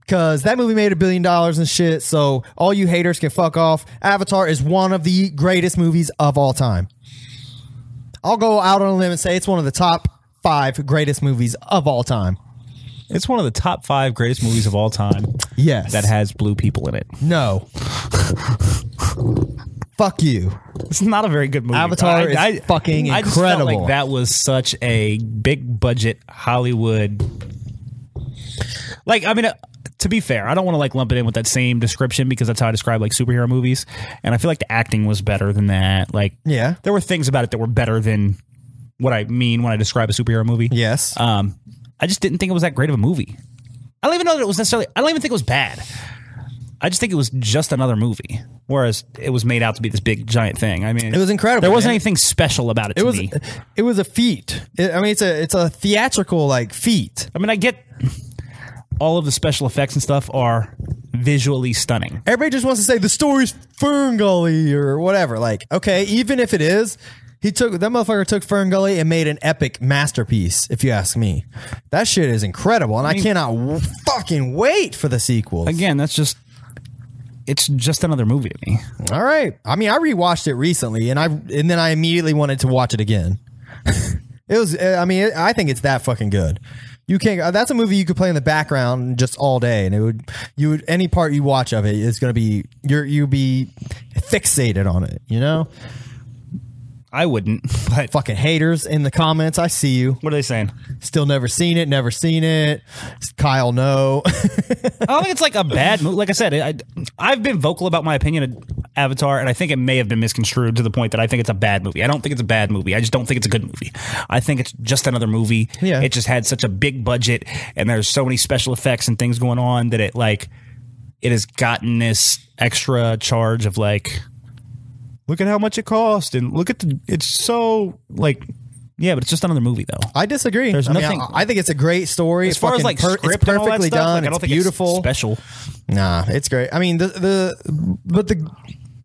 S1: because that movie made a billion dollars and shit. So all you haters can fuck off. Avatar is one of the greatest movies of all time. I'll go out on a limb and say it's one of the top five greatest movies of all time.
S3: it's one of the top five greatest movies of all time
S1: Yes.
S3: that has blue people in it.
S1: no. fuck you.
S3: It's not a very good movie.
S1: Avatar is fucking
S3: I just felt
S1: incredible.
S3: like that was such a big budget Hollywood. Like, I mean, uh, to be fair, I don't want to like lump it in with that same description because that's how I describe like superhero movies, and I feel like the acting was better than that. Like,
S1: Yeah.
S3: there were things about it that were better than what I mean when I describe a superhero movie.
S1: Yes.
S3: Um, I just didn't think it was that great of a movie. I don't even know that it was necessarily. I don't even think it was bad. I just think it was just another movie, whereas it was made out to be this big giant thing. I mean,
S1: It was incredible,
S3: There wasn't
S1: man.
S3: anything special about it. To
S1: it was
S3: me.
S1: it was a feat. It- I mean, it's a it's a theatrical like feat.
S3: I mean, I get all of the special effects and stuff are visually stunning.
S1: Everybody just wants to say the story's Ferngully or whatever. Like, okay, even if it is, he took that motherfucker took Ferngully and made an epic masterpiece. If you ask me, that shit is incredible, and I, cannot w- fucking wait for the sequel.
S3: Again, that's just. It's just another movie to me.
S1: All right, I mean, I rewatched it recently, and I and then I immediately wanted to watch it again. it was, uh, I mean, it, I think it's that fucking good. You can't. uh, That's a movie you could play in the background just all day, and it would. You would any part you watch of it is going to be you're you be fixated on it. You know.
S3: I wouldn't, but
S1: fucking haters in the comments. I see you.
S3: what are they saying?
S1: Still never seen it. Never seen it. Kyle, no.
S3: I don't think it's like a bad movie. Like I said, I, I've been vocal about my opinion of Avatar, and I think it may have been misconstrued to the point that I think it's a bad movie. I don't think it's a bad movie. I just don't think it's a good movie. I think it's just another movie.
S1: Yeah.
S3: It just had such a big budget, and there's so many special effects and things going on that it like it has gotten this extra charge of like, look at how much it cost, and look at the. It's so like, yeah, but it's just another movie though.
S1: I disagree.
S3: There's
S1: I mean,
S3: nothing-
S1: I, I think it's a great story.
S3: As far as
S1: fucking
S3: like
S1: per-
S3: script
S1: it's
S3: and all that
S1: perfectly
S3: stuff,
S1: done.
S3: like, I don't
S1: it's
S3: think
S1: beautiful.
S3: it's special.
S1: Nah, it's great. I mean, the the but the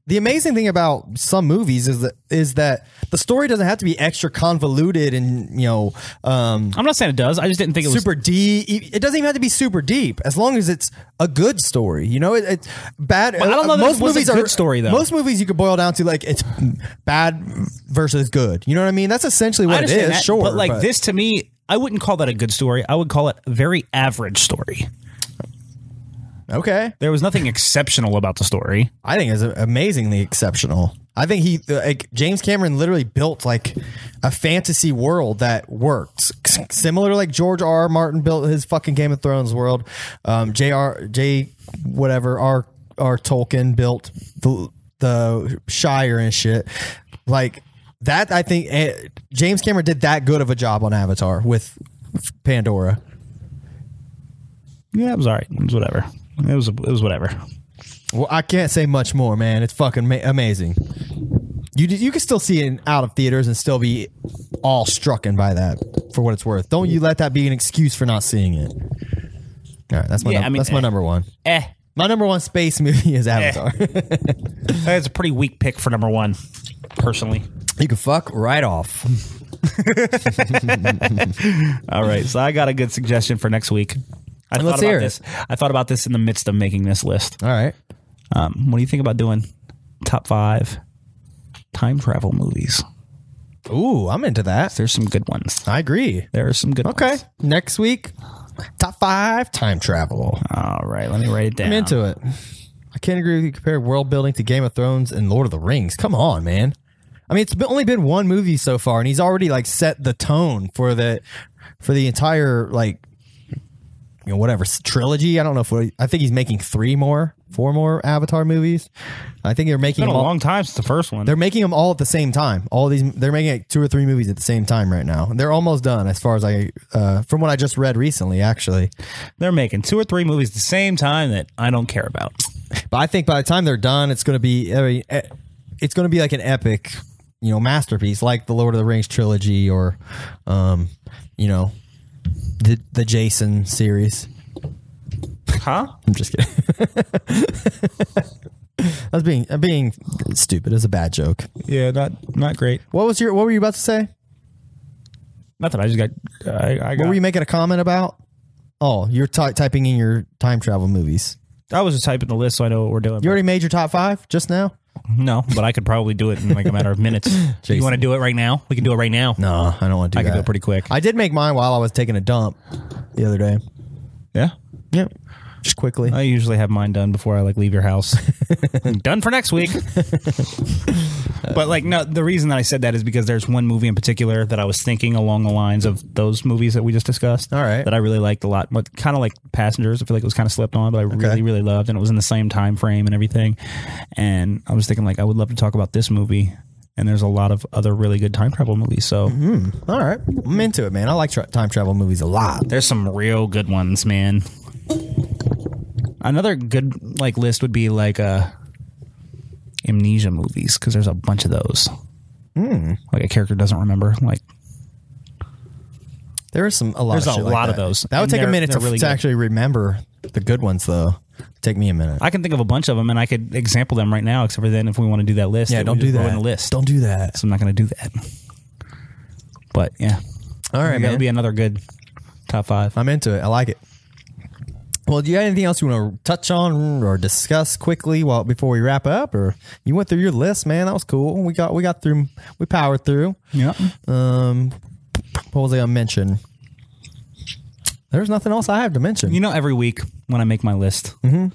S1: the amazing thing about some movies is that is that the story doesn't have to be extra convoluted and you know um,
S3: I'm not saying it does. I just didn't think it was
S1: super deep. It doesn't even have to be super deep as long as it's a good story. You know, it, it's bad. uh,
S3: I don't know that it was a good story, though.
S1: Most movies you could boil down to like it's bad versus good. You know what I mean? That's essentially what it
S3: understand
S1: is.
S3: that,
S1: sure,
S3: but like this to me, I wouldn't call that a good story. I would call it a very average story.
S1: Okay,
S3: There was nothing exceptional about the story.
S1: I think it's amazingly exceptional. I think he like James Cameron literally built like a fantasy world that worked, S- similar to like George R. R. Martin built his fucking Game of Thrones world. Um, J. R. J. Whatever R. R. Tolkien built the the Shire and shit. Like that, I think eh, James Cameron did that good of a job on Avatar with Pandora.
S3: Yeah, it was all right. It was whatever. It was it was whatever.
S1: Well, I can't say much more, man. It's fucking ma- amazing. You d- you can still see it in, out of theaters and still be all strucken by that for what it's worth. Don't you let that be an excuse for not seeing it. All right, that's my
S3: Yeah,
S1: num-
S3: I mean,
S1: that's my
S3: eh.
S1: number one.
S3: Eh,
S1: My number one space movie is Avatar.
S3: that's a pretty weak pick for number one, personally.
S1: you can fuck right off.
S3: All right, so I got a good suggestion for next week. I I
S1: Let's
S3: thought about
S1: hear it.
S3: this. I thought about this in the midst of making this list.
S1: All right.
S3: Um, what do you think about doing top five time travel movies?
S1: Ooh, I'm into that.
S3: There's some good ones.
S1: I agree.
S3: There are some good
S1: Okay.
S3: ones.
S1: Next week, top five time travel.
S3: All right, let me write it down.
S1: I'm into it. I can't agree with you. Compare world building to Game of Thrones and Lord of the Rings. Come on, man. I mean, it's been, only been one movie so far, and he's already like set the tone for the for the entire like you know whatever s- trilogy. I don't know if we- I think he's making three more, four more Avatar movies. I think they're making
S3: It's been
S1: them
S3: a
S1: all-
S3: long time since the first one.
S1: they're making them all at the same time. All these they're making like two or three movies at the same time right now. They're almost done, as far as I uh, from what I just read recently, actually.
S3: They're making two or three movies at the same time that I don't care about.
S1: But I think by the time they're done, it's going to be I mean, eh, it's going to be like an epic, you know, masterpiece like the Lord of the Rings trilogy or, um, you know, the the Jason series.
S3: Huh?
S1: I'm just kidding. I was being I'm being stupid. It's a bad joke.
S3: Yeah, not not great.
S1: What was your What were you about to say?
S3: Nothing. I just got. I, I got.
S1: What were you making a comment about? Oh, you're ty- typing in your time travel movies.
S3: I was just typing the list so I know what we're doing.
S1: You already made your top five just now.
S3: no, but I could probably do it in like a matter of minutes. you want to do it right now? We can do it right now.
S1: No, I don't want to do
S3: I
S1: that.
S3: can do it pretty quick.
S1: I did make mine while I was taking a dump the other day.
S3: yeah.
S1: Yep. Just quickly.
S3: I usually have mine done before I like leave your house. done for next week. but like no, the reason that I said that is because there's one movie in particular that I was thinking along the lines of those movies that we just discussed.
S1: All right.
S3: That I really liked a lot. But kind of like Passengers, I feel like it was kind of slept on, but I really really loved and it was in the same time frame and everything. And I was thinking like I would love to talk about this movie. And there's a lot of other really good time travel movies. So
S1: Mm-hmm. All right. I'm into it, man. I like tra- time travel movies a lot.
S3: there's some real good ones, man. Another good like list would be like uh amnesia movies because there's a bunch of those.
S1: Hmm.
S3: Like a character doesn't remember. Like
S1: There are some a lot.
S3: There's
S1: of
S3: a
S1: shit like
S3: lot of
S1: that.
S3: those.
S1: That would
S3: And
S1: take a
S3: they're-
S1: minute to,
S3: they're really
S1: to
S3: good.
S1: actually remember the good ones, though. Take me a minute.
S3: I can think of a bunch of them, and I could example them right now. Except for then, if we want to do that list,
S1: yeah,
S3: it
S1: don't
S3: would
S1: do
S3: just go
S1: that.
S3: In the list.
S1: Don't do that.
S3: So I'm not going to do that. But yeah,
S1: All right,
S3: that
S1: man.
S3: would be another good top five.
S1: I'm into it. I like it. Well, do you got anything else you want to touch on or discuss quickly while before we wrap up? Or you went through your list, man. That was cool. We got we got through. We powered through.
S3: Yeah.
S1: Um, what was I gonna mention? There's nothing else I have to mention.
S3: You know, every week when I make my list, mm-hmm.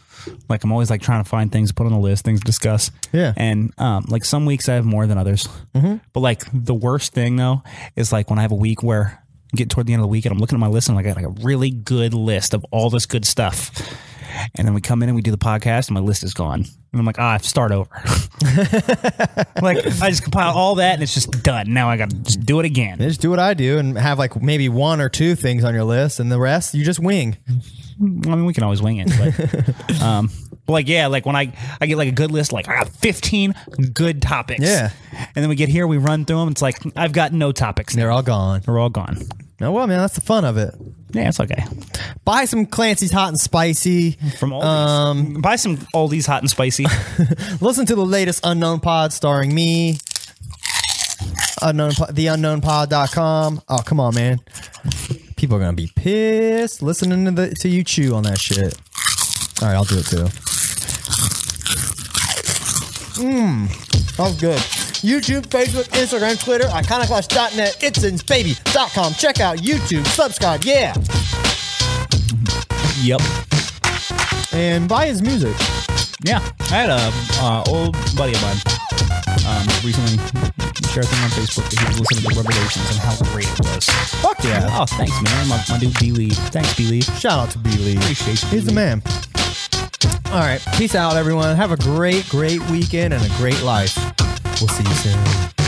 S3: like I'm always like trying to find things to put on the list, things to discuss.
S1: Yeah.
S3: And um, like some weeks I have more than others. Mm-hmm. But like the worst thing though is like when I have a week where I get toward the end of the week and I'm looking at my list and I got like a really good list of all this good stuff. And then we come in and we do the podcast and my list is gone. And I'm like, ah, I have to start over. like I just compile all that and it's just done. Now I got to just do it again.
S1: just do what I do and have like maybe one or two things on your list, and the rest you just wing.
S3: I mean, we can always wing it. But, um, but like, yeah, like when I, I get like a good list, like I got 15 good topics.
S1: Yeah.
S3: And then we get here, we run through them. It's like, I've got no topics.
S1: They're all gone.
S3: They're all gone.
S1: Oh well, man, that's the fun of it.
S3: Yeah, it's okay.
S1: Buy some Clancy's Hot and Spicy.
S3: From all um, buy some oldies hot and spicy.
S1: Listen to the latest Unknown Pod starring me. Unknown po- theunknownpod.com. Oh come on, man. People are gonna be pissed listening to the to you chew on that shit. All right, I'll do it too. Mmm, that was Mmm, good. YouTube, Facebook, Instagram, Twitter, iconoclash.net, itsensbaby.com. Check out YouTube, subscribe, yeah,
S3: yep.
S1: and buy his music.
S3: Yeah. I had a uh, old buddy of mine um, recently shared a thing on Facebook that he was listening to Revelations and how great it was. Fuck yeah. Oh, thanks, man. My, my dude B Lee. Thanks, B Lee.
S1: Shout out to B Lee.
S3: Appreciate you,
S1: He's the
S3: B.
S1: man. All right. Peace out, everyone. Have a great, great weekend and a great life. We'll see you soon.